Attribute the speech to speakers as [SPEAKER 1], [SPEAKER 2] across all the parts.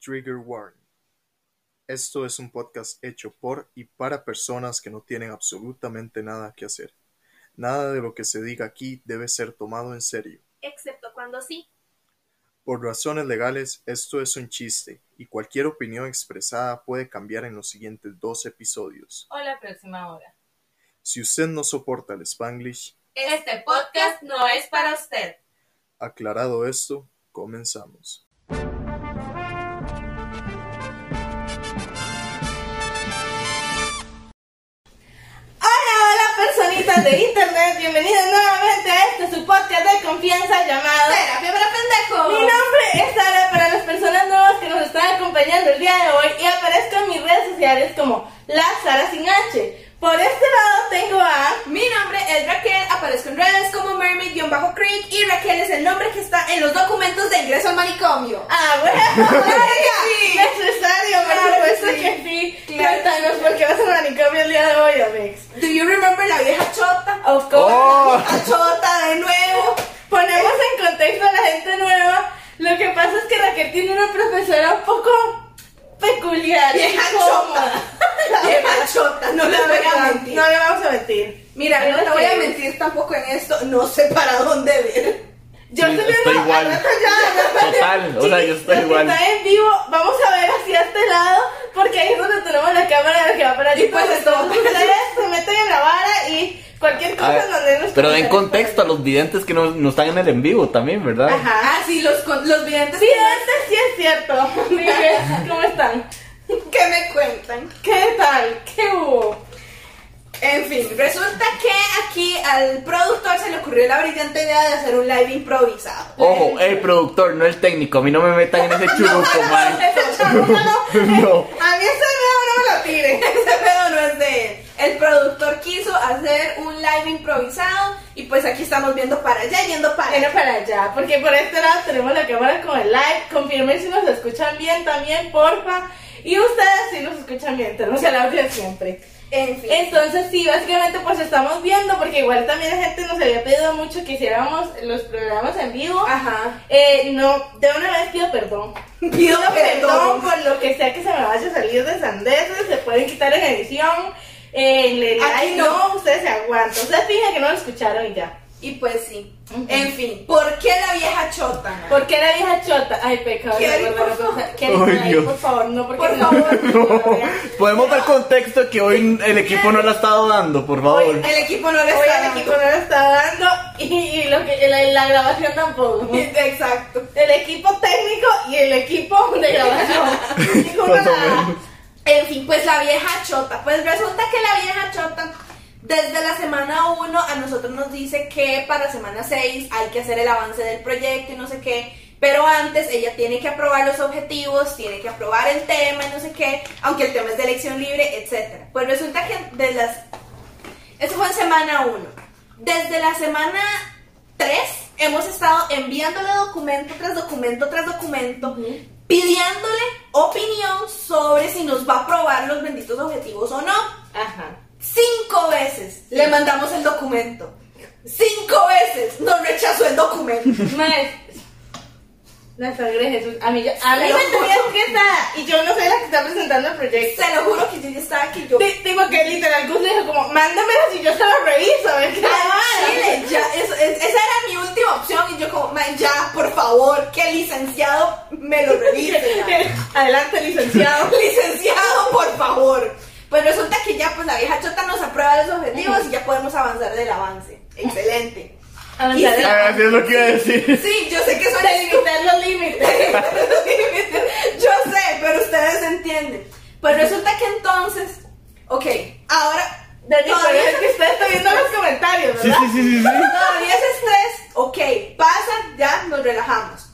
[SPEAKER 1] Trigger Warning. Esto es un podcast hecho por y para personas que no tienen absolutamente nada que hacer. Nada de lo que se diga aquí debe ser tomado en serio.
[SPEAKER 2] excepto cuando sí.
[SPEAKER 1] Por razones legales, esto es un chiste y cualquier opinión expresada puede cambiar en los siguientes dos episodios.
[SPEAKER 3] o la próxima hora.
[SPEAKER 1] Si usted no soporta el spanglish,
[SPEAKER 3] Este podcast no es para usted.
[SPEAKER 1] aclarado esto, comenzamos.
[SPEAKER 3] Hola, hola, personitas de internet. Bienvenidos nuevamente a este su podcast de confianza llamado
[SPEAKER 2] Terapia para pendejos.
[SPEAKER 3] Mi nombre es Sara para las personas nuevas que nos están acompañando el día de hoy y aparezco en mis redes sociales como la Sara sin H. Por este lado tengo a
[SPEAKER 2] Mi nombre es Raquel, aparezco en redes como Mermaid-Creek y Raquel es el nombre que está en los documentos de ingreso al manicomio.
[SPEAKER 3] Ah, bueno,
[SPEAKER 2] Claro que sí.
[SPEAKER 3] necesario,
[SPEAKER 2] Claro
[SPEAKER 3] por supuesto
[SPEAKER 2] que
[SPEAKER 3] que sí.
[SPEAKER 2] Claro.
[SPEAKER 3] Cuéntanos por qué vas al manicomio el día de hoy, Amix.
[SPEAKER 2] Do you remember la vieja chota?
[SPEAKER 3] Of course.
[SPEAKER 1] Oh.
[SPEAKER 2] La chota de nuevo.
[SPEAKER 3] Ponemos en contexto a la gente nueva. Lo que pasa es que Raquel tiene una profesora un poco peculiar.
[SPEAKER 2] Vieja
[SPEAKER 3] incómoda.
[SPEAKER 2] chota. Vieja chota, no le
[SPEAKER 3] La
[SPEAKER 2] voy a
[SPEAKER 3] verdad,
[SPEAKER 2] mentir.
[SPEAKER 3] No le vamos a mentir.
[SPEAKER 2] Mira, no
[SPEAKER 3] Es
[SPEAKER 2] te voy a
[SPEAKER 3] que-
[SPEAKER 2] mentir tampoco en esto, no sé para dónde ver.
[SPEAKER 3] Yo
[SPEAKER 4] Sí,
[SPEAKER 3] estoy
[SPEAKER 4] estoy
[SPEAKER 3] viendo-
[SPEAKER 4] igual.
[SPEAKER 3] al rato ya, al rato ya.
[SPEAKER 4] Total, o sea, yo estoy
[SPEAKER 3] Los que
[SPEAKER 4] igual.
[SPEAKER 3] están en vivo, vamos a ver hacia este lado, porque ahí es donde tenemos la cámara que va para allí.
[SPEAKER 2] Y pues
[SPEAKER 3] Entonces,
[SPEAKER 2] esto-
[SPEAKER 3] ustedes se meten en la vara y cualquier
[SPEAKER 4] A
[SPEAKER 3] cosa
[SPEAKER 4] ver,
[SPEAKER 3] nos den los
[SPEAKER 4] Ah, pero
[SPEAKER 3] comentarios.
[SPEAKER 4] den contexto a los videntes que no, no están en el en vivo también, ¿verdad?
[SPEAKER 2] Ah, sí, los, con- los videntes
[SPEAKER 3] Sí, este sí es cierto. Dime, ¿Cómo están?
[SPEAKER 2] que me cuentan.
[SPEAKER 3] ¿Qué tal? ¿Qué hubo?
[SPEAKER 2] En fin, resulta que aquí al productor se le ocurrió la brillante idea de hacer un live improvisado.
[SPEAKER 4] Ojo, el productor, no el técnico. A mí no me metan en ese churuco, man.
[SPEAKER 2] Ese chavo, no,
[SPEAKER 4] No.
[SPEAKER 2] a mí ese pedo no me lo tiren, ese pedo no es de él. El productor quiso hacer un live improvisado y pues aquí estamos viendo para allá, yendo para
[SPEAKER 3] Bueno, para allá, porque por este lado tenemos la cámara con el live. Confirmen si nos escuchan bien también, porfa. Y ustedes si nos escuchan bien, tenemos el audio de siempre.
[SPEAKER 2] En fin.
[SPEAKER 3] Entonces, sí, básicamente pues estamos viendo, porque igual también la gente nos había pedido mucho que hiciéramos los programas en vivo.
[SPEAKER 2] Ajá.
[SPEAKER 3] Eh, no, de una vez pido perdón.
[SPEAKER 2] Pido perdón.
[SPEAKER 3] Perdón por lo que sea que se me vaya a salir de sandeces, se pueden quitar en edición. eh, En el
[SPEAKER 2] Aquí
[SPEAKER 3] ay,
[SPEAKER 2] no.
[SPEAKER 3] no, ustedes se aguantan. Ustedes fijan que no lo escucharon y ya.
[SPEAKER 2] Y pues sí.
[SPEAKER 3] Ujú.
[SPEAKER 2] En fin, ¿por qué la vieja chota?
[SPEAKER 3] ¿Por qué la vieja chota? Ay, pecado.
[SPEAKER 2] Kelly,
[SPEAKER 3] de acuerdo,
[SPEAKER 2] por
[SPEAKER 3] no, o sea, Kelly,
[SPEAKER 4] Ay,
[SPEAKER 3] ay,
[SPEAKER 4] Dios.
[SPEAKER 3] por favor, no, porque
[SPEAKER 2] Por
[SPEAKER 3] no,
[SPEAKER 2] favor.
[SPEAKER 3] no, no.
[SPEAKER 4] Podemos dar contexto que hoy el equipo no la ha estado dando, por favor.
[SPEAKER 2] El equipo no le
[SPEAKER 3] Hoy
[SPEAKER 2] está
[SPEAKER 3] el equipo no lo está dando y, y lo que, la, la grabación tampoco.
[SPEAKER 2] dando. Exacto.
[SPEAKER 3] El equipo técnico y el equipo de grabación. Ninguno
[SPEAKER 4] Más o
[SPEAKER 3] nada.
[SPEAKER 4] menos.
[SPEAKER 2] En fin, pues la vieja chota. Pues resulta que la vieja chota, desde la semana 1 a nosotros nos dice que para semana 6 hay que hacer el avance del proyecto y no sé qué. Pero antes ella tiene que aprobar los objetivos, tiene que aprobar el tema y no sé qué, aunque el tema es de elección libre, etc. Pues resulta que de las... Eso fue en semana 1. Desde la semana 3 hemos estado enviándole documento tras documento tras documento pidiéndole opinión sobre si nos va a aprobar los benditos objetivos o no.
[SPEAKER 3] Ajá.
[SPEAKER 2] Cinco veces le mandamos el documento. Cinco veces nos rechazó el documento.
[SPEAKER 3] Más. La sangre de Jesús. A mí, ya- a mí
[SPEAKER 2] Pero-
[SPEAKER 3] me tuvieron que estar. Y yo no soy la que está presentando el proyecto.
[SPEAKER 2] Se lo juro que yo ya estaba aquí yo.
[SPEAKER 3] Te- Digo que literal Gus le dijo como, mándamelo si yo se lo reviso. a ver qué
[SPEAKER 2] Al
[SPEAKER 3] tal".
[SPEAKER 2] "Ah, chile, ya, eso- es- esa era mi última opción y yo como, "Man, ya, por favor, que el licenciado me lo revise. ya".
[SPEAKER 3] Adelante, licenciado.
[SPEAKER 2] Licenciado, por favor. Pues resulta que ya pues la vieja chota nos aprueba los objetivos y ya podemos avanzar del avance. Excelente.
[SPEAKER 3] Avanzar
[SPEAKER 2] Y sí.
[SPEAKER 3] el-
[SPEAKER 4] Ah, sí es lo que iba a decir.
[SPEAKER 2] Sí, yo sé que suena estúpido.
[SPEAKER 3] delimitar los límites.
[SPEAKER 2] Yo sé, pero ustedes entienden. Pues resulta que entonces, ok, ahora
[SPEAKER 3] Dani, pero
[SPEAKER 2] todavía,
[SPEAKER 3] es que usted está viendo los comentarios,
[SPEAKER 4] Sí,
[SPEAKER 3] ¿verdad?
[SPEAKER 4] sí, sí, sí, sí.
[SPEAKER 2] todavía es estrés, ok, pasa, ya nos relajamos.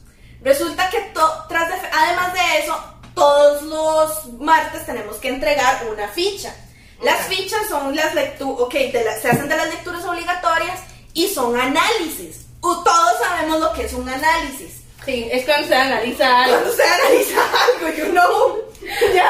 [SPEAKER 2] Resulta que to- tras de- además de eso, todos los martes tenemos que entregar una ficha. Las fichas son las lecturas, ok, de la- se hacen de las lecturas obligatorias y son análisis. U- Todos sabemos lo que es un análisis.
[SPEAKER 3] Sí, es cuando se analiza algo.
[SPEAKER 2] Cuando se analiza algo, you know.
[SPEAKER 3] Ya,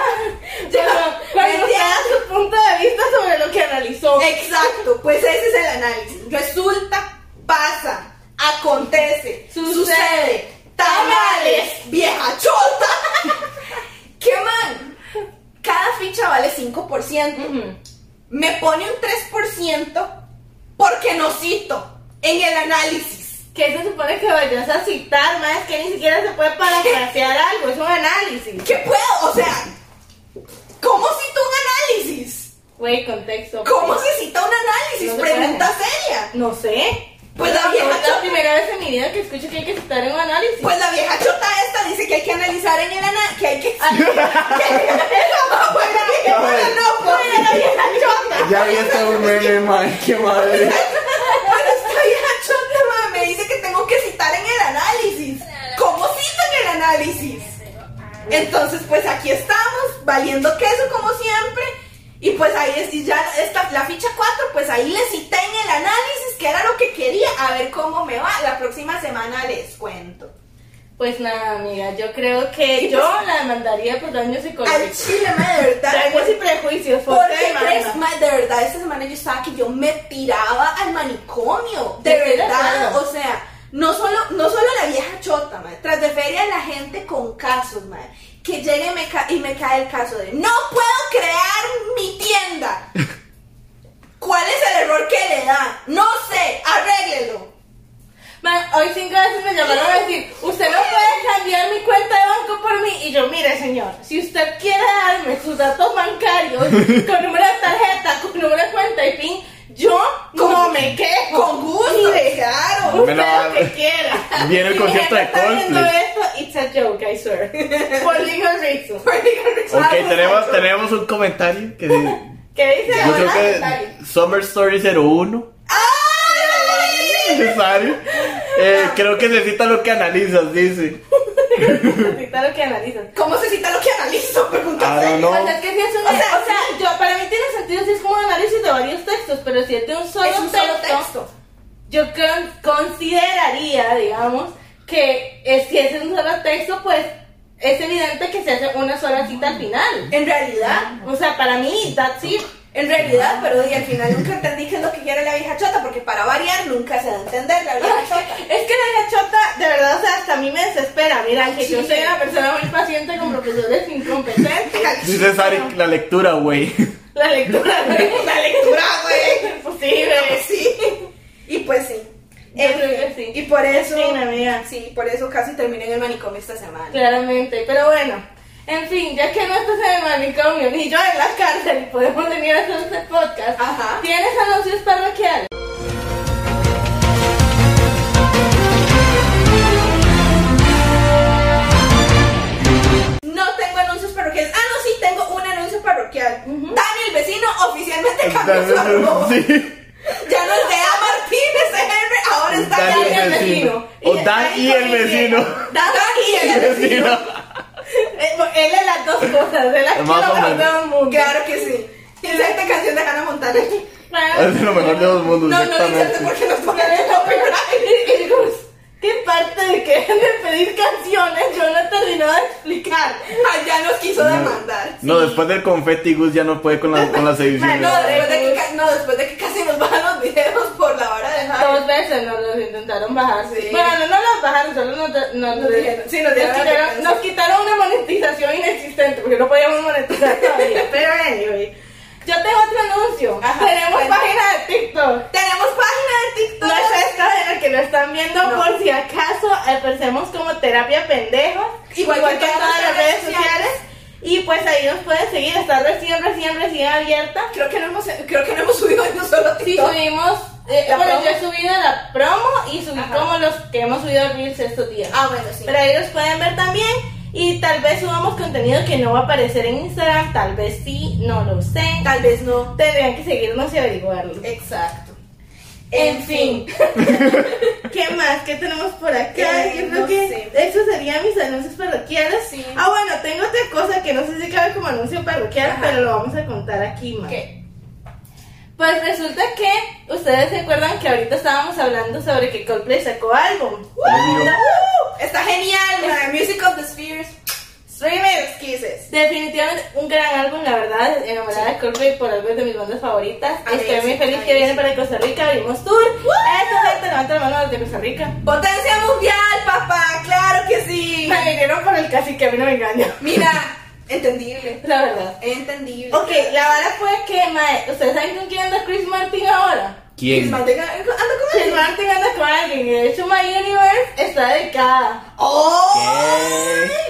[SPEAKER 2] Ya,
[SPEAKER 3] ya. Cuando se
[SPEAKER 2] ya.
[SPEAKER 3] da su punto de vista sobre lo que analizó.
[SPEAKER 2] Exacto, pues ese es el análisis. Resulta, pasa, acontece,
[SPEAKER 3] Sucede.
[SPEAKER 2] sucede, tamales, vieja chota.
[SPEAKER 3] Ujú.
[SPEAKER 2] me pone un 3% porque no cito en el análisis.
[SPEAKER 3] Que se supone que vayas a citar, más que ni siquiera se puede parafrasear algo, es un análisis.
[SPEAKER 2] ¿Qué puedo? O sea, ¿cómo cito un análisis?
[SPEAKER 3] Güey, contexto.
[SPEAKER 2] ¿Cómo se cita un análisis?
[SPEAKER 3] No se
[SPEAKER 2] Pregunta seria.
[SPEAKER 3] No sé.
[SPEAKER 2] Pues la
[SPEAKER 3] No,
[SPEAKER 2] vieja
[SPEAKER 3] Es la
[SPEAKER 2] chota.
[SPEAKER 3] primera vez en mi vida que escucho que hay que citar en un análisis.
[SPEAKER 2] Pues la vieja chota esta dice que hay que analizar en el análisis. Que hay que.
[SPEAKER 3] Ah,
[SPEAKER 2] No, bueno, que- bueno, no, bueno, la vieja chota.
[SPEAKER 4] Ya vi hasta un meme, madre, qué madre.
[SPEAKER 2] Bueno, esta vieja chota, ma, me dice que tengo que citar en el análisis. ¿Cómo cito en el análisis? Entonces, pues aquí estamos, valiendo queso como siempre. Y pues ahí es, y ya está la ficha 4, pues ahí le cité en el análisis, que era lo que quería. A ver cómo me va. La próxima semana les cuento.
[SPEAKER 3] Pues nada, amiga, yo creo que
[SPEAKER 2] Sí, pues,
[SPEAKER 3] yo la demandaría por daño
[SPEAKER 2] Al
[SPEAKER 3] psicológico.
[SPEAKER 2] chile, ma, de verdad.
[SPEAKER 3] Daños y prejuicios, por
[SPEAKER 2] Porque
[SPEAKER 3] tema.
[SPEAKER 2] crees, ma, de verdad, esta semana yo estaba que yo me tiraba al manicomio. De
[SPEAKER 3] Estoy de
[SPEAKER 2] verdad,
[SPEAKER 3] acuerdo.
[SPEAKER 2] o sea, no solo, no solo la vieja chota, ma, Tras de feria la gente con casos, ma, Que llega y me, ca- y me cae el caso de no puedo crear mi tienda. ¿Cuál es el error que le da? No sé, arréglelo.
[SPEAKER 3] Man, hoy cinco veces me llamaron a decir, usted no puede cambiar mi cuenta de banco por mí. Y yo, mire señor, si usted quiere darme sus datos bancarios con número de tarjeta, con número de cuenta y PIN, yo no me quejo.
[SPEAKER 2] Con gusto.
[SPEAKER 3] Claro,
[SPEAKER 4] Me
[SPEAKER 3] usted
[SPEAKER 4] la-
[SPEAKER 3] lo que quiera.
[SPEAKER 4] Viene el
[SPEAKER 3] Si mi jefe
[SPEAKER 4] concierto de
[SPEAKER 3] está viendo
[SPEAKER 4] Coldplay.
[SPEAKER 3] esto, it's a joke, I swear. For legal reasons.
[SPEAKER 4] Ok, tenemos, tenemos un comentario que yo
[SPEAKER 3] ¿Qué dice?
[SPEAKER 4] creo
[SPEAKER 3] Hola, Natalia.
[SPEAKER 4] que Summer Story 01. Necesario. Eh, creo que necesita lo que analizas, dice.
[SPEAKER 3] Cita lo que analizas.
[SPEAKER 2] ¿Cómo se cita lo que analizo? Pregunta.
[SPEAKER 4] I don't know.
[SPEAKER 3] O sea, es que si es un, o,
[SPEAKER 2] O
[SPEAKER 3] sea,
[SPEAKER 2] sea,
[SPEAKER 3] yo, para mí tiene sentido si es como un análisis de varios textos, pero si es de un solo,
[SPEAKER 2] Es un Ah. solo texto.
[SPEAKER 3] yo con- consideraría, digamos, que eh, si es un solo texto, pues es evidente que se hace una sola cita al final.
[SPEAKER 2] En realidad,
[SPEAKER 3] O sea, para mí, that's it.
[SPEAKER 2] En realidad, pero y al final nunca entendí qué es lo que quiere la vieja chota, porque para variar nunca se da a entender la vieja chota.
[SPEAKER 3] Es que la gachota, de verdad, o sea, hasta a mí me desespera. Mira, que yo soy una persona muy paciente con profesores incompetentes.
[SPEAKER 4] Dice Sari la lectura, güey.
[SPEAKER 3] La lectura, la
[SPEAKER 2] lectura, güey.
[SPEAKER 3] Pues sí, güey.
[SPEAKER 2] Sí. Y pues sí.
[SPEAKER 3] Yo
[SPEAKER 2] En
[SPEAKER 3] creo
[SPEAKER 2] fin,
[SPEAKER 3] que sí.
[SPEAKER 2] Y por eso.
[SPEAKER 3] Sí, mi amiga.
[SPEAKER 2] Sí, por eso casi terminé en el manicomio esta semana.
[SPEAKER 3] Claramente, pero bueno, en fin, ya que no estás en el manicomio ni yo en la cárcel, podemos venir a hacer este podcast.
[SPEAKER 2] Ajá.
[SPEAKER 3] ¿Tienes anuncios parroquiales?
[SPEAKER 2] No tengo anuncios parroquiales. Ah, no, sí, tengo un anuncio parroquial. Dani, el vecino, oficialmente cambió su arroba.
[SPEAKER 4] Sí.
[SPEAKER 2] Ya no es de A Martínez R, ahora está
[SPEAKER 4] Dan
[SPEAKER 3] Dani
[SPEAKER 2] Dani.
[SPEAKER 4] y el vecino. O Dan y el vecino.
[SPEAKER 3] Dan
[SPEAKER 2] Dani y el vecino.
[SPEAKER 4] Vecino.
[SPEAKER 3] Eh, bueno, Él es las dos cosas, él es
[SPEAKER 4] Más o
[SPEAKER 3] lo
[SPEAKER 4] menos.
[SPEAKER 3] todo el mundo.
[SPEAKER 2] Claro que sí. Inserta canción de Hannah Montana aquí.
[SPEAKER 3] Claro.
[SPEAKER 4] Es de lo mejor de los mundos,
[SPEAKER 2] No, no lo
[SPEAKER 4] exactamente.
[SPEAKER 2] inserté porque nos ponen en copyright.
[SPEAKER 3] Y digo, ¿Qué parte de que dejen de pedir canciones? Yo no he terminado de explicar.
[SPEAKER 2] Allá nos quiso demandar.
[SPEAKER 4] No, después del confeti Gus ya no puede con, la- con las ediciones.
[SPEAKER 2] No, después de que, ca- no, después de que casi nos bajan los videos por la hora de Javi.
[SPEAKER 3] Dos veces nos los intentaron bajar.
[SPEAKER 2] Sí.
[SPEAKER 3] Bueno, no nos los bajaron, solo nos, nos,
[SPEAKER 2] Nos dieron- sí, nos dieron la
[SPEAKER 3] quitaron,
[SPEAKER 2] recompensa.
[SPEAKER 3] nos quitaron una monetización inexistente porque no podíamos monetizar todavía. Pero anyway, yo tengo otro anuncio.
[SPEAKER 2] Ajá,
[SPEAKER 3] Tenemos
[SPEAKER 2] cuenta.
[SPEAKER 3] página de TikTok.
[SPEAKER 2] Tenemos página de TikTok.
[SPEAKER 3] No es esta de la que lo están viendo
[SPEAKER 2] No.
[SPEAKER 3] por si acaso aparecemos como terapia pendejo.
[SPEAKER 2] Igual que en todas las redes sociales.
[SPEAKER 3] Y pues ahí nos pueden seguir, está recién, recién, recién abierta.
[SPEAKER 2] Creo que no hemos, creo que no hemos subido en un solo
[SPEAKER 3] Sí,
[SPEAKER 2] TikTok.
[SPEAKER 3] subimos. eh,
[SPEAKER 2] La
[SPEAKER 3] bueno,
[SPEAKER 2] promo.
[SPEAKER 3] yo he subido la promo y subí
[SPEAKER 2] Ajá.
[SPEAKER 3] como los que hemos subido reels estos días.
[SPEAKER 2] Ah, bueno, sí.
[SPEAKER 3] Pero ahí los pueden ver también. Y tal vez subamos contenido que no va a aparecer en Instagram, tal vez sí, no lo sé.
[SPEAKER 2] Tal vez no.
[SPEAKER 3] Tendrían que seguirnos y averiguarlo.
[SPEAKER 2] Exacto.
[SPEAKER 3] En fin, ¿qué más? ¿Qué tenemos por acá?
[SPEAKER 2] Eh,
[SPEAKER 3] Yo creo
[SPEAKER 2] no
[SPEAKER 3] que
[SPEAKER 2] sé.
[SPEAKER 3] esos serían mis anuncios parroquiales.
[SPEAKER 2] Sí.
[SPEAKER 3] Ah, bueno, tengo otra cosa que no sé si cabe como anuncio parroquial,
[SPEAKER 2] Ajá.
[SPEAKER 3] pero lo vamos a contar aquí, más.
[SPEAKER 2] ¿Qué?
[SPEAKER 3] Pues resulta que ustedes se acuerdan que ahorita estábamos hablando sobre que Coldplay sacó álbum.
[SPEAKER 4] Obvio.
[SPEAKER 2] Está genial, la Music of the Spheres. Streamers kisses.
[SPEAKER 3] Definitivamente un gran álbum, la verdad, enamorada de Coldplay por algo es de mis bandas favoritas.
[SPEAKER 2] Amazing,
[SPEAKER 3] Estoy muy feliz que
[SPEAKER 2] amazing.
[SPEAKER 3] vienen para Costa Rica, abrimos tour. Esta gente levanta la mano desde Costa Rica.
[SPEAKER 2] Potencia mundial, papá, claro que sí.
[SPEAKER 3] Me vinieron por el cacique, a mí no me engaño.
[SPEAKER 2] Mira, Entendible.
[SPEAKER 3] La verdad.
[SPEAKER 2] Entendible.
[SPEAKER 3] Ok, la vara fue que, mae, ¿ustedes saben con quién anda Chris Martin ahora?
[SPEAKER 2] Chris
[SPEAKER 4] ¿Quién?
[SPEAKER 2] Martin, anda con
[SPEAKER 3] Chris Martin anda con alguien, y de hecho My Universe está dedicada.
[SPEAKER 2] ¡Oh!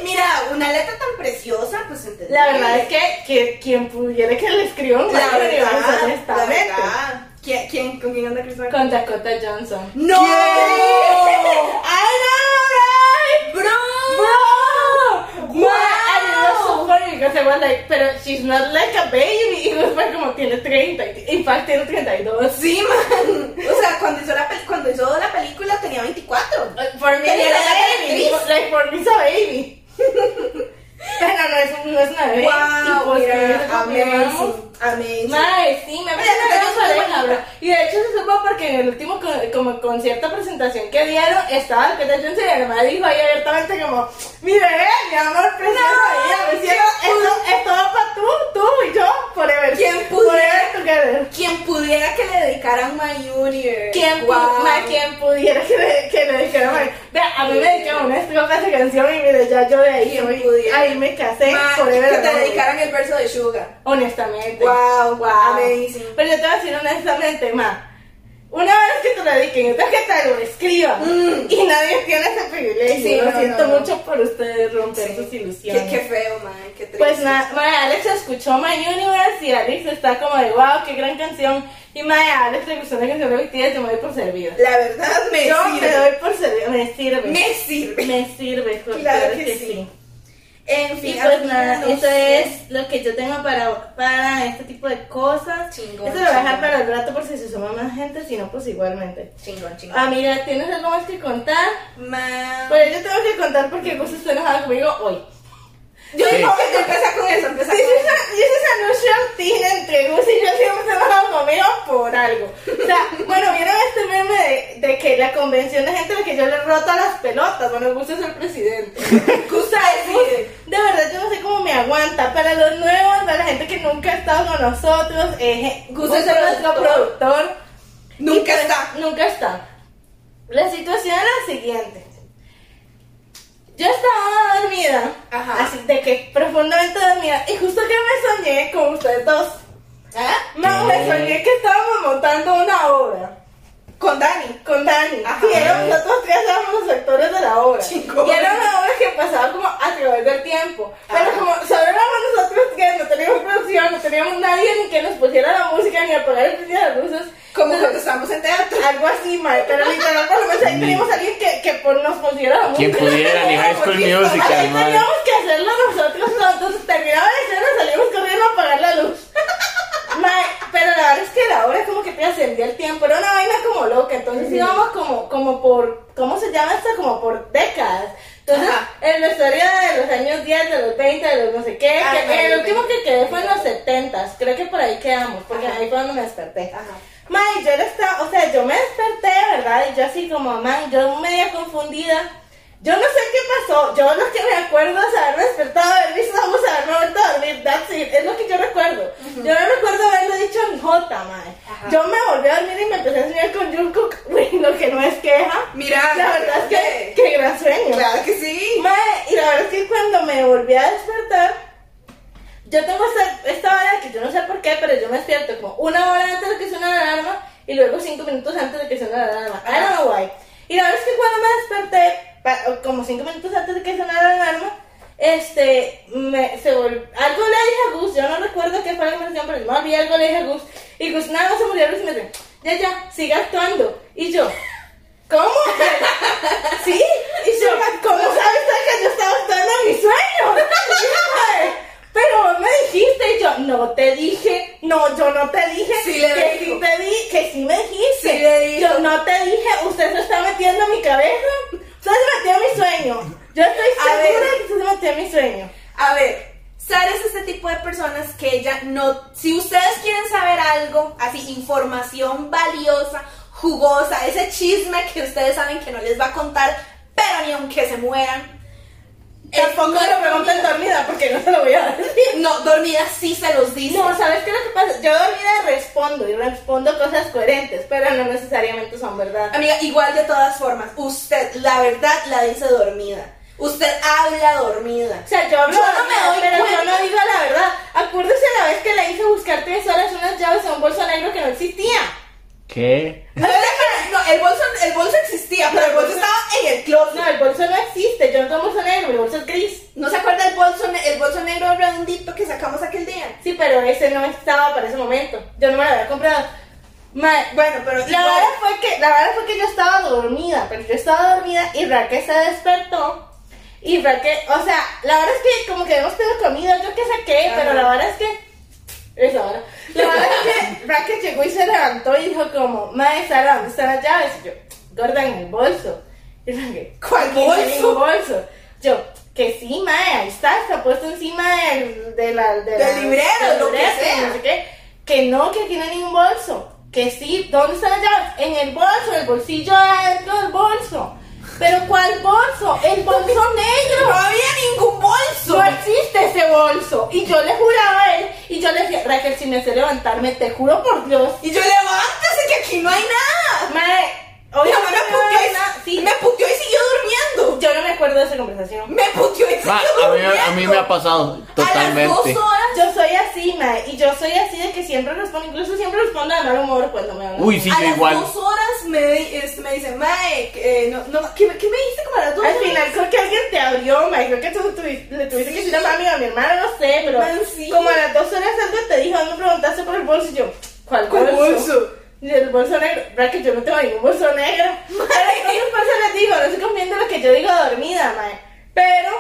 [SPEAKER 2] Mira, una letra tan preciosa, pues entendible.
[SPEAKER 3] La verdad es que, que quien pudiera que le escriban My
[SPEAKER 2] La
[SPEAKER 3] Universe,
[SPEAKER 2] verdad, la
[SPEAKER 3] honestamente.
[SPEAKER 2] verdad. ¿Quién, quién, ¿Con quién anda Chris Martin?
[SPEAKER 3] Con Dakota Johnson.
[SPEAKER 2] ¡No!
[SPEAKER 3] I know, right?
[SPEAKER 2] ¡Bro!
[SPEAKER 3] Bro!
[SPEAKER 2] Wow.
[SPEAKER 3] I know that's so funny because I was like, pero she's not like a baby. Y después como tiene 30, in fact tiene 32.
[SPEAKER 2] Sí, man. O sea, cuando hizo la, pel- cuando hizo la película tenía 24.
[SPEAKER 3] For me,
[SPEAKER 2] Pero
[SPEAKER 3] it's
[SPEAKER 2] la
[SPEAKER 3] a baby.
[SPEAKER 2] actriz.
[SPEAKER 3] Like, for me, it's a baby. Pero no es, no es una baby. Y
[SPEAKER 2] ¡Wow!
[SPEAKER 3] pues,
[SPEAKER 2] Mira,
[SPEAKER 3] ¿cómo le llamamos?
[SPEAKER 2] amazing. Amazing.
[SPEAKER 3] Mae, sí, me
[SPEAKER 2] Mira,
[SPEAKER 3] parece
[SPEAKER 2] te
[SPEAKER 3] que
[SPEAKER 2] cayó
[SPEAKER 3] era
[SPEAKER 2] una
[SPEAKER 3] una
[SPEAKER 2] bonita.
[SPEAKER 3] oreja, bro. Y de hecho se supo porque en el último con- como concierto presentación que dieron estaba el Peter Johnson y además dijo ahí abiertamente como mi bebé, mi amor precioso,
[SPEAKER 2] No,
[SPEAKER 3] y ella me hicieron esto, esto va para tú, tú y yo, forever.
[SPEAKER 2] ¿Quién
[SPEAKER 3] Forever together.
[SPEAKER 2] Quien pudiera que le dedicaran My Universe.
[SPEAKER 3] ¿Quién,
[SPEAKER 2] Wow.
[SPEAKER 3] pu- ma, ¿Quién pudiera que le, que le dijeran, ma, vea, a mí me dedicaron una estrofa de esa canción y mire, ya yo de ahí,
[SPEAKER 2] ¿Quién
[SPEAKER 3] soy-
[SPEAKER 2] pudiera?
[SPEAKER 3] ahí me casé,
[SPEAKER 2] Ma,
[SPEAKER 3] forever.
[SPEAKER 2] que te
[SPEAKER 3] amor.
[SPEAKER 2] dedicaran el verso de Suga.
[SPEAKER 3] Honestamente.
[SPEAKER 2] Wow, wow. Amazing.
[SPEAKER 3] Pero yo te voy a decir honestamente, ma. Una vez que te lo dediquen, otra que te lo escriban.
[SPEAKER 2] Mm.
[SPEAKER 3] Y nadie tiene ese privilegio.
[SPEAKER 2] Sí,
[SPEAKER 3] lo
[SPEAKER 2] no,
[SPEAKER 3] siento
[SPEAKER 2] no, no.
[SPEAKER 3] mucho por ustedes romper
[SPEAKER 2] Sí.
[SPEAKER 3] sus
[SPEAKER 2] Qué,
[SPEAKER 3] ilusiones.
[SPEAKER 2] qué feo, man. Qué triste.
[SPEAKER 3] Pues nada, ma, Alex escuchó My Universe y Alex está como de wow, qué gran canción. Y ma, a Alex le gustó la canción de BTS y yo me doy por servida.
[SPEAKER 2] La verdad me
[SPEAKER 3] yo
[SPEAKER 2] sirve.
[SPEAKER 3] me doy por servida, me sirve.
[SPEAKER 2] Me sirve.
[SPEAKER 3] Me sirve, jo-
[SPEAKER 2] Claro que sí. En
[SPEAKER 3] Y
[SPEAKER 2] fin,
[SPEAKER 3] pues
[SPEAKER 2] amiga,
[SPEAKER 3] nada,
[SPEAKER 2] no
[SPEAKER 3] eso
[SPEAKER 2] sé.
[SPEAKER 3] es lo que yo tengo para, para este tipo de cosas.
[SPEAKER 2] Chingón,
[SPEAKER 3] Esto lo voy a
[SPEAKER 2] chingón.
[SPEAKER 3] dejar para el rato por si se suma más gente, si no, pues igualmente.
[SPEAKER 2] Chingón, chingón.
[SPEAKER 3] Amiga, ¿tienes algo más que contar?
[SPEAKER 2] Ma-
[SPEAKER 3] Ah, Pues yo tengo que contar porque Gus está enojada conmigo hoy.
[SPEAKER 2] Yo
[SPEAKER 4] Sí.
[SPEAKER 2] digo que te empieza con eso, empieza
[SPEAKER 3] Yo
[SPEAKER 2] con eso.
[SPEAKER 3] esa routine entre Gus y yo siempre se enojado conmigo por algo. O sea, bueno, ¿vieron este meme de, de que la convención de gente a la que yo le roto las pelotas? Bueno, Gus es el presidente. Gus sabe, Gus, de verdad yo no sé cómo me aguanta. Para los nuevos, para la gente que nunca ha estado con nosotros, eh, Gus,
[SPEAKER 2] Gus
[SPEAKER 3] es
[SPEAKER 2] es
[SPEAKER 3] nuestro
[SPEAKER 2] productor.
[SPEAKER 3] productor.
[SPEAKER 2] Nunca
[SPEAKER 3] Y pues,
[SPEAKER 2] está.
[SPEAKER 3] Nunca está. La situación es la siguiente. Yo estaba dormida,
[SPEAKER 2] Ajá.
[SPEAKER 3] así de que profundamente dormida, y justo que me soñé con ustedes dos.
[SPEAKER 2] ¿Ah?
[SPEAKER 3] No, me soñé que estábamos montando una obra
[SPEAKER 2] Con Dani.
[SPEAKER 3] con Dani.
[SPEAKER 2] Ajá.
[SPEAKER 3] Y éramos, nosotros tres éramos los actores de la obra.
[SPEAKER 2] Chingón.
[SPEAKER 3] Y era una obra que pasaba como a través del tiempo.
[SPEAKER 2] Ajá.
[SPEAKER 3] Pero como solo éramos nosotros tres, no teníamos producción, no teníamos nadie ni que nos pusiera la música, ni apagar el prendida de las luces.
[SPEAKER 2] Como
[SPEAKER 3] Entonces,
[SPEAKER 2] cuando estábamos en teatro.
[SPEAKER 3] algo así, madre, pero literal, por lo menos ahí teníamos a alguien que, que por nos pusiera la
[SPEAKER 4] ¿Quién
[SPEAKER 3] música.
[SPEAKER 4] Mm. pudiera ni High School Musical,
[SPEAKER 3] Ahí
[SPEAKER 4] madre?
[SPEAKER 3] teníamos que hacerlo nosotros, solos, entonces terminaba la escena, salimos corriendo a apagar la luz. Madre, pero la verdad es que la obra como que te ascendía el tiempo, era una vaina como loca, entonces íbamos como, como por, ¿cómo se llama esto? Como por décadas. Entonces,
[SPEAKER 2] Ajá.
[SPEAKER 3] en la historia de los años 10, de los 20, de los no sé qué,
[SPEAKER 2] Ajá,
[SPEAKER 3] que el
[SPEAKER 2] yo
[SPEAKER 3] último que quedé fue en los
[SPEAKER 2] tengo.
[SPEAKER 3] 70, creo que por ahí quedamos, porque
[SPEAKER 2] Ajá.
[SPEAKER 3] ahí fue donde me desperté.
[SPEAKER 2] Ajá.
[SPEAKER 3] Mae, yo era esta- o sea, yo me desperté, ¿verdad? Y yo así como, man, yo media confundida. Yo no sé qué pasó. Yo lo que me acuerdo es haberme despertado, haber visto vamos a haberme vuelto a dormir. That's it. Es lo que yo recuerdo. Yo no recuerdo haberlo dicho en J, mae.
[SPEAKER 2] Ajá.
[SPEAKER 3] Yo me volví a dormir y me empecé a soñar con Jungkook. Uy, lo que no es queja.
[SPEAKER 2] Mira,
[SPEAKER 3] la verdad es que, que gran sueño.
[SPEAKER 2] Claro que sí.
[SPEAKER 3] Mae, y la verdad es que cuando me volví a despertar, yo tengo esta, esta hora que yo no sé por qué, pero yo me despierto como una hora antes de que suene la alarma y luego cinco minutos antes de que suene la alarma. I don't know why. Y la verdad es que cuando me desperté, pa- o como cinco minutos antes de que sonara la alarma, este, me, se vol- algo le dije a Gus, yo no recuerdo qué fue la conversación, pero no había algo le dije a Gus. Y Gus nada más se murió y me dice, ya, ya, sigue actuando. Y yo, ¿Cómo? ¿Sí? Y yo, ¿cómo sabes tú que yo estaba actuando en mi sueño? Y yo, "Ay, Pero vos me dijiste, y yo, no te dije, no, yo no te dije,
[SPEAKER 2] Sí le
[SPEAKER 3] que
[SPEAKER 2] dijo.
[SPEAKER 3] sí te di, que sí me dijiste.
[SPEAKER 2] Sí le dijo.
[SPEAKER 3] Yo no te dije, usted se está metiendo en mi cabeza, usted se metió en mi sueño. Yo estoy
[SPEAKER 2] A
[SPEAKER 3] segura
[SPEAKER 2] ver.
[SPEAKER 3] que usted se metió en mi sueño.
[SPEAKER 2] A ver, Sara es este tipo de personas que ella no. Si ustedes quieren saber algo, así, información valiosa, jugosa, ese chisme que ustedes saben que no les va a contar, pero ni aunque se mueran.
[SPEAKER 3] Tampoco
[SPEAKER 2] eh,
[SPEAKER 3] lo pregunten dormida porque no se lo voy a decir.
[SPEAKER 2] No, dormida sí se los dice.
[SPEAKER 3] No, ¿sabes qué es lo que pasa? Yo dormida respondo y respondo cosas coherentes, pero no necesariamente son verdad.
[SPEAKER 2] Amiga, igual de todas formas, usted la verdad la dice dormida. Usted habla dormida.
[SPEAKER 3] O sea, yo hablo
[SPEAKER 2] Yo no me doy
[SPEAKER 3] pero yo no
[SPEAKER 2] cuenta.
[SPEAKER 3] cartesoras, unas llaves a un bolso negro que no existía.
[SPEAKER 4] ¿Qué?
[SPEAKER 2] No, el bolso, el bolso existía, pero el bolso estaba en el closet.
[SPEAKER 3] No, el bolso no existe, yo no tengo bolso negro, el bolso es gris.
[SPEAKER 2] ¿No se acuerda el bolso, ne- el bolso negro redondito que sacamos aquel día?
[SPEAKER 3] Sí, pero ese no estaba para ese momento. Yo no me lo había comprado. Ma-
[SPEAKER 2] Bueno, pero
[SPEAKER 3] La
[SPEAKER 2] igual-
[SPEAKER 3] verdad, fue que, la verdad fue que yo estaba dormida, pero yo estaba dormida y Raquel se despertó. Y Raquel, o sea, la verdad es que como que hemos tenido comida, yo que saqué,
[SPEAKER 2] Ajá.
[SPEAKER 3] pero la verdad es que. Es ahora. La verdad es que Raquel llegó y se levantó y dijo como, Mae, Sara, ¿dónde están las llaves? Y yo, gorda, en el bolso. Y Raquel,
[SPEAKER 2] ¿Cuál
[SPEAKER 3] "Aquí tiene
[SPEAKER 2] bolso?"
[SPEAKER 3] un bolso. Yo, que sí, Mae, ahí está, está puesto encima del, de la, de la-
[SPEAKER 2] Del librero,
[SPEAKER 3] del
[SPEAKER 2] lo que
[SPEAKER 3] librero,
[SPEAKER 2] sea.
[SPEAKER 3] no sé qué, que no, que aquí no hay ningún bolso. Que sí, ¿dónde están las llaves? En el bolso, en el bolsillo adentro del bolso. Pero ¿cuál bolso? El bolso negro.
[SPEAKER 2] No había ningún bolso.
[SPEAKER 3] No existe ese bolso. Y yo le juraba a él, y yo le decía, Raquel, si me hace levantarme, te juro por Dios.
[SPEAKER 2] Y yo levántase que aquí no hay nada.
[SPEAKER 3] Madre,
[SPEAKER 2] Mi
[SPEAKER 3] obvio
[SPEAKER 2] mamá
[SPEAKER 3] que no
[SPEAKER 2] me
[SPEAKER 3] había
[SPEAKER 2] puteó,
[SPEAKER 3] nada.
[SPEAKER 2] y,
[SPEAKER 3] Sí,
[SPEAKER 2] me puteó y siguió durmiendo.
[SPEAKER 3] yo no me acuerdo de esa conversación.
[SPEAKER 2] Me puteó y siguió
[SPEAKER 4] Ma, Ah, a, mí,
[SPEAKER 2] durmiendo.
[SPEAKER 4] a mí me ha pasado
[SPEAKER 2] A las dos
[SPEAKER 4] totalmente.
[SPEAKER 2] horas.
[SPEAKER 3] Yo soy así, madre, y yo soy así de que siempre respondo, incluso siempre respondo de mal humor cuando me hablan.
[SPEAKER 4] Uy, sí,
[SPEAKER 2] a
[SPEAKER 4] yo
[SPEAKER 2] las
[SPEAKER 4] igual.
[SPEAKER 2] dos horas me, este, me dicen, Mae, eh, no, no, ¿qué, me- ¿qué me diste como a las dos
[SPEAKER 3] Al
[SPEAKER 2] horas?
[SPEAKER 3] final creo que alguien te abrió, ma, y creo que tú tuvi- le tuviste que decir a mami o a mi hermana, no sé, pero
[SPEAKER 2] Man, sí.
[SPEAKER 3] como a las dos horas antes te dijo, me preguntaste por el bolso y yo, ¿cuál,
[SPEAKER 2] ¿Cuál
[SPEAKER 3] bolso?
[SPEAKER 2] bolso?
[SPEAKER 3] Y el bolso negro, ¿verdad que yo no tengo ningún bolso negro? Pero entonces por eso les digo, no se confíen de lo que yo digo dormida, mae. Pero,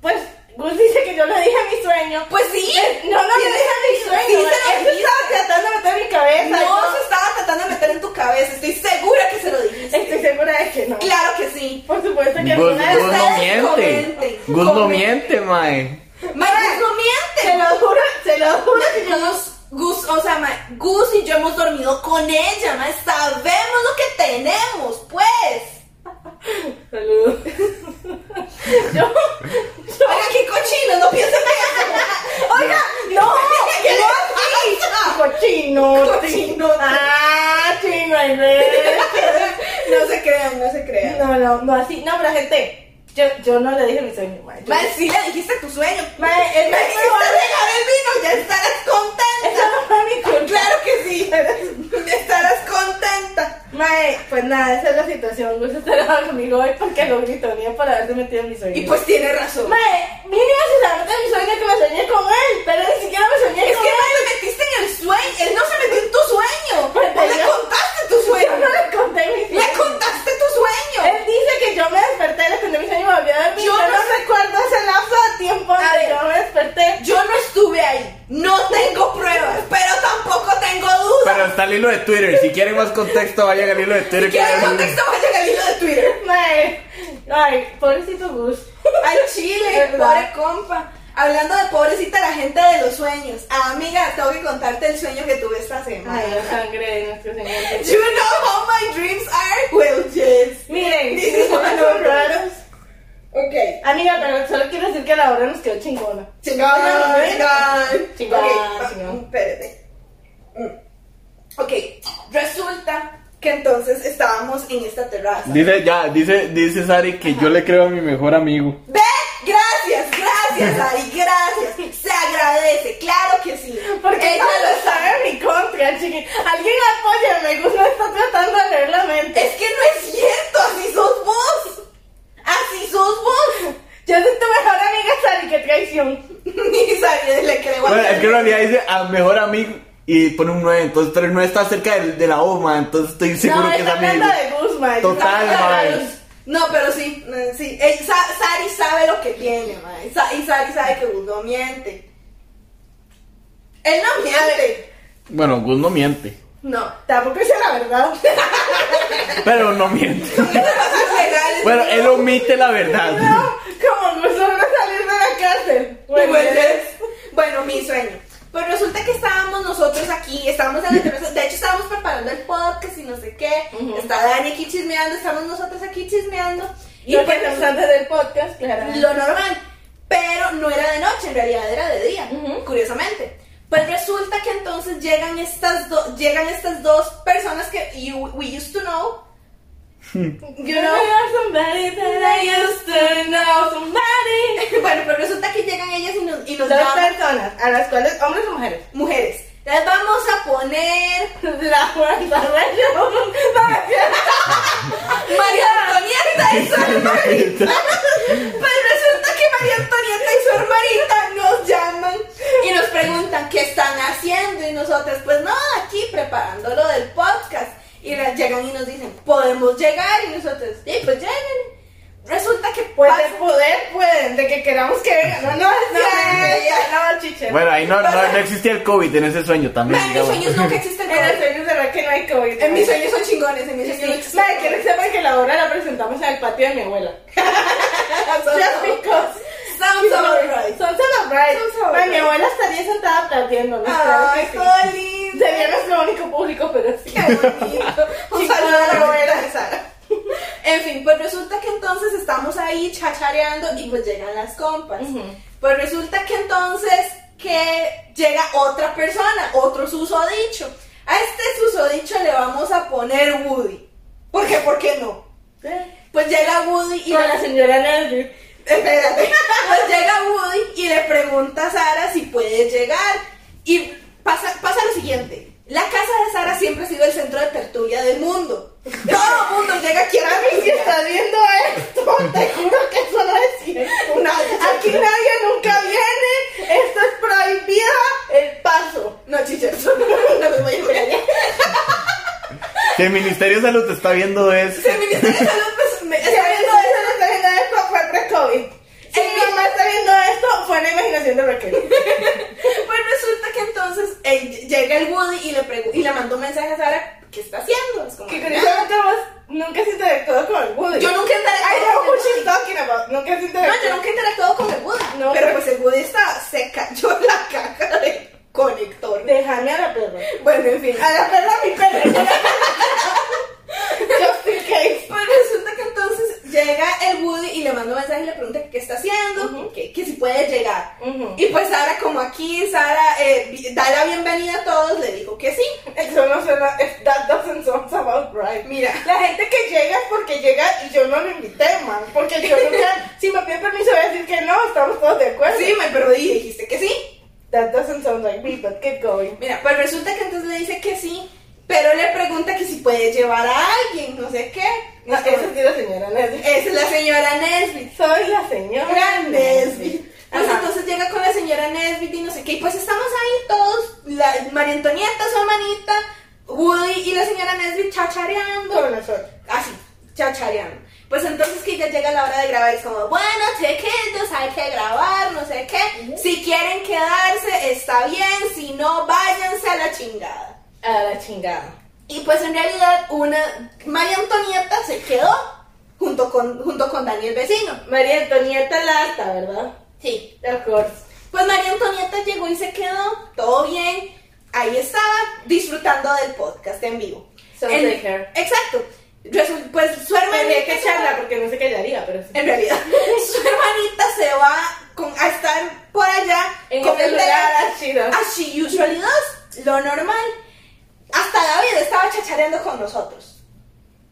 [SPEAKER 3] pues, Gus dice que yo lo dije a mi sueño.
[SPEAKER 2] Pues sí.
[SPEAKER 3] Eh, no, no, no
[SPEAKER 2] Sí,
[SPEAKER 3] dije a mi sueño.
[SPEAKER 2] sí, se lo
[SPEAKER 3] mae. Él se
[SPEAKER 2] dijiste.
[SPEAKER 3] estaba tratando de meter en mi cabeza.
[SPEAKER 2] No
[SPEAKER 3] yo
[SPEAKER 2] se estaba tratando de meter en tu cabeza. Estoy segura que se lo dijiste.
[SPEAKER 3] Estoy segura de que no.
[SPEAKER 2] Claro que sí.
[SPEAKER 3] Por supuesto que
[SPEAKER 4] Gus,
[SPEAKER 3] alguna de
[SPEAKER 4] Gus no
[SPEAKER 3] ustedes-
[SPEAKER 4] miente.
[SPEAKER 2] comenten,
[SPEAKER 4] Gus no
[SPEAKER 2] comenten.
[SPEAKER 4] miente, mae.
[SPEAKER 2] Mae, Gus no
[SPEAKER 3] Se
[SPEAKER 2] miente.
[SPEAKER 3] lo juro, se lo juro.
[SPEAKER 2] Juro que yo nos. Gus, o sea, mae, Gus y yo hemos dormido con ella, mae. Sabemos lo que tenemos, pues.
[SPEAKER 3] Saludos. yo, yo,
[SPEAKER 2] Oiga, qué cochino, no piensen en eso. Oiga,
[SPEAKER 3] no,
[SPEAKER 2] ¿qué le
[SPEAKER 3] Ah,
[SPEAKER 2] pasa?
[SPEAKER 3] cochinote.
[SPEAKER 2] Cochinote.
[SPEAKER 3] Ah, chino, ay, ve.
[SPEAKER 2] No se crean, no se crean.
[SPEAKER 3] No, no, no así. No, pero gente, yo, yo no le dije mi sueño, mae. Yo-
[SPEAKER 2] Mae, sí le dijiste tu sueño.
[SPEAKER 3] Mae,
[SPEAKER 2] Me
[SPEAKER 3] es más
[SPEAKER 2] dijiste regalar el vino, ya estarás
[SPEAKER 3] Eso
[SPEAKER 2] contenta.
[SPEAKER 3] no fue mi culpa.
[SPEAKER 2] Claro que sí. Estarás contenta.
[SPEAKER 3] Mae, pues nada, esa es la situación. Gusto estar conmigo hoy porque lo gritonía por haberse metido en mi sueño.
[SPEAKER 2] Y pues tiene razón.
[SPEAKER 3] Mae, mínimo se sabe de mi sueño que me soñé con él, pero ni siquiera me soñé
[SPEAKER 2] Es
[SPEAKER 3] con
[SPEAKER 2] que
[SPEAKER 3] él.
[SPEAKER 2] no te metiste en el sueño, él no se metió en tu sueño.
[SPEAKER 3] Pues,
[SPEAKER 2] No le
[SPEAKER 3] yo-
[SPEAKER 2] contaste tu
[SPEAKER 3] Yo no
[SPEAKER 2] sueño.
[SPEAKER 3] le conté mi sueño.
[SPEAKER 2] Le contaste tu sueño.
[SPEAKER 3] Él dice que yo me desperté, le conté mi sueño y me volví a dormir.
[SPEAKER 2] Yo
[SPEAKER 3] Yo
[SPEAKER 2] no
[SPEAKER 3] Eh, no
[SPEAKER 2] sé-
[SPEAKER 3] recuerdo ese lapso de tiempo
[SPEAKER 2] A
[SPEAKER 3] donde
[SPEAKER 2] ver.
[SPEAKER 3] yo me desperté.
[SPEAKER 2] Yo no estuve ahí. No tengo pruebas, pero tampoco tengo dudas.
[SPEAKER 4] Pero está el hilo de Twitter. Si quieren más contexto, vayan al hilo de Twitter. que
[SPEAKER 2] ¿Quieres
[SPEAKER 4] hay un-
[SPEAKER 2] contexto? Vayan al hilo de Twitter.
[SPEAKER 3] Mae, ay, pobrecito Gus.
[SPEAKER 2] Al chile,
[SPEAKER 3] ¿Verdad?
[SPEAKER 2] pobre compa. Hablando de pobrecita la gente de los sueños. Ah, amiga, tengo que contarte el sueño que tuve esta semana.
[SPEAKER 3] Ay, la sangre de nuestro señor.
[SPEAKER 2] You know how my dreams are? Well, yes.
[SPEAKER 3] Miren, mis sueños son raros.
[SPEAKER 2] Ok.
[SPEAKER 3] Amiga, pero solo quiero decir que la hora nos quedó chingona.
[SPEAKER 2] Chingada, chingada.
[SPEAKER 3] Chingada,
[SPEAKER 2] Ok, va-
[SPEAKER 3] chingada.
[SPEAKER 2] Espérate. Mm. Ok, resulta que entonces estábamos en esta terraza.
[SPEAKER 4] Dice, ya, dice, dice Sari que yo le creo a mi mejor amigo.
[SPEAKER 2] ¿Ve? Gracias, gracias, Ari, gracias. Se agradece, claro que sí.
[SPEAKER 3] Porque
[SPEAKER 2] ella
[SPEAKER 3] ella lo sabe en mi contra, chiqui. Alguien apóyame, Gus no está tratando de leer la mente.
[SPEAKER 2] Es que no es cierto, así sos vos. Así sos vos.
[SPEAKER 3] Yo soy tu mejor amiga, Sari, qué traición.
[SPEAKER 2] Ni sabía le creo a
[SPEAKER 4] Bueno, es
[SPEAKER 2] Ari.
[SPEAKER 4] que en realidad dice a mejor amigo y pone un 9, entonces, pero el 9 está cerca del- de, la OMA, entonces estoy seguro
[SPEAKER 3] no,
[SPEAKER 4] que es
[SPEAKER 3] está hablando
[SPEAKER 4] amigo.
[SPEAKER 3] de Gus, mae.
[SPEAKER 4] Total,
[SPEAKER 3] Está hablando de
[SPEAKER 4] mae.
[SPEAKER 3] Gus.
[SPEAKER 2] No, pero sí, eh, sí. Eh, Sa- Sari sabe lo que tiene, mae. Sa- y Sari sabe que Gus no miente. Él no miente.
[SPEAKER 4] Bueno, Gus no miente,
[SPEAKER 2] No.
[SPEAKER 3] Tampoco dice la verdad.
[SPEAKER 4] pero no miente.
[SPEAKER 2] Son cosas legales.
[SPEAKER 4] Bueno, él omite la verdad.
[SPEAKER 3] No, como Gus logra salir de la cárcel.
[SPEAKER 2] Bueno,
[SPEAKER 3] Bueno,
[SPEAKER 2] bueno, mi sueño. Pues resulta que estábamos nosotros aquí, estábamos en la terraza, de hecho estábamos preparando el podcast y no sé qué.
[SPEAKER 3] Ujú.
[SPEAKER 2] Está Dani aquí chismeando, estamos nosotros aquí chismeando.
[SPEAKER 3] y lo que
[SPEAKER 2] pues,
[SPEAKER 3] nos antes del podcast, claro.
[SPEAKER 2] lo normal. Pero no era de noche, en realidad era de día,
[SPEAKER 3] Ujú.
[SPEAKER 2] curiosamente. Pues resulta que entonces llegan estas, do- llegan estas dos personas que you- we used to know. You
[SPEAKER 4] Hmm.
[SPEAKER 3] You
[SPEAKER 2] know.
[SPEAKER 3] know, somebody that I used to know, somebody.
[SPEAKER 2] bueno, pero resulta que llegan ellas y nos, y nos
[SPEAKER 3] Dos
[SPEAKER 2] llaman
[SPEAKER 3] personas, a las cuales, hombres o mujeres.
[SPEAKER 2] mujeres. Les vamos a poner
[SPEAKER 3] La fuerza
[SPEAKER 2] María Antonieta y su hermanita. Pues resulta que María Antonieta y su hermanita nos llaman y nos preguntan qué están haciendo y nosotros, pues no, aquí preparando lo del podcast. Y la- llegan y nos dicen, podemos llegar y nosotros, sí, pues lleguen. Resulta que
[SPEAKER 3] Pues
[SPEAKER 2] pasa-
[SPEAKER 3] de poder pueden, de que queramos que vengan. No, no, no, no, no, chiche.
[SPEAKER 4] Bueno, ahí no, no, no existía el COVID en ese sueño también.
[SPEAKER 2] Ma, en mis
[SPEAKER 4] digamos.
[SPEAKER 2] sueños nunca existe el
[SPEAKER 3] En
[SPEAKER 2] COVID.
[SPEAKER 3] el sueño será que no hay COVID.
[SPEAKER 2] En mis sueños son chingones, en mis
[SPEAKER 3] Sí,
[SPEAKER 2] sueños
[SPEAKER 3] sí.
[SPEAKER 2] no existe.
[SPEAKER 3] Madre, quiero que sepan que la obra la presentamos en el patio de mi abuela. Just because.
[SPEAKER 2] Sounds alright.
[SPEAKER 3] Son solo bright.
[SPEAKER 2] Son solo
[SPEAKER 3] Madre,
[SPEAKER 2] bright.
[SPEAKER 3] Mi abuela estaría sentada aplaudiéndonos. claro que
[SPEAKER 2] Ay,
[SPEAKER 3] sí.
[SPEAKER 2] Colin.
[SPEAKER 3] Sería nuestro único público, pero sí.
[SPEAKER 2] Qué bonito. Un
[SPEAKER 3] Chico,
[SPEAKER 2] saludo a la
[SPEAKER 3] la
[SPEAKER 2] abuela de Sara. En fin, pues resulta que entonces estamos ahí chachareando y pues llegan las compas.
[SPEAKER 3] Ujú.
[SPEAKER 2] Pues resulta que entonces que llega otra persona, otro susodicho. A este susodicho le vamos a poner Woody. ¿Por qué? ¿Por qué no? Pues llega Woody y
[SPEAKER 3] Y con la señora Nelly.
[SPEAKER 2] Espérate. Pues llega Woody y le pregunta a Sara si puede llegar. Y pasa, pasa lo siguiente. La casa de Sara siempre ha sido el centro de tertulia del mundo. Todo el mundo llega aquí a la
[SPEAKER 3] Mami, si
[SPEAKER 2] misión.
[SPEAKER 3] estás viendo esto, te juro que eso no es cierto.
[SPEAKER 2] Nadie.
[SPEAKER 3] Aquí nadie nunca viene. Esto es prohibido el paso.
[SPEAKER 2] No, chiches. No me voy a engañar.
[SPEAKER 4] Si el Ministerio de Salud te está viendo es...
[SPEAKER 2] Si el Ministerio de Salud pues, me
[SPEAKER 3] Si
[SPEAKER 2] está
[SPEAKER 3] alguien
[SPEAKER 2] viendo
[SPEAKER 3] no
[SPEAKER 2] eso,
[SPEAKER 3] está viendo esto, fue pre-COVID. Si
[SPEAKER 2] Sí.
[SPEAKER 3] mi mamá está viendo esto, fue la imaginación de Raquel.
[SPEAKER 2] Pues resulta que entonces eh, llega el Woody y le, pregu- y le mandó un mensaje a Sara. ¿Qué está haciendo? Es como,
[SPEAKER 3] Que
[SPEAKER 2] "Ah".
[SPEAKER 3] curiosamente vos nunca se interactuó con el Woody.
[SPEAKER 2] Yo nunca he
[SPEAKER 3] I know
[SPEAKER 2] interactuado
[SPEAKER 3] who she's talking about. Nunca se
[SPEAKER 2] No,
[SPEAKER 3] interactuó.
[SPEAKER 2] yo nunca he interactuado con el Buda.
[SPEAKER 3] No.
[SPEAKER 2] pero pues el Buda está, se cayó la caja de conector.
[SPEAKER 3] Déjame a la perra.
[SPEAKER 2] Bueno, en fin.
[SPEAKER 3] A la perra, mi perra. Just in case.
[SPEAKER 2] Pues resulta que entonces llega el Woody y le manda un mensaje y le pregunta que qué está haciendo,
[SPEAKER 3] Ujú.
[SPEAKER 2] que, que si puede llegar.
[SPEAKER 3] Ujú.
[SPEAKER 2] Y pues Sara, como aquí, Sara eh, vi- da la bienvenida a todos, le dijo que sí.
[SPEAKER 3] Eso no suena, that doesn't sound about right.
[SPEAKER 2] Mira.
[SPEAKER 3] la gente que llega es porque llega y yo no lo invité, man. Porque yo nunca, si me piden permiso, voy a decir que no, estamos todos de acuerdo.
[SPEAKER 2] Sí, me perdí, dijiste que sí.
[SPEAKER 3] That doesn't sound like me, but keep going.
[SPEAKER 2] Mira, pues resulta que entonces le dice que sí, pero le pregunta que si puede llevar a alguien, no sé qué.
[SPEAKER 3] No, esa sí la señora Leslie.
[SPEAKER 2] Esa es la señora Nesbitt.
[SPEAKER 3] Soy la señora Leslie.
[SPEAKER 2] Pues
[SPEAKER 3] Ajá.
[SPEAKER 2] entonces llega con la señora Nesbit y no sé qué. Y pues estamos ahí todos, la, María Antonieta, su hermanita, Woody y la señora Nesbit chachareando.
[SPEAKER 3] Con la suerte.
[SPEAKER 2] Así, chachareando. Pues entonces que ya llega la hora de grabar y es como, bueno, chiquitos, hay que grabar, no sé qué. Si quieren quedarse, está bien, si no, váyanse a la chingada.
[SPEAKER 3] A la chingada.
[SPEAKER 2] Y pues en realidad una, María Antonieta se quedó junto con, junto con Daniel Vecino.
[SPEAKER 3] María Antonieta Lata, ¿verdad?
[SPEAKER 2] Sí,
[SPEAKER 3] Of course.
[SPEAKER 2] Pues María Antonieta llegó y se quedó, todo bien. Ahí estaba disfrutando del podcast en vivo.
[SPEAKER 3] So
[SPEAKER 2] El-
[SPEAKER 3] take care.
[SPEAKER 2] Exacto. Resu- pues su hermanita.
[SPEAKER 3] Tendría que
[SPEAKER 2] se
[SPEAKER 3] echarla
[SPEAKER 2] va-
[SPEAKER 3] porque no se callaría, pero sí.
[SPEAKER 2] En realidad, su hermanita se va con- a estar por allá
[SPEAKER 3] En
[SPEAKER 2] con
[SPEAKER 3] ese
[SPEAKER 2] el Ah,
[SPEAKER 3] lugar,
[SPEAKER 2] teléfono.
[SPEAKER 3] así, ¿no?
[SPEAKER 2] As she usually does, lo normal. Hasta David estaba chachareando con nosotros.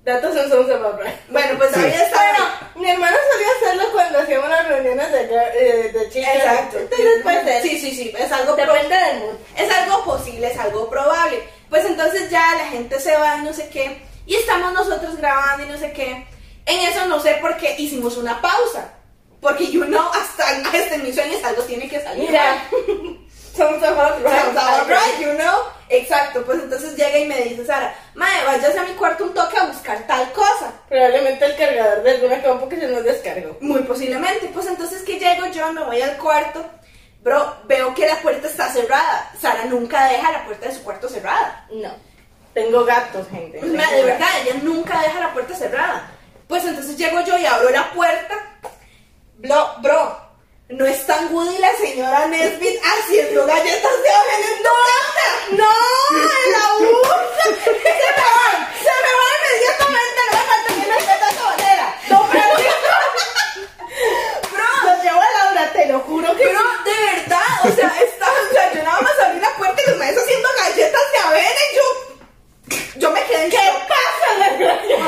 [SPEAKER 3] That doesn't sound about right.
[SPEAKER 2] Bueno, pues David estaba.
[SPEAKER 3] Bueno, mi hermano solía hacerlo cuando hacíamos las reuniones de, girl- eh, de chicas.
[SPEAKER 2] Exacto.
[SPEAKER 3] Entonces, pues, él-
[SPEAKER 2] sí, sí, sí, es algo pro-
[SPEAKER 3] depende del mood.
[SPEAKER 2] Es algo posible, es algo probable. Pues entonces ya la gente se va y no sé qué. Y estamos nosotros grabando y no sé qué. En eso no sé por qué hicimos una pausa. Porque yo no, hasta, hasta en mis sueños algo tiene que salir. mal.
[SPEAKER 3] Mira, sounds about right.
[SPEAKER 2] Sounds about right, you know? Exacto, pues entonces llega y me dice Sara, Mae, váyase a mi cuarto un toque a buscar tal cosa.
[SPEAKER 3] Probablemente el cargador de alguna compu que se nos descargó.
[SPEAKER 2] Muy posiblemente. Pues entonces que llego yo, me voy al cuarto. Bro, veo que la puerta está cerrada. Sara nunca deja la puerta de su cuarto cerrada.
[SPEAKER 3] No. Tengo gatos, gente.
[SPEAKER 2] Pues, ma- de verdad, ella nunca deja la puerta cerrada. Pues entonces llego yo y abro la puerta. Bro, bro no están Woody y la señora Nesbitt haciendo galletas de avena en tu casa. ¡No! ¡En la urna! ¡Se me van! ¡Se me van inmediatamente! ¡No me falta ni una galleta sobanera! ¡No, pero- ¡Bro!
[SPEAKER 3] Los llevo a Laura, te lo juro que
[SPEAKER 2] Pero de verdad, o sea, estaba, o sea, yo nada más abrí la puerta y los maestros haciendo galletas de avena y yo, yo me quedé en shock.
[SPEAKER 3] pasa,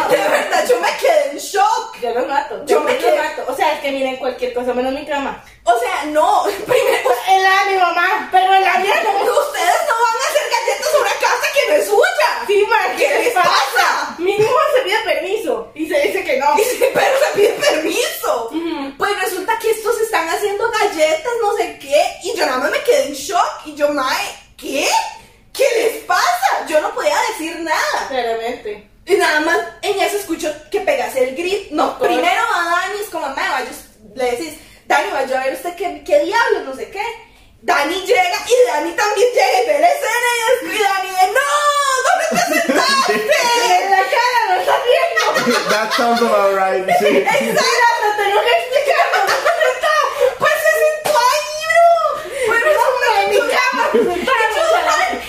[SPEAKER 2] De verdad, yo me quedé en shock.
[SPEAKER 3] Yo los mato.
[SPEAKER 2] Yo
[SPEAKER 3] Yo
[SPEAKER 2] me
[SPEAKER 3] me
[SPEAKER 2] quedé-
[SPEAKER 3] los mato. O sea, es que miren cualquier cosa menos mi cama.
[SPEAKER 2] O sea, no, primero,
[SPEAKER 3] Es la de mi mamá, pero en la mía no.
[SPEAKER 2] ustedes no van a hacer Pues tetas, no sé qué. Y yo nada más me quedé en shock. Y yo, mae, ¿qué? ¿Qué les pasa? Yo no podía decir nada.
[SPEAKER 3] Claramente.
[SPEAKER 2] Y nada más en eso escucho que pegas el grip. No,
[SPEAKER 3] Doctor.
[SPEAKER 2] primero a Dani, es como, mae, vaya, le decís, Dani, vaya a ver usted qué, qué diablo, no sé qué. Dani llega y Dani también llega y ve la escena y es- y Dani de, no, ¿dónde te sentaste?
[SPEAKER 3] En la cara, no está viendo.
[SPEAKER 4] That sounds about right. Sí.
[SPEAKER 2] ¡Exacto!
[SPEAKER 3] Tengo que explicarlo.
[SPEAKER 2] ¡Pues es un paño! ¡Pero Pues es Pues una mi cama!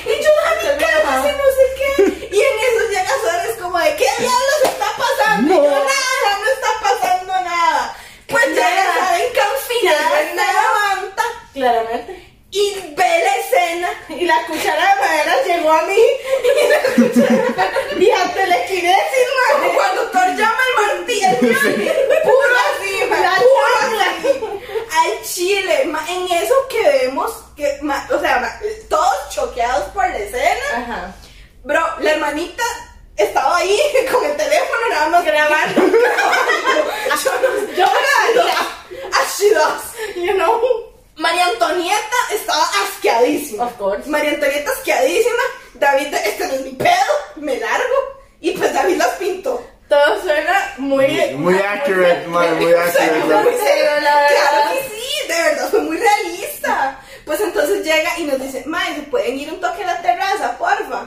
[SPEAKER 2] ¡Y yo, Dani,
[SPEAKER 3] Termina,
[SPEAKER 2] cálmate,
[SPEAKER 3] ajá.
[SPEAKER 2] no sé qué! Y en eso llega Sara, es como de, ¿qué diablos está pasando?
[SPEAKER 4] No.
[SPEAKER 2] Y yo, nada, no está pasando nada. Pues llega
[SPEAKER 3] Nada.
[SPEAKER 2] Sara encanfinada, se levanta
[SPEAKER 3] Claramente.
[SPEAKER 2] y ve la escena.
[SPEAKER 3] Y la cuchara de madera llegó a mí. Y la cuchara. Y hasta le quise decir,
[SPEAKER 2] Como
[SPEAKER 3] madre.
[SPEAKER 2] cuando Thor llama al martillo, puro así, ma,
[SPEAKER 3] La
[SPEAKER 2] puro así. Al chile, ma, en eso que vemos, que, ma, o sea, ma, todos choqueados por la escena.
[SPEAKER 3] Ajá.
[SPEAKER 2] Bro, la hermanita estaba ahí con el teléfono nada más grabando. Yo no
[SPEAKER 3] Yo
[SPEAKER 2] yo- así dos.
[SPEAKER 3] You know.
[SPEAKER 2] María Antonieta estaba asqueadísima.
[SPEAKER 3] Of course.
[SPEAKER 2] María Antonieta asqueadísima. David, este no es mi pedo, me largo. Y pues David las pintó.
[SPEAKER 3] Todo suena muy.
[SPEAKER 4] Muy accurate, man, muy
[SPEAKER 3] Ah,
[SPEAKER 4] accurate.
[SPEAKER 3] Suena muy serio, la
[SPEAKER 2] Claro
[SPEAKER 3] verdad.
[SPEAKER 2] que sí, de verdad, fue muy realista. Pues entonces llega y nos dice, Mae, ¿se pueden ir un toque a la terraza, porfa?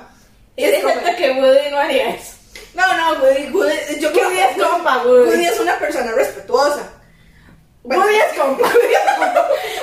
[SPEAKER 2] Y es como,
[SPEAKER 3] Siento que Woody no haría eso.
[SPEAKER 2] no, no, Woody, Woody- yo creo
[SPEAKER 3] Woody
[SPEAKER 2] que
[SPEAKER 3] es compa, Woody.
[SPEAKER 2] Woody es una persona respetuosa.
[SPEAKER 3] Woody es compa.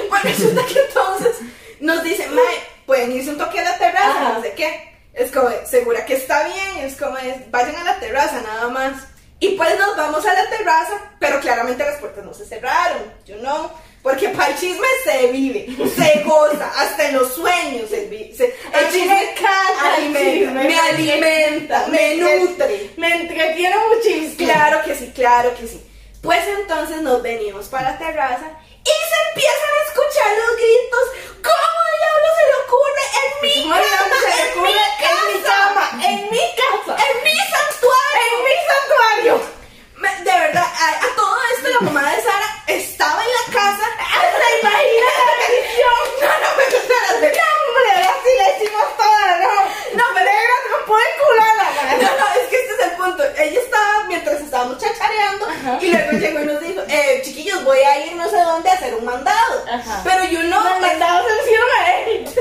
[SPEAKER 2] bueno, resulta que entonces nos dice, Mae, ¿pueden irse un toque a la terraza?
[SPEAKER 3] Ajá.
[SPEAKER 2] No sé qué. Es como, segura que está bien, es como, es, vayan a la terraza nada más. Y pues nos vamos a la terraza, pero claramente las puertas no se cerraron, you know. Porque para el chisme se vive, se goza, hasta en los sueños se vive.
[SPEAKER 3] A mí me encanta el
[SPEAKER 2] alimenta,
[SPEAKER 3] chisme.
[SPEAKER 2] me alimenta, me nutre.
[SPEAKER 3] Me entretiene muchísimo.
[SPEAKER 2] Claro que sí, claro que sí. Pues entonces nos venimos para la terraza y se empiezan a escuchar los gritos. ¿Cómo diablo se le ocurre en mi
[SPEAKER 3] ¿Cómo diablo
[SPEAKER 2] casa?
[SPEAKER 3] se le
[SPEAKER 2] en mi
[SPEAKER 3] ocurre en mi
[SPEAKER 2] casa,
[SPEAKER 3] cama? En mi casa.
[SPEAKER 2] en mi santuario,
[SPEAKER 3] En mi santuario.
[SPEAKER 2] Me- De verdad, a, a todo esto la mamá de Sara estaba en la casa.
[SPEAKER 3] Hasta imagina la bendición.
[SPEAKER 2] No, no, pero espérate.
[SPEAKER 3] Hombre, así le hicimos toda, ¿no? No, pero era no puede cular la
[SPEAKER 2] No, no, es que este es el punto. Ella estaba mientras estábamos chachareando
[SPEAKER 3] Ajá.
[SPEAKER 2] y luego llegó y nos dijo, eh, chiquillos, voy a ir no sé dónde a hacer un mandado.
[SPEAKER 3] Ajá.
[SPEAKER 2] Pero yo no.
[SPEAKER 3] Los mandados se hicieron a él.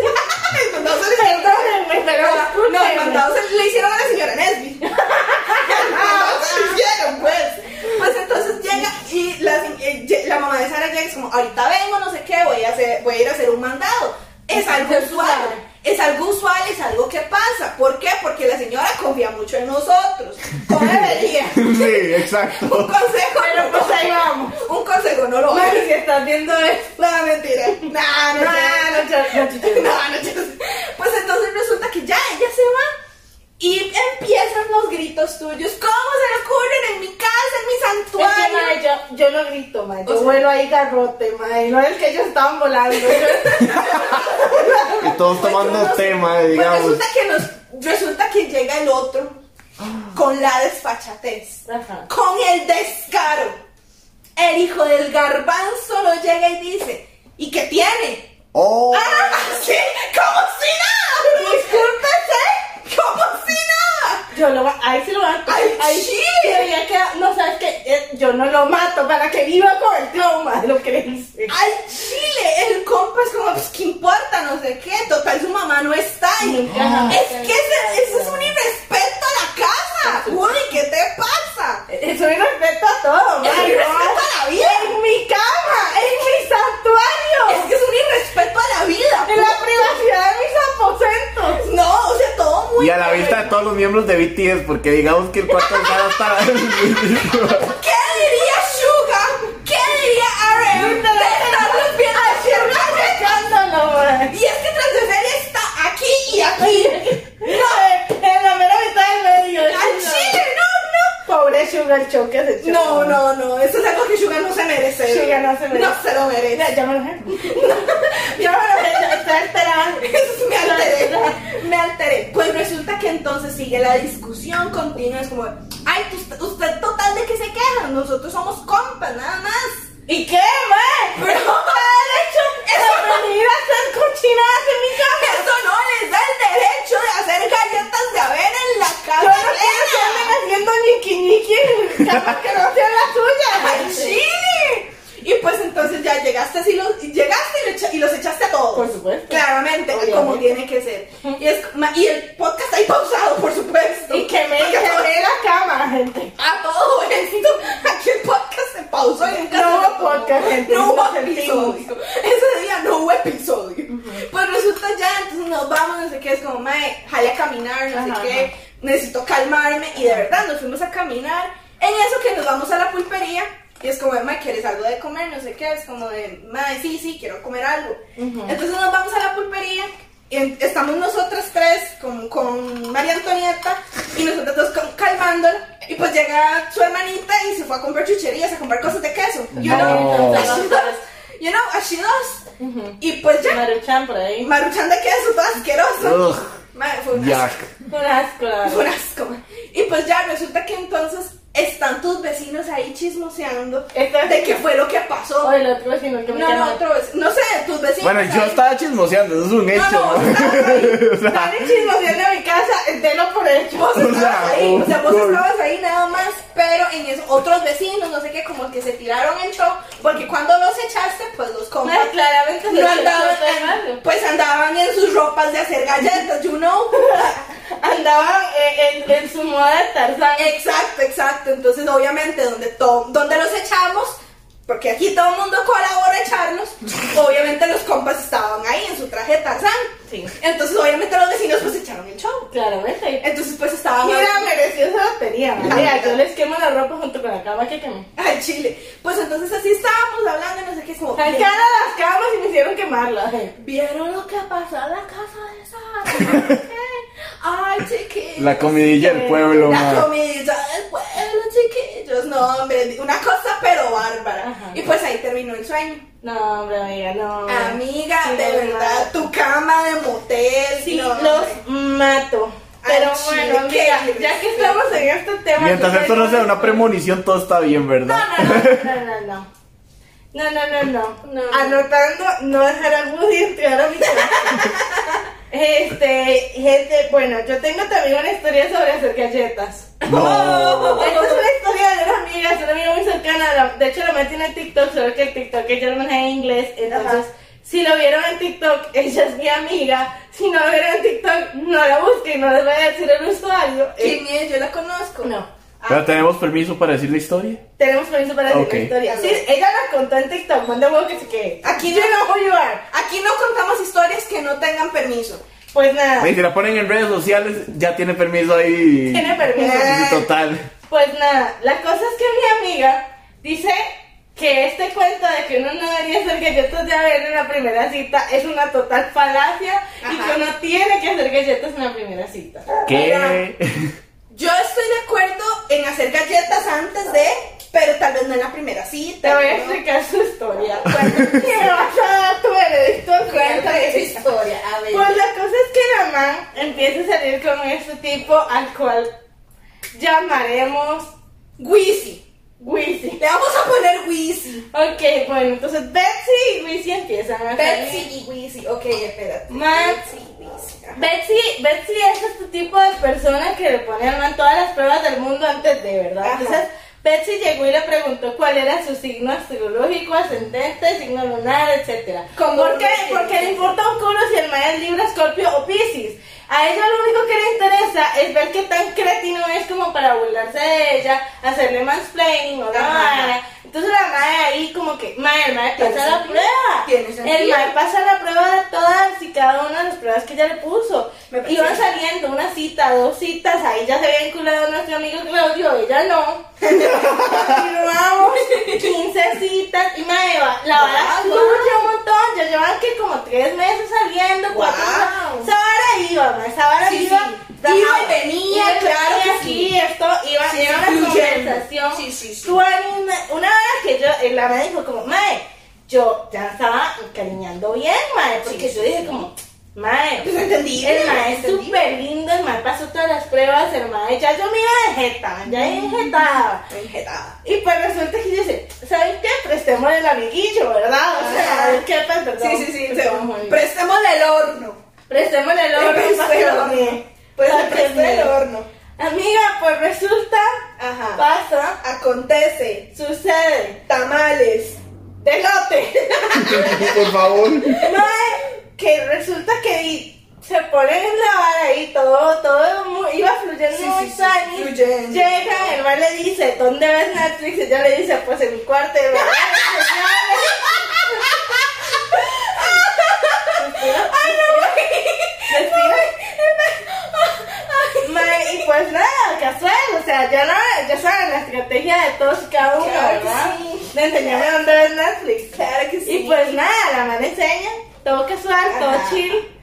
[SPEAKER 2] El mandado se le hicieron.
[SPEAKER 3] Perdónenme, pero
[SPEAKER 2] No, no, el
[SPEAKER 3] discúlpenme.
[SPEAKER 2] mandado se le hicieron a la señora Nesby. El
[SPEAKER 3] Ah,
[SPEAKER 2] mandado se le hicieron, Ah, pues. Pues entonces llega y la, eh, ye- la mamá de Sara llega y es como, ahorita vengo, no sé qué, voy a, hacer, voy a ir a hacer un mandado. Es algo usual. Es algo usual, es algo que pasa. ¿Por qué? Porque la señora confía mucho en nosotros. Como debería.
[SPEAKER 4] Sí,
[SPEAKER 2] Un
[SPEAKER 4] exacto.
[SPEAKER 2] consejo,
[SPEAKER 3] Pero pues ahí vamos.
[SPEAKER 2] un consejo no lo
[SPEAKER 3] Mami, si
[SPEAKER 2] hagas.
[SPEAKER 3] estás viendo esto.
[SPEAKER 2] No, mentira. No, no,
[SPEAKER 3] No,
[SPEAKER 2] no,
[SPEAKER 3] no, no, no, no, no.
[SPEAKER 2] no, no, yo- Pues entonces resulta que ya ella se va y empiezan los gritos tuyos. ¿Cómo se le ocurren en mi casa, en mi
[SPEAKER 3] Es que,
[SPEAKER 2] santuario?
[SPEAKER 3] mae, yo, yo no grito, mae. Yo
[SPEAKER 2] O sea-
[SPEAKER 3] vuelo ahí garrote, mae. No es que ellos estaban volando. Yo-
[SPEAKER 4] Y todos
[SPEAKER 2] Pues
[SPEAKER 4] tomando
[SPEAKER 2] unos-
[SPEAKER 4] tema,
[SPEAKER 2] pues
[SPEAKER 4] digamos.
[SPEAKER 2] resulta que nos, resulta que llega el otro con la desfachatez,
[SPEAKER 3] Ajá.
[SPEAKER 2] con el descaro. El hijo del garbanzo lo llega y dice, ¿y qué tiene?
[SPEAKER 4] Oh,
[SPEAKER 2] ¡Ah, sí! ¡Como si nada! ¡Discúlpese! ¡Como si nada!
[SPEAKER 3] Yo lo va- ahí sí lo van a
[SPEAKER 2] ¡Ay,
[SPEAKER 3] sí!
[SPEAKER 2] sí!
[SPEAKER 3] debería quedar- no, sabes que eh, yo no lo mato para que viva con el trauma, lo que le hice.
[SPEAKER 2] Al chile, el compa es como, pues, ¿qué importa? No sé qué, total, su mamá no está ahí.
[SPEAKER 3] Nunca jamás
[SPEAKER 2] Es
[SPEAKER 3] te
[SPEAKER 2] que ese,
[SPEAKER 3] avisaron.
[SPEAKER 2] eso es un irrespeto a la casa. Uy, ¿qué te pasa?
[SPEAKER 3] Eso es respeto a todo,
[SPEAKER 2] Es un
[SPEAKER 3] mae.
[SPEAKER 2] irrespeto a la vida.
[SPEAKER 3] En mi cama, en mi santuario,
[SPEAKER 2] Es que es un irrespeto a la vida.
[SPEAKER 3] en la privacidad de mis aposentos.
[SPEAKER 2] No, o sea, todo muy...
[SPEAKER 4] y a la vista de todos los miembros de BTS, porque digamos que el cuarto de Sara está.
[SPEAKER 2] ¿Qué diría Suga? ¿Qué diría RM?
[SPEAKER 3] Ahorita la-
[SPEAKER 2] Estarlos viendo hacia una
[SPEAKER 3] Escándalo, mae.
[SPEAKER 2] Y es que Transdeferia está aquí y aquí.
[SPEAKER 3] En la mera mitad del medio.
[SPEAKER 2] Al chile, no, no.
[SPEAKER 3] Pobre Sugar Show que se echó.
[SPEAKER 2] No, no, no, eso es algo que Sugar no se merece.
[SPEAKER 3] Sugar no se merece.
[SPEAKER 2] No se lo merece.
[SPEAKER 3] Mira, yo me lo Yo estoy esperando.
[SPEAKER 2] me alteré, me alteré. Pues resulta que entonces sigue la discusión continua, es como, ay, tú- usted, total de que se queja, nosotros somos compas, nada más.
[SPEAKER 3] ¿Y qué, mae?
[SPEAKER 2] Pero,
[SPEAKER 3] Pero le hecho
[SPEAKER 2] pues llegaste así, los, llegaste y, lo echa- y los echaste a todos.
[SPEAKER 3] Por supuesto.
[SPEAKER 2] Claramente,
[SPEAKER 3] Obviamente.
[SPEAKER 2] como tiene que ser. Y, es, ma- y el podcast ahí pausado, por supuesto.
[SPEAKER 3] Y que me
[SPEAKER 2] Porque todo-
[SPEAKER 3] quemé la cámara, gente.
[SPEAKER 2] a todo esto, aquí el podcast se pausó y nunca se
[SPEAKER 3] No hubo
[SPEAKER 2] retomó.
[SPEAKER 3] podcast, gente,
[SPEAKER 2] No hubo
[SPEAKER 3] nos sentimos.
[SPEAKER 2] episodio. Ese día no hubo episodio. Pues resulta ya, entonces nos vamos, no sé qué, es como, mae, jale a caminar, no
[SPEAKER 3] Ajá,
[SPEAKER 2] sé qué,
[SPEAKER 3] ajá.
[SPEAKER 2] necesito calmarme. Y de verdad, nos fuimos a caminar. En eso que nos vamos a la pulpería. Y es como, mae, ¿quieres algo de comer? No sé qué, es como de, mae, sí, sí, quiero comer algo. Entonces nos vamos a la pulpería. y en- estamos nosotras tres con, con María Antonieta y nosotros dos con- calmándola. Y pues llega su hermanita y se fue a comprar chucherías, a comprar cosas de queso. You know,
[SPEAKER 4] No.
[SPEAKER 2] a she does. You know, a she does. Y pues ya,
[SPEAKER 3] Maruchan por ahí.
[SPEAKER 2] maruchan de queso, todo asqueroso.
[SPEAKER 4] Ugh,
[SPEAKER 2] Ma- fue un
[SPEAKER 4] yuck.
[SPEAKER 2] asco,
[SPEAKER 3] Un asco, la
[SPEAKER 2] fue
[SPEAKER 3] verdad.
[SPEAKER 2] un asco, ma. Y pues ya, resulta que entonces están tus vecinos ahí chismoseando
[SPEAKER 3] Este-
[SPEAKER 2] de qué fue lo que pasó.
[SPEAKER 3] O el otro vecino que me
[SPEAKER 2] no,
[SPEAKER 3] quemó.
[SPEAKER 2] no, otro vez. No sé, tus vecinos.
[SPEAKER 4] Bueno, yo
[SPEAKER 2] ahí.
[SPEAKER 4] estaba chismoseando, eso es un hecho.
[SPEAKER 2] No, no,
[SPEAKER 4] ¿no?
[SPEAKER 2] estabas ahí.
[SPEAKER 4] O sea,
[SPEAKER 3] Dale chismoseando a mi casa,
[SPEAKER 2] eh,
[SPEAKER 3] délo por hecho.
[SPEAKER 2] Vos
[SPEAKER 4] O sea,
[SPEAKER 2] estabas ahí, o sea, vos
[SPEAKER 4] por-
[SPEAKER 2] estabas ahí nada más, pero en eso, otros vecinos, no sé qué, como que se tiraron en show, porque cuando los echaste, pues los
[SPEAKER 3] No,
[SPEAKER 2] compas
[SPEAKER 3] claramente se
[SPEAKER 2] no
[SPEAKER 3] escuchó
[SPEAKER 2] andaban,
[SPEAKER 3] todo el barrio.
[SPEAKER 2] pues andaban en sus ropas de hacer galletas, you know.
[SPEAKER 3] Andaban eh, en, en su moda de Tarzán.
[SPEAKER 2] Exacto, exacto. Entonces, obviamente, donde, to- donde los echamos, porque aquí todo el mundo colabora a echarnos, obviamente los compas estaban ahí en su traje de Tarzán.
[SPEAKER 3] Sí.
[SPEAKER 2] Entonces, obviamente, los vecinos pues echaron el show.
[SPEAKER 3] Claramente.
[SPEAKER 2] Entonces, pues estaban
[SPEAKER 3] Mira, mereció esa batería. Mira, yo les quemo la ropa junto con la cama que quemé.
[SPEAKER 2] al Chile. Pues entonces así estábamos hablando, no sé qué, como...
[SPEAKER 3] Sacaron
[SPEAKER 2] "Vieron-
[SPEAKER 3] las camas y me hicieron quemarla. gente.
[SPEAKER 2] ¿Vieron lo que pasó en la casa de Sara? Ay, chiquillos.
[SPEAKER 4] La comidilla del pueblo,
[SPEAKER 2] La
[SPEAKER 4] man.
[SPEAKER 2] comidilla del pueblo, chiquillos. No, hombre, una cosa pero bárbara.
[SPEAKER 3] Ajá.
[SPEAKER 2] Y pues ahí terminó el sueño.
[SPEAKER 3] No, hombre, amiga, no.
[SPEAKER 2] Amiga,
[SPEAKER 3] Sí,
[SPEAKER 2] de
[SPEAKER 3] no,
[SPEAKER 2] Ah, verdad, tu cama de motel.
[SPEAKER 3] Sí,
[SPEAKER 2] no, hombre.
[SPEAKER 3] los mato. Pero
[SPEAKER 2] Ay,
[SPEAKER 3] bueno,
[SPEAKER 2] sí, qué
[SPEAKER 3] amiga, ya que
[SPEAKER 2] irrespeto.
[SPEAKER 3] estamos en este tema.
[SPEAKER 4] Mientras
[SPEAKER 3] yo
[SPEAKER 4] esto no
[SPEAKER 3] quiero-
[SPEAKER 4] sea una premonición, todo está bien,
[SPEAKER 3] No,
[SPEAKER 4] ¿verdad?
[SPEAKER 3] no, no, no, no, no. No, no, no, no.
[SPEAKER 2] No.
[SPEAKER 3] Anotando, no dejar a Woody entrar a mi casa. Este, gente, bueno, yo tengo también una historia sobre hacer galletas.
[SPEAKER 4] No.
[SPEAKER 3] Esta es una historia de una amiga, es una amiga muy cercana. la- De hecho, la metí en el TikTok, solo que el TikTok ella lo maneja en inglés. Entonces,
[SPEAKER 2] Ajá.
[SPEAKER 3] si lo vieron en TikTok, ella es mi amiga. Si no lo vieron en TikTok, no la busquen, no les voy a decir el usuario. Eh,
[SPEAKER 2] ¿Quién es? Yo la conozco. Ah,
[SPEAKER 3] No.
[SPEAKER 4] ¿Pero tenemos permiso para decir la historia?
[SPEAKER 3] Tenemos permiso para decir
[SPEAKER 4] Ok.
[SPEAKER 3] la historia. Sí, ella la contó en TikTok, manda huevo que se quede.
[SPEAKER 2] Aquí
[SPEAKER 3] yo
[SPEAKER 2] yo
[SPEAKER 3] no voy a ayudar.
[SPEAKER 2] Aquí no contamos historias que no tengan permiso.
[SPEAKER 3] Pues nada,
[SPEAKER 4] Ey, si la ponen en redes sociales, ya tiene permiso ahí.
[SPEAKER 3] Tiene permiso.
[SPEAKER 4] Sí, Total.
[SPEAKER 3] pues nada. La cosa es que mi amiga dice que este cuento de que uno no debería hacer galletas de avena en la primera cita es una total falacia y
[SPEAKER 2] Ajá.
[SPEAKER 3] que uno tiene que hacer galletas en la primera cita.
[SPEAKER 4] ¿Qué?
[SPEAKER 2] Yo estoy de acuerdo en hacer galletas antes de, pero tal vez no en la primera cita.
[SPEAKER 3] Te voy a
[SPEAKER 2] ¿no?
[SPEAKER 3] explicar su historia. ¿Qué vas a dar tu veredicto?
[SPEAKER 2] Cuéntame esa historia, a ver.
[SPEAKER 3] Pues la cosa es que la man empieza a salir con este tipo al cual llamaremos
[SPEAKER 2] Wisi.
[SPEAKER 3] Wizzy.
[SPEAKER 2] Le vamos a poner Wisi.
[SPEAKER 3] Ok, bueno, entonces Betsy y Wizzy empiezan a salir.
[SPEAKER 2] Betsy y Wisi. Ok, espérate.
[SPEAKER 3] Man.
[SPEAKER 2] Betsy y Wisi. Ajá.
[SPEAKER 3] Betsy, Betsy es este tipo de persona que le pone al man todas las pruebas del mundo antes de, ¿verdad?
[SPEAKER 2] Ajá.
[SPEAKER 3] Entonces, Betsy llegó y le preguntó cuál era su signo astrológico, ascendente, signo lunar, etcétera.
[SPEAKER 2] Como
[SPEAKER 3] ¿Por qué?
[SPEAKER 2] lo que-
[SPEAKER 3] Porque le importa un culo si el man es Libra, Escorpio o Piscis. A ella lo único que le interesa es ver qué tan cretino es como para burlarse de ella, hacerle mansplaining o la
[SPEAKER 2] Ajá.
[SPEAKER 3] vara. Entonces la madre ahí como que, madre, el mae
[SPEAKER 2] Tiene
[SPEAKER 3] pasa la
[SPEAKER 2] sentido. Tiene
[SPEAKER 3] prueba. El
[SPEAKER 2] sentido.
[SPEAKER 3] mae pasa la prueba de todas y cada una de las pruebas que ella le puso.
[SPEAKER 2] Me parece
[SPEAKER 3] Iban
[SPEAKER 2] bien.
[SPEAKER 3] saliendo una cita, dos citas, ahí ya se había vinculado nuestro amigo Claudio, ella no. Continuamos, 15 citas, y madre, va- la vara
[SPEAKER 2] Guau,
[SPEAKER 3] surge un montón, ya llevan que como tres meses saliendo, cuatro
[SPEAKER 2] Guau.
[SPEAKER 3] meses. Esa vara iba, ma, esa vara
[SPEAKER 2] Sí,
[SPEAKER 3] iba.
[SPEAKER 2] sí. Iba y venía, claro
[SPEAKER 3] venía
[SPEAKER 2] que
[SPEAKER 3] aquí,
[SPEAKER 2] sí.
[SPEAKER 3] esto, iba,
[SPEAKER 2] Sí,
[SPEAKER 3] era
[SPEAKER 2] sí,
[SPEAKER 3] una
[SPEAKER 2] fluyendo.
[SPEAKER 3] conversación.
[SPEAKER 2] Sí, sí, sí.
[SPEAKER 3] Tú una, una vez que yo, eh, la madre dijo como, mae, yo ya estaba encariñando bien, mae, porque
[SPEAKER 2] Sí,
[SPEAKER 3] yo
[SPEAKER 2] sí,
[SPEAKER 3] dije
[SPEAKER 2] sí.
[SPEAKER 3] como, mae,
[SPEAKER 2] Pues entendí,
[SPEAKER 3] el mae es
[SPEAKER 2] entendí.
[SPEAKER 3] súper lindo, el mae pasó todas las pruebas, el mae, ya yo me iba de jeta, ya de
[SPEAKER 2] Mm.
[SPEAKER 3] jeta.
[SPEAKER 2] Enjedada.
[SPEAKER 3] Y pues resulta que dice, ¿saben qué? Prestémosle el amiguillo, ¿verdad? O sea,
[SPEAKER 2] Ajá.
[SPEAKER 3] ¿qué tal?
[SPEAKER 2] Sí,
[SPEAKER 3] Perdón.
[SPEAKER 2] sí, sí.
[SPEAKER 3] Perdón,
[SPEAKER 2] se-
[SPEAKER 3] Juan.
[SPEAKER 2] Prestémosle el horno.
[SPEAKER 3] Prestémosle el horno.
[SPEAKER 2] Presté
[SPEAKER 3] para que
[SPEAKER 2] el
[SPEAKER 3] lo
[SPEAKER 2] horno.
[SPEAKER 3] mire.
[SPEAKER 2] Pues
[SPEAKER 3] Para
[SPEAKER 2] le
[SPEAKER 3] que
[SPEAKER 2] presté el
[SPEAKER 3] mire.
[SPEAKER 2] horno.
[SPEAKER 3] Amiga, pues resulta,
[SPEAKER 2] Ajá.
[SPEAKER 3] pasa,
[SPEAKER 2] Acontece.
[SPEAKER 3] sucede.
[SPEAKER 2] Tamales.
[SPEAKER 3] de lote.
[SPEAKER 1] Por favor.
[SPEAKER 3] Mae, eh, que resulta que di- se pone en la vara ahí, todo, todo mu- iba fluyendo
[SPEAKER 2] Sí,
[SPEAKER 3] muy
[SPEAKER 2] sí, sí,
[SPEAKER 3] sani.
[SPEAKER 2] fluyendo.
[SPEAKER 3] Llega, el man le dice, ¿dónde ves Netflix? Y ella le dice, pues en mi cuarto. Y el man, "Ay, señora". Respira. Mae, y pues nada, casual, o sea, ya, no, ya saben la estrategia de todos y cada uno,
[SPEAKER 2] Claro que
[SPEAKER 3] ¿verdad?
[SPEAKER 2] sí.
[SPEAKER 3] De enseñarme dónde ves Netflix.
[SPEAKER 2] Claro que sí.
[SPEAKER 3] Y pues nada, la madre enseña, todo casual, todo
[SPEAKER 2] Ajá.
[SPEAKER 3] chill.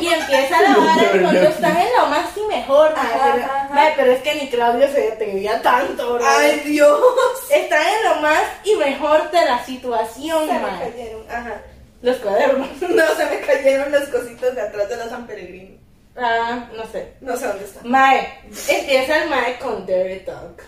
[SPEAKER 3] Y empieza a lavar y cuando están en lo más y mejor.
[SPEAKER 2] Ajá,
[SPEAKER 3] mae, pero-
[SPEAKER 2] ajá.
[SPEAKER 3] mae, pero es que ni Claudio se atrevía tanto, bro.
[SPEAKER 2] Ay, Dios.
[SPEAKER 3] Están en lo más y mejor de la situación,
[SPEAKER 2] Se me
[SPEAKER 3] mae.
[SPEAKER 2] cayeron. Ajá.
[SPEAKER 3] Los cuadernos.
[SPEAKER 2] No, se me cayeron las cositas de atrás de la San Pellegrino.
[SPEAKER 3] Ah, no sé.
[SPEAKER 2] No sé dónde está.
[SPEAKER 3] Mae, empieza el mae con Dirty Talk.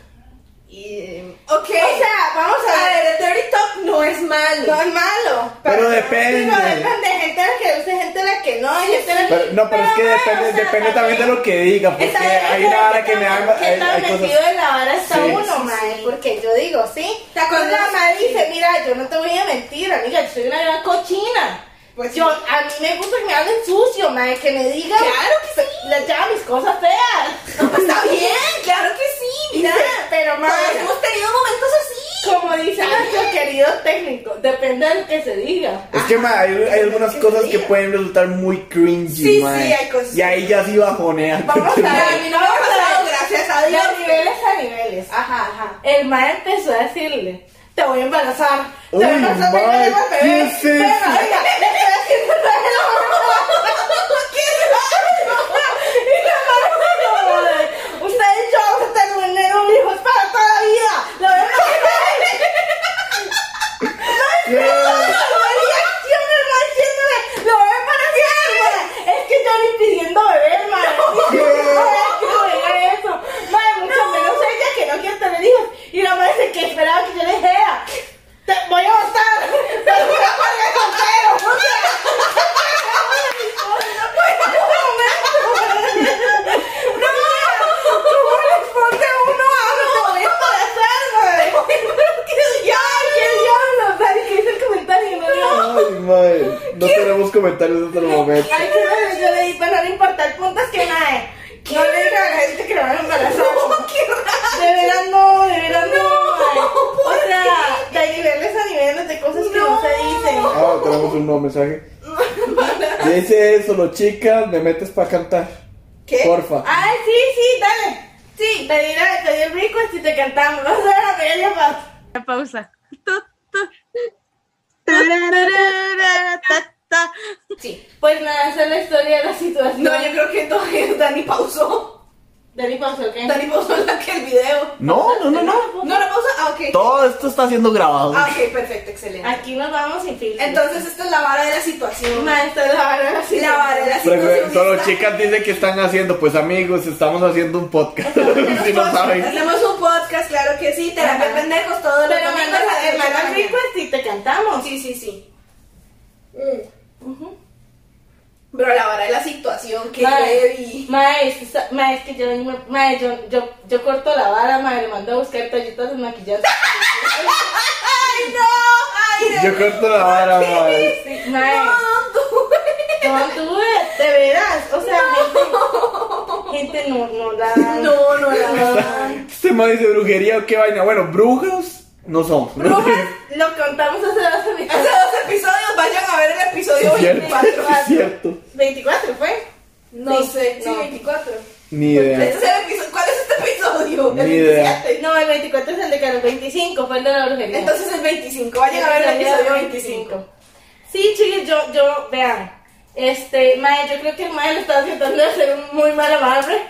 [SPEAKER 2] Y, em, ok.
[SPEAKER 3] O sea, vamos a
[SPEAKER 2] a
[SPEAKER 3] ver.
[SPEAKER 2] ver, el Dirty Talk no es malo.
[SPEAKER 3] No es malo.
[SPEAKER 4] Pero depende.
[SPEAKER 3] Digo, depende de gente a la que use, gente a la que no, gente a la que
[SPEAKER 4] Pero, no, pero es que
[SPEAKER 3] mae,
[SPEAKER 4] depende,
[SPEAKER 3] o sea,
[SPEAKER 4] depende
[SPEAKER 3] ¿para
[SPEAKER 4] también
[SPEAKER 3] qué?
[SPEAKER 4] de lo que diga, porque
[SPEAKER 3] Está
[SPEAKER 4] hay
[SPEAKER 3] bien,
[SPEAKER 4] una
[SPEAKER 3] pero
[SPEAKER 4] vara
[SPEAKER 3] ¿qué
[SPEAKER 4] que me
[SPEAKER 3] tan-
[SPEAKER 4] anda.
[SPEAKER 3] ¿Qué
[SPEAKER 4] Hay,
[SPEAKER 3] tan
[SPEAKER 4] hay cosas.
[SPEAKER 3] metido en la vara está
[SPEAKER 4] Sí.
[SPEAKER 3] uno,
[SPEAKER 2] Sí,
[SPEAKER 3] mae?
[SPEAKER 2] sí.
[SPEAKER 3] Porque yo digo, sí.
[SPEAKER 2] ¿Te acuerdas?
[SPEAKER 3] Cuando la madre dice, mira, yo no te voy a mentir, amiga, yo soy una gran cochina.
[SPEAKER 2] Pues
[SPEAKER 3] yo,
[SPEAKER 2] sí.
[SPEAKER 3] a mí me gusta que me hablen sucio, mae, que me digan.
[SPEAKER 2] Claro que sí.
[SPEAKER 3] Les llaman mis cosas feas.
[SPEAKER 2] No, pues, está bien, claro que sí, mira.
[SPEAKER 3] Dice, pero
[SPEAKER 2] Todos
[SPEAKER 3] madre.
[SPEAKER 2] hemos tenido momentos así.
[SPEAKER 3] Como dice nuestro querido técnico, depende de lo que se diga.
[SPEAKER 4] Es que ma, hay, hay algunas
[SPEAKER 2] que
[SPEAKER 4] cosas que
[SPEAKER 2] diga.
[SPEAKER 4] pueden resultar muy cringy,
[SPEAKER 2] Sí,
[SPEAKER 4] ma.
[SPEAKER 2] sí, hay cosas.
[SPEAKER 4] Y ahí ya sí bajonea.
[SPEAKER 3] Vamos a
[SPEAKER 2] A mí
[SPEAKER 3] ver,
[SPEAKER 2] no me ha
[SPEAKER 3] vamos a
[SPEAKER 2] pasado,
[SPEAKER 3] ver.
[SPEAKER 2] gracias a Dios.
[SPEAKER 3] De niveles a niveles.
[SPEAKER 2] Ajá, ajá.
[SPEAKER 3] El mae empezó a decirle, te voy a embarazar. Te voy a
[SPEAKER 4] Uy,
[SPEAKER 3] embarazar, te voy a
[SPEAKER 4] mae,
[SPEAKER 3] llevar
[SPEAKER 4] ¿qué
[SPEAKER 3] bebé.
[SPEAKER 4] es
[SPEAKER 3] Pero,
[SPEAKER 4] eso?
[SPEAKER 3] oiga, le estoy haciendo el reloj. Y la mae como de, usted y yo vamos a tener un hijo, es para toda la vida. Lo voy a
[SPEAKER 4] ¿Qué?
[SPEAKER 3] Lo voy a embarazar, mae. Es que yo ni pidiendo beber, mae. Ni pidiendo beber, que no diga eso. Mae, mucho menos ella que no quiere tener hijos. Y la madre dice que esperaba que yo le dijera. Te voy a votar. Te voy a poner soltero. O sea, no, ¿cómo responde uno a uno? Te voy a embarazar, mae. ¿Qué diablos? ¿Qué diablos? Dani, ¿qué dice el comentario? No, no.
[SPEAKER 4] Ay, madre. No tenemos comentarios en otro momento.
[SPEAKER 3] Ay, qué bueno, yo le di para no importar puntas que nada. No le digan a la gente que lo van a embarazar. De veras no, de veras no. mae. o sea, de niveles a niveles de cosas que no se dicen.
[SPEAKER 4] Ah, tenemos un nuevo mensaje. Dice solo chicas, me metes para cantar.
[SPEAKER 2] ¿Qué?
[SPEAKER 4] Porfa.
[SPEAKER 3] Ay, sí, sí, dale. Sí, te diré, te di el request y te cantamos. Vamos a ver la media pausa.
[SPEAKER 5] pausa. Tu, tu. Tararara, ta, ta.
[SPEAKER 3] Sí. Pues nada, esa es la historia de la situación.
[SPEAKER 2] No, yo creo que entonces Dani pausó.
[SPEAKER 3] Dani pausa, ¿ok?
[SPEAKER 2] Dani pausó en la que el video.
[SPEAKER 4] No, no, no, no.
[SPEAKER 2] No la pausa. Ah, ok.
[SPEAKER 4] Todo esto está siendo grabado.
[SPEAKER 2] Ah, ok, perfecto, excelente.
[SPEAKER 3] Aquí nos vamos sin filtro.
[SPEAKER 2] Entonces, esta es la vara de la situación.
[SPEAKER 3] maestra, la verdad, así
[SPEAKER 2] La vara de la
[SPEAKER 4] Pero,
[SPEAKER 2] situación.
[SPEAKER 4] solo
[SPEAKER 2] está-
[SPEAKER 4] chicas dice que están haciendo, pues amigos, estamos haciendo un podcast. si no
[SPEAKER 2] Podcast.
[SPEAKER 4] saben.
[SPEAKER 2] Hacemos un podcast, claro que sí. Terapia
[SPEAKER 3] Ajá.
[SPEAKER 2] pendejos todos los
[SPEAKER 3] Pero
[SPEAKER 2] domingos
[SPEAKER 3] mandas
[SPEAKER 2] a las ocho de la
[SPEAKER 3] hermana
[SPEAKER 2] mañana.
[SPEAKER 3] request y te cantamos.
[SPEAKER 2] Sí, sí, sí. Mm.
[SPEAKER 3] Ujú.
[SPEAKER 2] Pero la vara de la situación, que heavy.
[SPEAKER 3] Mae, mae, es que sa- mae, es que yo, vengo- mae, yo, yo, yo corto la vara, mae, le mando a buscar tallitas de maquillaje.
[SPEAKER 2] ¡Ay, no! ¡Ay, de
[SPEAKER 4] Yo corto la vara, madre.
[SPEAKER 3] Sí, mae,
[SPEAKER 2] No, tú.
[SPEAKER 3] no tuve, de veras, o sea, gente, gente no, no la...
[SPEAKER 2] No, no, la verdad.
[SPEAKER 4] Este man dice brujería o qué vaina. Bueno, brujas no son.
[SPEAKER 3] Brujas, lo contamos hace dos
[SPEAKER 2] Hace
[SPEAKER 3] semanas.
[SPEAKER 2] dos episodios, vayan a ver el episodio
[SPEAKER 4] Es cierto,
[SPEAKER 2] 24.
[SPEAKER 4] es cierto.
[SPEAKER 3] 24 fue.
[SPEAKER 2] No
[SPEAKER 3] Sí,
[SPEAKER 2] sé, sí,
[SPEAKER 3] no.
[SPEAKER 2] 24.
[SPEAKER 4] Ni idea.
[SPEAKER 2] Este es el episodio. ¿Cuál es este episodio?
[SPEAKER 4] Ni
[SPEAKER 2] el
[SPEAKER 4] idea.
[SPEAKER 2] 27.
[SPEAKER 3] No, el 24 es el de Carlos, 25 fue el de la brujería.
[SPEAKER 2] Entonces el 25, vayan a ver el episodio 25.
[SPEAKER 3] Sí, chicos, yo, yo, vean. Este, mae, yo creo que el mae lo está tratando de hacer un muy mala madre.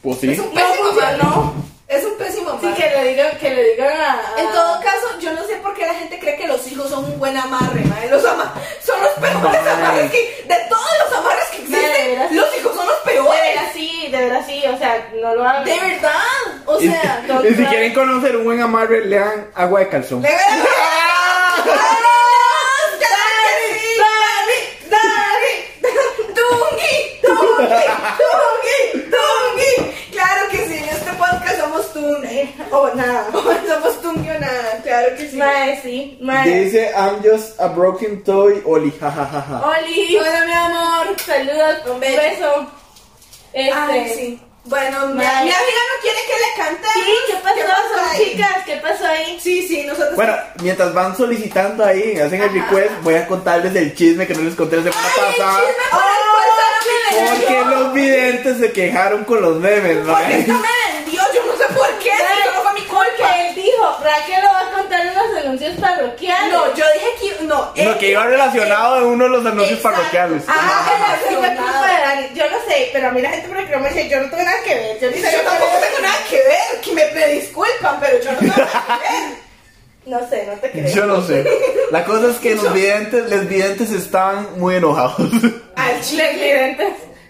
[SPEAKER 4] Pues
[SPEAKER 2] Es
[SPEAKER 4] sí.
[SPEAKER 2] un pésimo mal,
[SPEAKER 3] funcionó.
[SPEAKER 2] Es un pésimo
[SPEAKER 3] Sí,
[SPEAKER 2] mal.
[SPEAKER 3] que le digan, que le digan a... a-
[SPEAKER 2] En todo caso, yo no sé por qué la gente cree que los hijos son un buen amarre, madre. Los ama son los peores
[SPEAKER 4] Mae.
[SPEAKER 2] amarres que. De todos los amarres que
[SPEAKER 3] Mae, de veras.
[SPEAKER 2] existen, los hijos son los
[SPEAKER 3] De
[SPEAKER 2] peores.
[SPEAKER 3] veras sí, de veras sí, o sea, no lo hagan.
[SPEAKER 2] De verdad. O
[SPEAKER 4] Y,
[SPEAKER 2] sea.
[SPEAKER 3] no,
[SPEAKER 4] y si
[SPEAKER 3] no.
[SPEAKER 4] quieren conocer un buen amarre, lean agua de calzón.
[SPEAKER 2] ¡Le gané! ¡Vamos! ¡Dani! ¡Dani! ¡Dani! ¡Tungi! ¡Tungi! ¡Tungi! ¡Tungi! Claro que sí, en este podcast somos Tungi.
[SPEAKER 3] O nada.
[SPEAKER 2] Somos Tungi o nada, claro claro que sí.
[SPEAKER 3] Mae, sí, mae.
[SPEAKER 4] Dice, I'm just a broken toy, Oli, jajajaja.
[SPEAKER 3] Oli,
[SPEAKER 2] Hola, mi amor.
[SPEAKER 3] saludos, un
[SPEAKER 2] beso.
[SPEAKER 3] beso. Este,
[SPEAKER 2] Ay, sí. Bueno, mi, mi
[SPEAKER 3] Mae.
[SPEAKER 2] amiga no quiere que le cante.
[SPEAKER 3] Sí, ¿qué pasó? Son
[SPEAKER 2] ahí?
[SPEAKER 3] chicas, ¿qué pasó ahí?
[SPEAKER 2] Sí, sí, nosotros.
[SPEAKER 4] Bueno, mientras van solicitando ahí, hacen el request, voy a contarles el chisme que no les conté la semana
[SPEAKER 2] Ay, el
[SPEAKER 4] pasada.
[SPEAKER 2] chisme por el cual Sara me vendió.
[SPEAKER 4] Porque los videntes se quejaron con los memes,
[SPEAKER 2] Porque
[SPEAKER 4] mae.
[SPEAKER 2] esta me vendió, yo no sé por qué,
[SPEAKER 3] Ay,
[SPEAKER 2] si no fue mi culpa.
[SPEAKER 3] Porque él dijo, Raquel lo va a contar en los anuncios parroquiales.
[SPEAKER 2] No, yo dije que no.
[SPEAKER 4] Lo que iba relacionado en uno de los anuncios
[SPEAKER 3] eh, Exacto.
[SPEAKER 4] parroquiales.
[SPEAKER 3] Ah,
[SPEAKER 2] Ah,
[SPEAKER 3] pero sí fue culpa de Dani. Yo no sé, pero a mí la gente me reclamó y dice, yo no tuve nada que ver. Yo ni
[SPEAKER 2] Yo
[SPEAKER 3] sabía
[SPEAKER 2] tampoco
[SPEAKER 3] cuál era.
[SPEAKER 2] tengo nada que ver, que me, me disculpan, pero yo no tengo nada que ver.
[SPEAKER 3] No sé, no te creo.
[SPEAKER 4] Yo no sé. La cosa es que los videntes, los videntes estaban muy enojados.
[SPEAKER 2] Al
[SPEAKER 3] Los
[SPEAKER 2] chile.
[SPEAKER 3] videntes.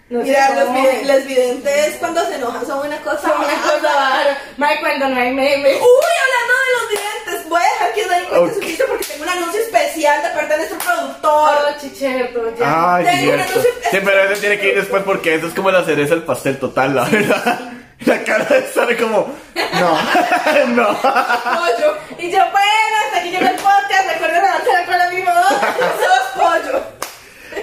[SPEAKER 3] No
[SPEAKER 2] Mira,
[SPEAKER 3] sé
[SPEAKER 2] los,
[SPEAKER 3] cómo.
[SPEAKER 2] vide- los videntes cuando se enojan son una cosa. Uh.
[SPEAKER 3] Son una cosa bárbara. Mae, cuando no hay memes.
[SPEAKER 2] Uy, hablando de los videntes, voy a dejar que Dani cuente su
[SPEAKER 4] Ok.
[SPEAKER 2] chiste porque tengo un anuncio especial de parte de nuestro
[SPEAKER 3] Oh,
[SPEAKER 2] productor.
[SPEAKER 3] chicherto, ya.
[SPEAKER 4] Ay,
[SPEAKER 2] Tengo una
[SPEAKER 4] cierto.
[SPEAKER 2] noche-
[SPEAKER 4] Sí, pero ese tiene que ir después porque eso es como la cereza al pastel total, la verdad. La cara de Sara como, no, no.
[SPEAKER 2] Pollo.
[SPEAKER 3] Y yo, bueno, hasta aquí llegó el podcast. Recuerden avanzar con la misma voz.
[SPEAKER 2] Sos pollo.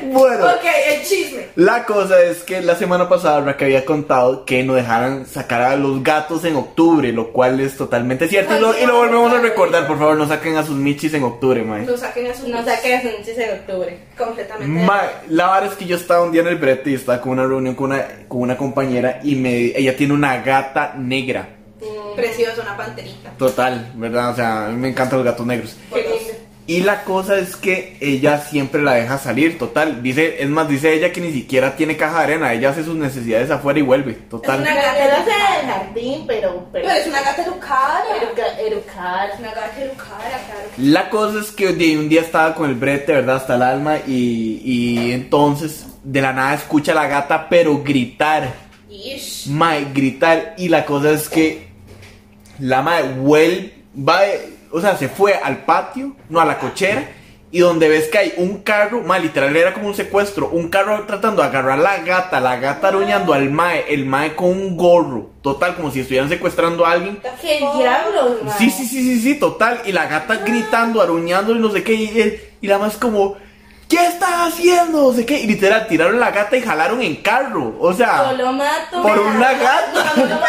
[SPEAKER 4] Bueno,
[SPEAKER 2] Ok, el chisme.
[SPEAKER 4] la cosa es que la semana pasada Raquel había contado que no dejaran sacar a los gatos en octubre, lo cual es totalmente cierto. Y lo, y lo volvemos a recordar, por favor, no saquen a sus michis en octubre, mae.
[SPEAKER 2] No saquen a su
[SPEAKER 3] No saqué las anuncios en octubre.
[SPEAKER 2] completamente.
[SPEAKER 4] Ma, la verdad es que yo estaba un día en el brete y estaba con una reunión con una, con una compañera y me, ella tiene una gata negra.
[SPEAKER 2] Precioso, una panterita.
[SPEAKER 4] Total, ¿verdad? O sea, a mí me encantan los gatos negros.
[SPEAKER 3] Qué lindo.
[SPEAKER 4] Y la cosa es que ella siempre la deja salir, total. Dice, es más, dice ella que ni siquiera tiene caja de arena, ella hace sus necesidades afuera y vuelve, total.
[SPEAKER 2] Es
[SPEAKER 3] Una gata no sé del jardín, pero.
[SPEAKER 2] Pero es una gata educada.
[SPEAKER 3] Educa- educada.
[SPEAKER 2] Es una gata educada, claro.
[SPEAKER 4] La cosa es que de un día estaba con el brete, ¿verdad? Hasta el alma y, y entonces de la nada escucha a la gata, pero gritar.
[SPEAKER 2] Ish.
[SPEAKER 4] Mae, gritar. Y la cosa es que la mae vuelve, va, de- o sea, se fue al patio, no a la cochera. Y donde ves que hay un carro, mae, literal era como un secuestro. Un carro tratando de agarrar la gata, la gata aruñando al mae, el mae con un gorro. Total, como si estuvieran secuestrando a alguien.
[SPEAKER 3] ¡Qué diablo, mae!
[SPEAKER 4] Sí, sí, sí, sí, sí, total. Y la gata gritando, aruñando y no sé qué. Y, él- y la más como, ¿qué estás haciendo? No sé qué. Y literal, tiraron la gata y jalaron en carro. O sea,
[SPEAKER 3] Yo lo mato.
[SPEAKER 4] por
[SPEAKER 3] mae.
[SPEAKER 4] una gata.
[SPEAKER 3] Yo lo mato.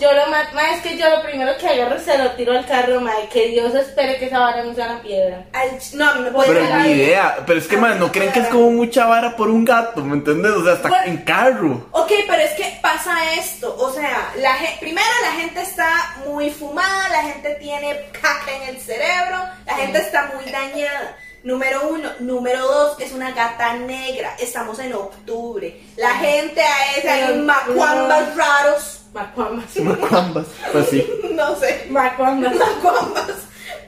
[SPEAKER 3] Yo lo mato. Mae, es que yo lo primero que agarro se lo tiro al carro, mae. Que Dios espere que esa vara no sea una piedra.
[SPEAKER 2] Al ch- no, a mí me puede
[SPEAKER 4] Pero
[SPEAKER 2] dar
[SPEAKER 4] ni
[SPEAKER 2] algo.
[SPEAKER 4] idea. Pero es que, man, no creen que es como mucha vara por un gato, ¿me entiendes? O sea, hasta
[SPEAKER 2] Bueno.
[SPEAKER 4] en carro.
[SPEAKER 2] Ok, pero es que pasa esto, o sea, la gen- primero la gente está muy fumada, la gente tiene caca en el cerebro, la gente está muy dañada. Número uno, número dos, es una gata negra, estamos en octubre, la gente a ese, hay
[SPEAKER 3] Pero-
[SPEAKER 2] macuambas raros,
[SPEAKER 3] Macuambas.
[SPEAKER 4] Macuambas. Pues sí.
[SPEAKER 2] no sé.
[SPEAKER 3] Macuambas.
[SPEAKER 2] Macuambas.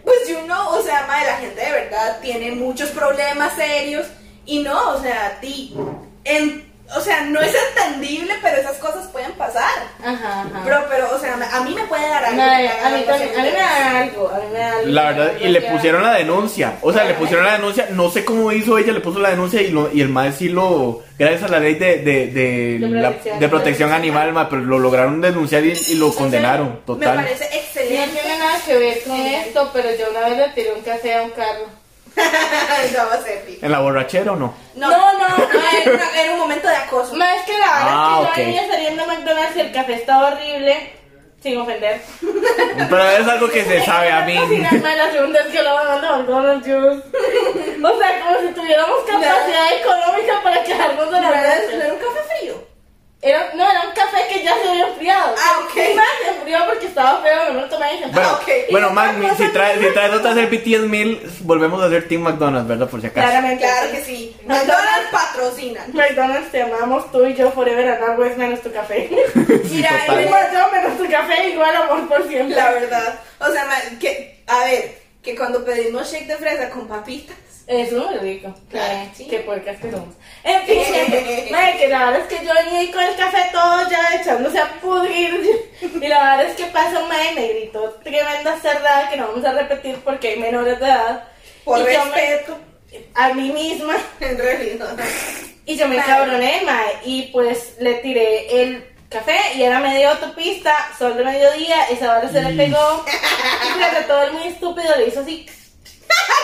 [SPEAKER 2] Pues yo no, o sea, madre, la gente de verdad tiene muchos problemas serios y no, o sea, ti, en, o sea, no es entendible, pero esas cosas pueden pasar.
[SPEAKER 3] Ajá, ajá.
[SPEAKER 2] Bro, pero, o sea, a mí me puede dar algo.
[SPEAKER 3] Mae,
[SPEAKER 2] me
[SPEAKER 3] a mí
[SPEAKER 2] puede
[SPEAKER 3] también.
[SPEAKER 2] dar
[SPEAKER 3] A mí me
[SPEAKER 2] algo,
[SPEAKER 3] da algo. A mí me da algo.
[SPEAKER 4] La verdad, y le pusieron la denuncia. O sea, le pusieron la denuncia. No sé cómo hizo ella, le puso la denuncia y, lo- y el mae sí lo. Gracias a la ley de, de,
[SPEAKER 3] De
[SPEAKER 4] de, la-
[SPEAKER 3] protección.
[SPEAKER 4] de protección animal, mae, pero lo lograron denunciar y, y lo condenaron.
[SPEAKER 2] Me
[SPEAKER 4] Total.
[SPEAKER 2] parece
[SPEAKER 3] No
[SPEAKER 2] excelente.
[SPEAKER 3] tiene nada que ver con esto, pero yo una vez le tiré un café a un carro.
[SPEAKER 2] no, va a ser pico.
[SPEAKER 4] ¿En la borrachera o no?
[SPEAKER 2] No,
[SPEAKER 3] No, no, mae.
[SPEAKER 2] era, una- era un momento de acoso.
[SPEAKER 3] Más es que la verdad
[SPEAKER 4] Ah,
[SPEAKER 3] es que
[SPEAKER 4] ok.
[SPEAKER 3] yo venía saliendo a McDonald's y el café estaba horrible, sin ofender.
[SPEAKER 4] Pero es algo que se sabe a mí.
[SPEAKER 3] Cocinarme la segunda vez que lo van a McDonald's Dios. O sea, como si tuviéramos capacidad económica para quedarnos de
[SPEAKER 2] ¿No
[SPEAKER 3] la
[SPEAKER 2] era, no
[SPEAKER 3] verdad.
[SPEAKER 2] era un café frío?
[SPEAKER 3] Era, no, era un café que ya se había enfriado.
[SPEAKER 2] Ah, ok.
[SPEAKER 3] Y más se enfrió porque estaba feo, no me lo tomé y dije,
[SPEAKER 4] Bueno,
[SPEAKER 2] Ah, ok.
[SPEAKER 4] bueno
[SPEAKER 3] Y
[SPEAKER 4] Mac,
[SPEAKER 3] otra cosa
[SPEAKER 4] si traes
[SPEAKER 3] que-
[SPEAKER 4] si traes otra BTS 1000, volvemos a hacer Team McDonald's, ¿verdad? Por si acaso.
[SPEAKER 3] Claramente.
[SPEAKER 2] Claro que sí. McDonald's patrocina.
[SPEAKER 3] "Ah, McDonald's, te amamos tú y yo forever and always menos tu café.
[SPEAKER 2] Mira,
[SPEAKER 4] total.
[SPEAKER 2] el-
[SPEAKER 3] Igual yo menos tu café, igual amor por siempre.
[SPEAKER 2] La verdad. O sea, ma- que, a ver, que cuando pedimos shake de fresa con papitas.
[SPEAKER 3] Es muy rico.
[SPEAKER 2] Claro,
[SPEAKER 3] que
[SPEAKER 2] Ah, sí.
[SPEAKER 3] Qué puercas que somos. En fin, mae, que la verdad es que yo venía ahí con el café todo ya echándose a pudrir. Y la verdad es que pasa un mae y me gritó tremenda cerrada que no vamos a repetir porque hay menores de edad.
[SPEAKER 2] Por
[SPEAKER 3] Y yo me-
[SPEAKER 2] respeto.
[SPEAKER 3] a mí misma.
[SPEAKER 2] En realidad.
[SPEAKER 3] Y yo me
[SPEAKER 2] Mae.
[SPEAKER 3] encabroné, mae. Y pues le tiré el café y era media autopista, sol de mediodía, esa bala se le pegó. Y se le todo el muy estúpido, le hizo así.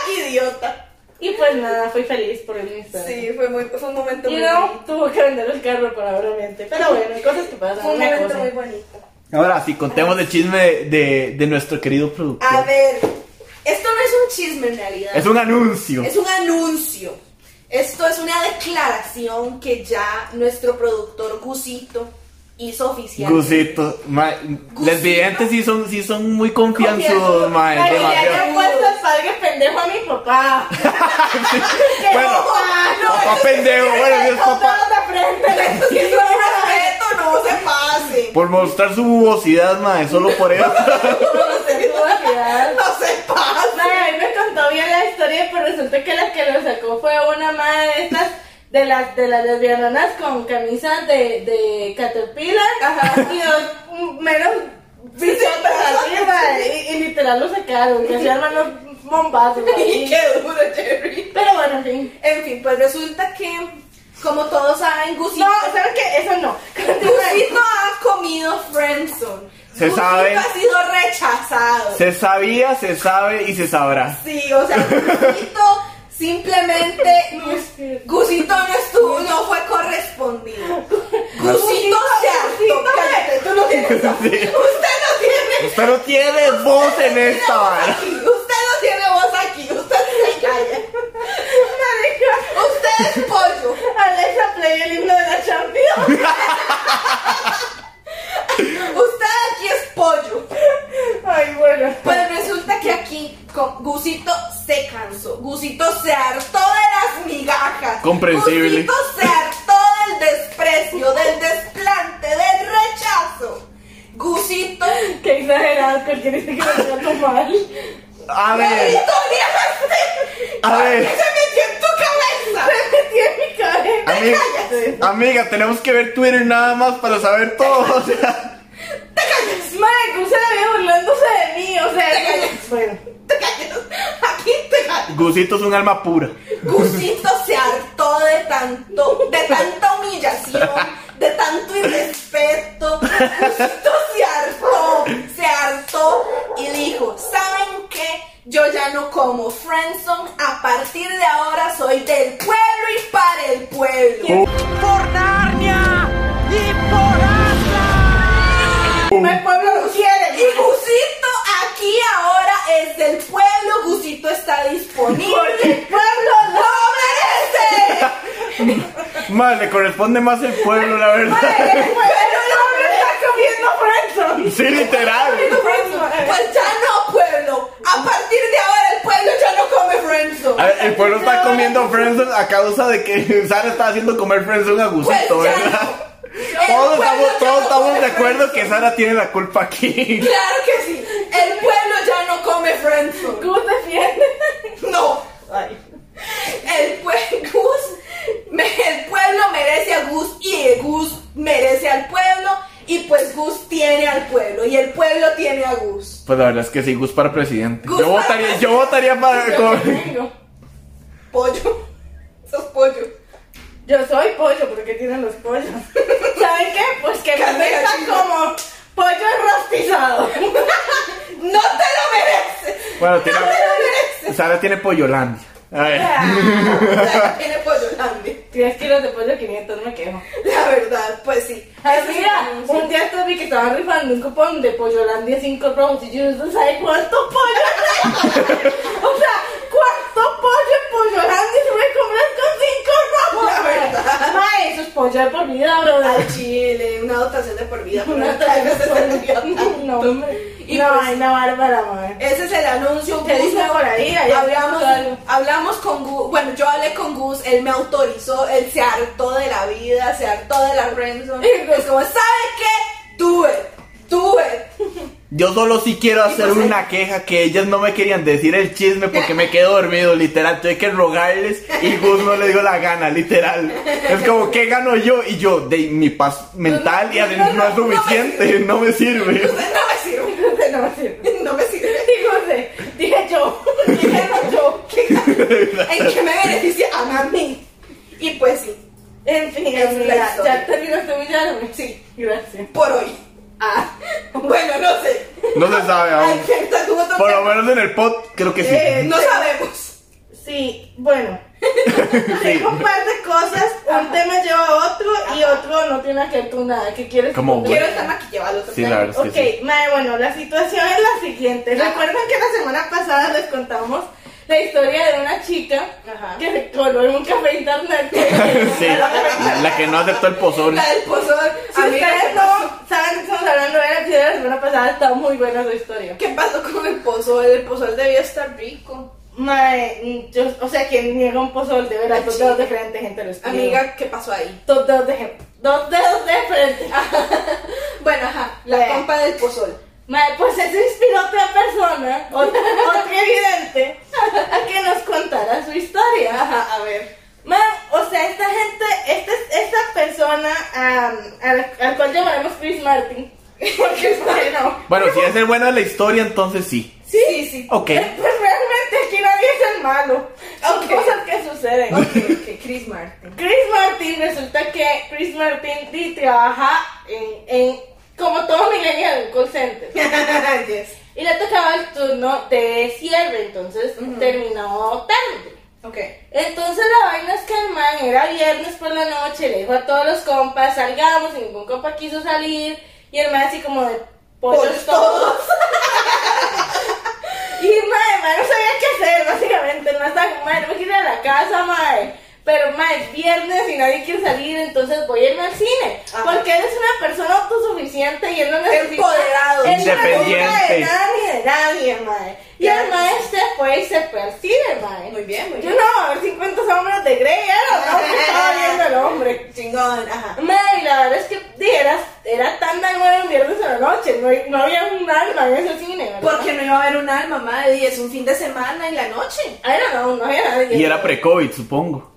[SPEAKER 2] ¡Qué idiota!
[SPEAKER 3] Y pues nada, fui feliz por el instante.
[SPEAKER 2] Sí, fue, muy, fue un momento
[SPEAKER 3] Y
[SPEAKER 2] muy
[SPEAKER 3] no,
[SPEAKER 2] bonito.
[SPEAKER 3] tuvo que vender el carro probablemente. Pero bueno, cosas que pasan.
[SPEAKER 2] Fue un
[SPEAKER 3] una
[SPEAKER 2] momento
[SPEAKER 3] cosa.
[SPEAKER 2] muy bonito.
[SPEAKER 4] Ahora sí, contemos el chisme de, de- de nuestro querido productor.
[SPEAKER 2] A ver, esto no es un chisme en realidad.
[SPEAKER 4] Es un anuncio.
[SPEAKER 2] Es un anuncio. Esto es una declaración que ya nuestro productor Gusito hizo oficial.
[SPEAKER 4] Gusito, ma, les videntes sí son, sí son muy confianzudos, ma,
[SPEAKER 3] Ay, ya
[SPEAKER 4] demasiado.
[SPEAKER 3] le he puesto el padre pendejo a mi papá. Que
[SPEAKER 4] Bueno,
[SPEAKER 3] no, no,
[SPEAKER 4] papá pendejo, bueno, Dios papá.
[SPEAKER 3] Todos de frente.
[SPEAKER 2] Esto sí es un respeto, no se pasen.
[SPEAKER 4] Por mostrar su bubosidad, ma, solo por eso.
[SPEAKER 3] Todos de privacidad.
[SPEAKER 2] No se pasen.
[SPEAKER 3] Madre, a mí me contó bien la historia, pero resulta que la que lo sacó fue una madre de estas, de las, de las lesbianonas con camisas de, de Caterpillar, y dos mm, menos bichotas así, madre, y, y literal lo sacaron, que se arman los bombazos,
[SPEAKER 2] Y
[SPEAKER 3] madre.
[SPEAKER 2] qué duro, Jerry.
[SPEAKER 3] Pero bueno, en fin.
[SPEAKER 2] En fin, pues resulta que, como todos saben, Gusito,
[SPEAKER 3] No, ¿saben qué? Eso no.
[SPEAKER 2] Gusito ha comido Friendzone.
[SPEAKER 4] Se
[SPEAKER 2] Gusito
[SPEAKER 4] sabe.
[SPEAKER 2] ha sido rechazado.
[SPEAKER 4] Se sabía, se sabe y se sabrá.
[SPEAKER 2] Sí, o sea, Gusito simplemente
[SPEAKER 3] No, es que-
[SPEAKER 2] Gusito no estuvo, no fue correspondido. Gusito
[SPEAKER 3] Gusito,
[SPEAKER 2] se hartó.
[SPEAKER 3] Gusito,
[SPEAKER 2] Cállate, tú no tienes voz. Usted no tiene.
[SPEAKER 4] Usted no tiene voz en esta vara.
[SPEAKER 2] Usted no tiene voz aquí. Usted se calla.
[SPEAKER 3] Marica,
[SPEAKER 2] Usted es pollo.
[SPEAKER 3] Alexa play el himno de la Champions.
[SPEAKER 2] Usted aquí es pollo.
[SPEAKER 3] Ay, bueno.
[SPEAKER 2] Pues resulta que aquí con- Gusito se cansó. Gusito se hartó de las migajas.
[SPEAKER 4] Comprensible.
[SPEAKER 2] Gusito se hartó del desprecio, del desplante, del rechazo. Gusito.
[SPEAKER 3] Qué exagerado, cualquier dice que lo trato mal.
[SPEAKER 4] A ver,
[SPEAKER 2] Gusito, mírate.
[SPEAKER 4] A ver.
[SPEAKER 2] ¿Por qué este. se metió en tu cabeza?
[SPEAKER 3] Metí en mi cabeza.
[SPEAKER 4] amiga, amiga, tenemos que ver Twitter nada más para saber todo. O sea,
[SPEAKER 3] Madre, ¿cómo se la veía burlándose de mí? O sea, es- bueno.
[SPEAKER 2] Te callas. Aquí te callas.
[SPEAKER 4] Gusito es un alma pura.
[SPEAKER 2] Gusito se hartó de tanto, de tanta humillación, de tanto irrespeto. Gusito se hartó, se hartó y dijo, ¿saben qué? Yo ya no como Friendson, a partir de ahora soy del pueblo y para el pueblo.
[SPEAKER 6] por Narnia y por Asgard.
[SPEAKER 3] El pueblo lo
[SPEAKER 2] Y
[SPEAKER 3] quiere.
[SPEAKER 2] Gusito aquí ahora es del pueblo, Gusito está disponible.
[SPEAKER 3] Porque el pueblo
[SPEAKER 2] ¡Lo merece!
[SPEAKER 4] Más, le corresponde más el pueblo, la verdad.
[SPEAKER 3] El pueblo está comiendo Friendzone.
[SPEAKER 4] Sí, literal.
[SPEAKER 2] Pues ya no, pueblo. A partir de ahora el pueblo ya no come Friendzone.
[SPEAKER 4] A ver, el pueblo está comiendo Friendzone a causa de que Sara está haciendo comer Friendzone a Gusito,
[SPEAKER 2] Pues ya
[SPEAKER 4] ¿verdad?
[SPEAKER 2] El
[SPEAKER 4] Todos
[SPEAKER 2] pueblo
[SPEAKER 4] estamos,
[SPEAKER 2] ya
[SPEAKER 4] todos
[SPEAKER 2] no
[SPEAKER 4] estamos
[SPEAKER 2] come
[SPEAKER 4] de acuerdo que
[SPEAKER 2] friendzone.
[SPEAKER 4] Sara tiene la culpa aquí.
[SPEAKER 2] Claro que sí. El pueblo ya no come Friendzone.
[SPEAKER 3] Gus defiende.
[SPEAKER 2] No.
[SPEAKER 3] Ay.
[SPEAKER 2] El, pue- Gus- me- el pueblo merece a Gus y el Gus merece al pueblo. Y pues Gus tiene al pueblo. Y el pueblo tiene a Gus.
[SPEAKER 4] Pues la verdad es que sí, Gus para presidente.
[SPEAKER 2] Gus
[SPEAKER 4] Yo
[SPEAKER 2] para
[SPEAKER 4] votaría, yo votaría para.
[SPEAKER 3] Yo
[SPEAKER 4] con-
[SPEAKER 3] tengo.
[SPEAKER 2] Pollo. Sos pollo.
[SPEAKER 3] Yo soy pollo, porque tienen los pollos. ¿Saben qué? Pues que me
[SPEAKER 2] Carne
[SPEAKER 3] besan
[SPEAKER 2] gallina.
[SPEAKER 3] como pollo rostizado.
[SPEAKER 2] No te lo mereces.
[SPEAKER 4] Bueno, tiene,
[SPEAKER 2] No te lo
[SPEAKER 4] Sara tiene Pollolandia. A ver.
[SPEAKER 2] mereces. Tiene pollo también.
[SPEAKER 3] 10 kilos de pollo 500, no me quejo.
[SPEAKER 2] La verdad, pues sí.
[SPEAKER 3] Ay,
[SPEAKER 2] Ese es
[SPEAKER 3] mira,
[SPEAKER 2] el anuncio.
[SPEAKER 3] un día estos vi que estaban rifando un cupón de Pollolandia 5 rounds y yo no sabía cuánto pollo O sea, cuánto pollo en Pollolandia se me compras con 5 rounds.
[SPEAKER 2] La verdad.
[SPEAKER 3] Mae, eso es pollo de por vida,
[SPEAKER 2] al
[SPEAKER 3] brother.
[SPEAKER 2] chile, una dotación de por vida. por
[SPEAKER 3] Una
[SPEAKER 2] la otra vez se
[SPEAKER 3] torta
[SPEAKER 2] salió
[SPEAKER 3] de
[SPEAKER 2] tanto.
[SPEAKER 3] No, hombre.
[SPEAKER 2] Y
[SPEAKER 3] Una
[SPEAKER 2] pues-
[SPEAKER 3] vaina bárbara, mae.
[SPEAKER 2] Ese es el anuncio.
[SPEAKER 3] Te
[SPEAKER 2] Gus,
[SPEAKER 3] dicen por ahí, ahí
[SPEAKER 2] hablamos,
[SPEAKER 3] algo.
[SPEAKER 2] hablamos con Gus. Bueno, yo hablé con Gus, él me autorizó, él se hartó de la vida, se hartó de la Remson.
[SPEAKER 3] Y Gus-
[SPEAKER 2] Es como, ¿sabe qué? Do it, do it.
[SPEAKER 4] Yo solo sí quiero hacer
[SPEAKER 2] pues,
[SPEAKER 4] una queja que ellas no me querían decir el chisme porque me quedé dormido, literal. Tuve que rogarles y Gus no le dio la gana, literal. Es como, ¿qué gano yo? Y yo, de mi paz mental y así,
[SPEAKER 2] no,
[SPEAKER 4] no es
[SPEAKER 2] no, no me
[SPEAKER 4] suficiente, no me sirve.
[SPEAKER 2] Entonces, no me sirve,
[SPEAKER 3] Entonces, no, sí.
[SPEAKER 2] no me sirve.
[SPEAKER 3] Dígose, dije yo, dije no yo.
[SPEAKER 2] ¿Qué- ¿En qué me beneficia? A mí. Y pues sí.
[SPEAKER 3] En fin,
[SPEAKER 2] Es la
[SPEAKER 3] amiga,
[SPEAKER 2] historia.
[SPEAKER 3] ya terminaste muy largo. Sí. Gracias.
[SPEAKER 2] por hoy. Ah, bueno, no sé.
[SPEAKER 4] No se sabe aún.
[SPEAKER 2] Ay, que está con otro
[SPEAKER 4] Ah, Por lo
[SPEAKER 2] tema.
[SPEAKER 4] menos en el pod, creo que
[SPEAKER 2] Eh,
[SPEAKER 4] sí.
[SPEAKER 2] no sabemos.
[SPEAKER 3] Sí, bueno.
[SPEAKER 4] Sí.
[SPEAKER 3] Tengo un par de cosas. Un tema lleva a otro y otro no tiene nada que ver con nada. ¿Qué quieres?
[SPEAKER 4] Como
[SPEAKER 2] Quiero estar maquillada al otro
[SPEAKER 4] Sí,
[SPEAKER 2] tema.
[SPEAKER 4] la verdad es
[SPEAKER 3] Ok,
[SPEAKER 4] que sí.
[SPEAKER 3] mae, bueno, la situación es la siguiente.
[SPEAKER 2] Ajá.
[SPEAKER 3] Recuerdan que la semana pasada les contamos la historia de una chica
[SPEAKER 2] Ajá.
[SPEAKER 3] que se coló en un café de internet.
[SPEAKER 4] Sí, la que no aceptó el pozón.
[SPEAKER 2] La del pozón.
[SPEAKER 3] Si
[SPEAKER 2] Amiga,
[SPEAKER 3] ustedes no saben de qué estamos hablando, vean el episodio de la semana pasada, está muy buena su historia.
[SPEAKER 2] ¿Qué pasó con el pozol? El pozol debía estar rico.
[SPEAKER 3] Mae, mm, yo, o sea, quien niega un pozol de
[SPEAKER 2] Ay,
[SPEAKER 3] verdad, dos
[SPEAKER 2] sí.
[SPEAKER 3] dedos de frente, gente, lo estoy
[SPEAKER 2] Amiga, ¿qué pasó ahí?
[SPEAKER 3] dos dedos de, dos dedos de frente.
[SPEAKER 2] Bueno, ajá, la
[SPEAKER 3] Bueno.
[SPEAKER 2] compa del pozol.
[SPEAKER 3] Mae, pues eso inspiró a otra persona, otra, otro evidente, a que nos contara su historia.
[SPEAKER 2] Ajá, a ver.
[SPEAKER 3] Man, o sea, esta gente, esta, esta persona am, al, al cual llamaremos Chris Martin, porque mae, no.
[SPEAKER 4] Bueno, si es el bueno de la historia, entonces sí.
[SPEAKER 2] Sí, sí. sí.
[SPEAKER 4] Ok.
[SPEAKER 3] Eh, Pues realmente aquí nadie es el malo. Son
[SPEAKER 2] Ok.
[SPEAKER 3] cosas que suceden.
[SPEAKER 2] ok, Chris Martin.
[SPEAKER 3] Chris Martin, resulta que Chris Martin di, trabaja en, en, como todo millennial, en un call center.
[SPEAKER 2] yes.
[SPEAKER 3] Y le tocaba el turno de cierre, entonces terminó tarde.
[SPEAKER 2] Ok.
[SPEAKER 3] Entonces la vaina es que el man era viernes por la noche, le dijo a todos los compas, salgamos, y ningún compa quiso salir, y el man así como de pollos
[SPEAKER 2] Pollos
[SPEAKER 3] todos. y el man, el man no sabía qué hacer, básicamente, el man estaba como, "Mae, no me quiero ir a la casa, madre. Pero madre, es viernes y nadie quiere salir, entonces voy a irme al cine.
[SPEAKER 2] Ajá.
[SPEAKER 3] Porque él es una persona autosuficiente y él no necesita...
[SPEAKER 2] Empoderado.
[SPEAKER 3] Él no necesita de
[SPEAKER 4] Independiente.
[SPEAKER 3] nada ni de nadie, madre. Y
[SPEAKER 2] Claro.
[SPEAKER 3] el maestro fue y se fue al cine, madre.
[SPEAKER 2] Muy bien, muy
[SPEAKER 3] Yo
[SPEAKER 2] bien.
[SPEAKER 3] no, a ver 50 sombras de Grey era no, que estaba viendo el hombre.
[SPEAKER 2] Chingón, ajá.
[SPEAKER 3] Madre, y la verdad es que di, era, era tan de nueve en viernes a la noche, no, hay- no había un alma en ese cine, ¿verdad?
[SPEAKER 2] Porque no iba a haber un alma, madre, y es un fin de semana en la noche.
[SPEAKER 3] I don't know, no había nadie.
[SPEAKER 4] Y era pre-COVID, supongo.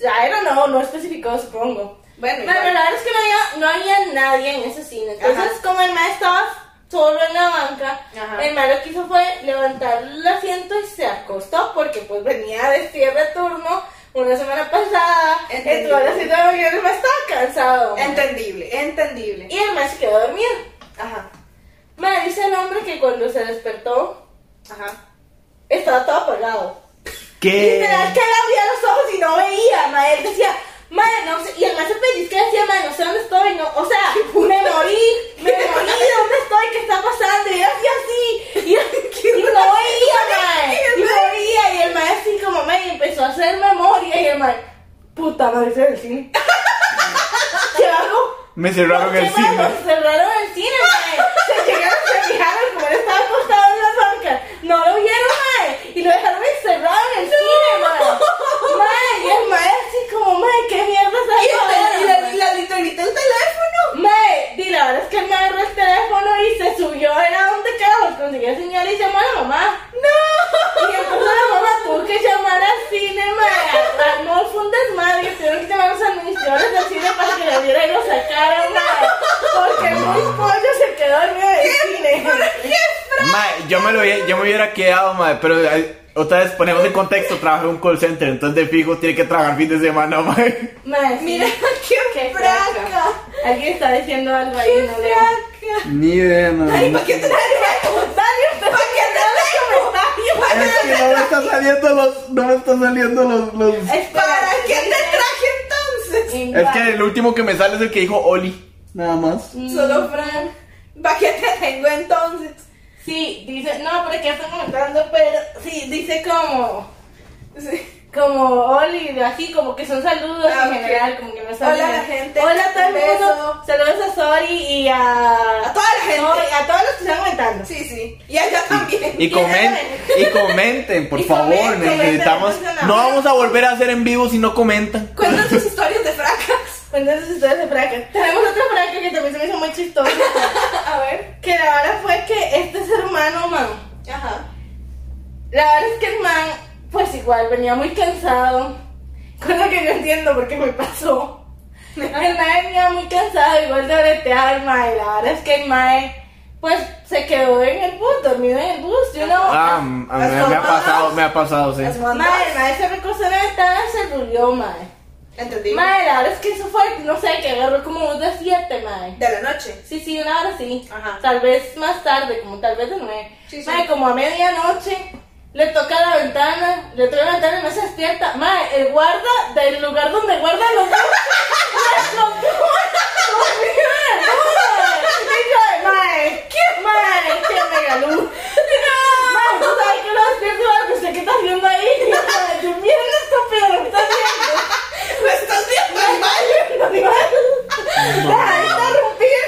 [SPEAKER 3] I don't know, no especificó, supongo.
[SPEAKER 2] Bueno,
[SPEAKER 3] Pero la
[SPEAKER 2] igual.
[SPEAKER 3] verdad es que no había, no había nadie en ese cine. Entonces,
[SPEAKER 2] Ajá.
[SPEAKER 3] como el maestro estaba solo en la banca,
[SPEAKER 2] Ajá.
[SPEAKER 3] el maestro lo que hizo fue levantar el asiento y se acostó porque pues venía de cierre de turno una semana pasada.
[SPEAKER 2] Entendible.
[SPEAKER 3] Entró a las 7 de la mañana y el maestro estaba cansado.
[SPEAKER 2] entendible, entendible.
[SPEAKER 3] Y el maestro se quedó dormido.
[SPEAKER 2] Ajá,
[SPEAKER 3] Me dice el hombre que cuando se despertó
[SPEAKER 2] ajá.
[SPEAKER 3] estaba todo apagado.
[SPEAKER 4] ¿Qué?
[SPEAKER 3] Literal, que él abría los ojos y no veía, ma. Él decía, madre, no sé. Y el maestro pellizca decía, madre, no sé dónde estoy, no. O sea, me morí, me morí, ¿dónde estoy? ¿Qué está pasando? Y él hacía así. Y, y no veía, madre. Y moría. Y el maestro así como, madre, empezó a hacer memoria. Y el maestro, puta madre, ese es el cine. ¿Qué hago?
[SPEAKER 4] Me cerraron el
[SPEAKER 3] Sí, bueno,
[SPEAKER 4] cine.
[SPEAKER 3] cerraron el cine, mae. Se llegaron, se fijaron, como él estaba acostado en la banca. No lo vieron, mae. Y lo dejaron encerrado en el cine, mae. Mae, y el mae así como, mae, qué mierda está
[SPEAKER 2] Y
[SPEAKER 3] pasando,
[SPEAKER 2] el tel-
[SPEAKER 3] mae?
[SPEAKER 2] y la literita el teléfono.
[SPEAKER 3] Mae, di la verdad es que él me agarró el teléfono y se subió, era donde carajo, consiguió señal y llamó a la mamá. ¡No! Y entonces la mamá tuvo que llamar al cine, mae. Armó fue un desmadre, tuvieron que llamar a los administradores del cine para que la vieran y lo sacaran, mae. Porque el muy pollo se quedó dormido en el cine.
[SPEAKER 4] Mae, yo me lo hubie- yo me hubiera quedado, mae, pero eh, otra vez ponemos en contexto, trabajo en un call center, entonces de fijo tiene que trabajar fin de semana, mae.
[SPEAKER 3] Mae, sí.
[SPEAKER 2] Mira, qué
[SPEAKER 3] Qué fraca.
[SPEAKER 2] fraca.
[SPEAKER 3] Alguien está diciendo algo ahí, no leo.
[SPEAKER 4] Ni idea, no.
[SPEAKER 2] ¿Para qué te
[SPEAKER 3] Dani, usted
[SPEAKER 2] ¿Para qué te tengo? ¿Para
[SPEAKER 4] Es que no me están saliendo los, no me están saliendo los, los...
[SPEAKER 2] ¿Para qué te traje entonces?
[SPEAKER 4] Es que el último que me sale es el que dijo Oli. Nada más.
[SPEAKER 2] Solo Fran. ¿Para qué te tengo entonces?
[SPEAKER 3] Sí, dice, no, porque ya están comentando, pero sí, dice como,
[SPEAKER 2] Sí.
[SPEAKER 3] como, Oli, así, como que son saludos
[SPEAKER 2] Ah,
[SPEAKER 3] en
[SPEAKER 2] ok.
[SPEAKER 3] general, como que no están
[SPEAKER 2] Hola,
[SPEAKER 3] bien.
[SPEAKER 2] la gente.
[SPEAKER 3] Hola a todo
[SPEAKER 2] Un
[SPEAKER 3] el
[SPEAKER 2] beso.
[SPEAKER 3] mundo, saludos a Sori y a...
[SPEAKER 2] A toda la gente.
[SPEAKER 3] No, y a todos los que están comentando.
[SPEAKER 2] Sí, sí. Y allá también.
[SPEAKER 4] Y, comenten, y comenten, por
[SPEAKER 3] Y
[SPEAKER 4] favor,
[SPEAKER 3] comenten,
[SPEAKER 4] necesitamos...
[SPEAKER 3] comenten, no.
[SPEAKER 4] No vamos a volver a hacer en vivo si no comentan.
[SPEAKER 2] Cuentan sus historias de fracas.
[SPEAKER 3] Bueno, entonces ustedes se fracan. Tenemos otra fraca que también se me hizo muy chistosa,
[SPEAKER 2] A ver.
[SPEAKER 3] que la verdad fue que este ser humano, man,
[SPEAKER 2] Ajá.
[SPEAKER 3] La verdad es que el man, pues igual, venía muy cansado. Cosa que yo entiendo porque me pasó. El man venía muy cansado, igual de bretear, mae. La verdad es que el mae, pues se quedó en el bus, dormido en el bus, yo no.
[SPEAKER 4] Ah, m- a mí me, me ha pasado, me ha pasado, sí.
[SPEAKER 2] Las
[SPEAKER 3] Mae,
[SPEAKER 2] mamás.
[SPEAKER 3] el mae se recostó en la ventana, se rulió, mae.
[SPEAKER 2] ¿Entendí?
[SPEAKER 3] Madre, la verdad es que eso fue, no sé, que agarró como un de 7, madre.
[SPEAKER 2] De la noche.
[SPEAKER 3] Sí, sí, una hora sí.
[SPEAKER 2] Ajá.
[SPEAKER 3] Tal vez más tarde, como tal vez de nueve.
[SPEAKER 2] Sí, sí.
[SPEAKER 3] Madre, como a medianoche, le toca la ventana, le toca la ventana y no se despierta. Madre, el guarda del lugar donde guarda los dos. le tocó dormido en el muro. Y yo, madre, ¿qué madre? ¡Qué megalú! Madre, tú sabes que no despierto, madre, pero sé qué estás haciendo ahí. Y yo, madre, yo, mira el estúpido lo que estás haciendo.
[SPEAKER 2] ¡Me estás viendo
[SPEAKER 3] No, no, no. Deja de
[SPEAKER 2] interrumpir!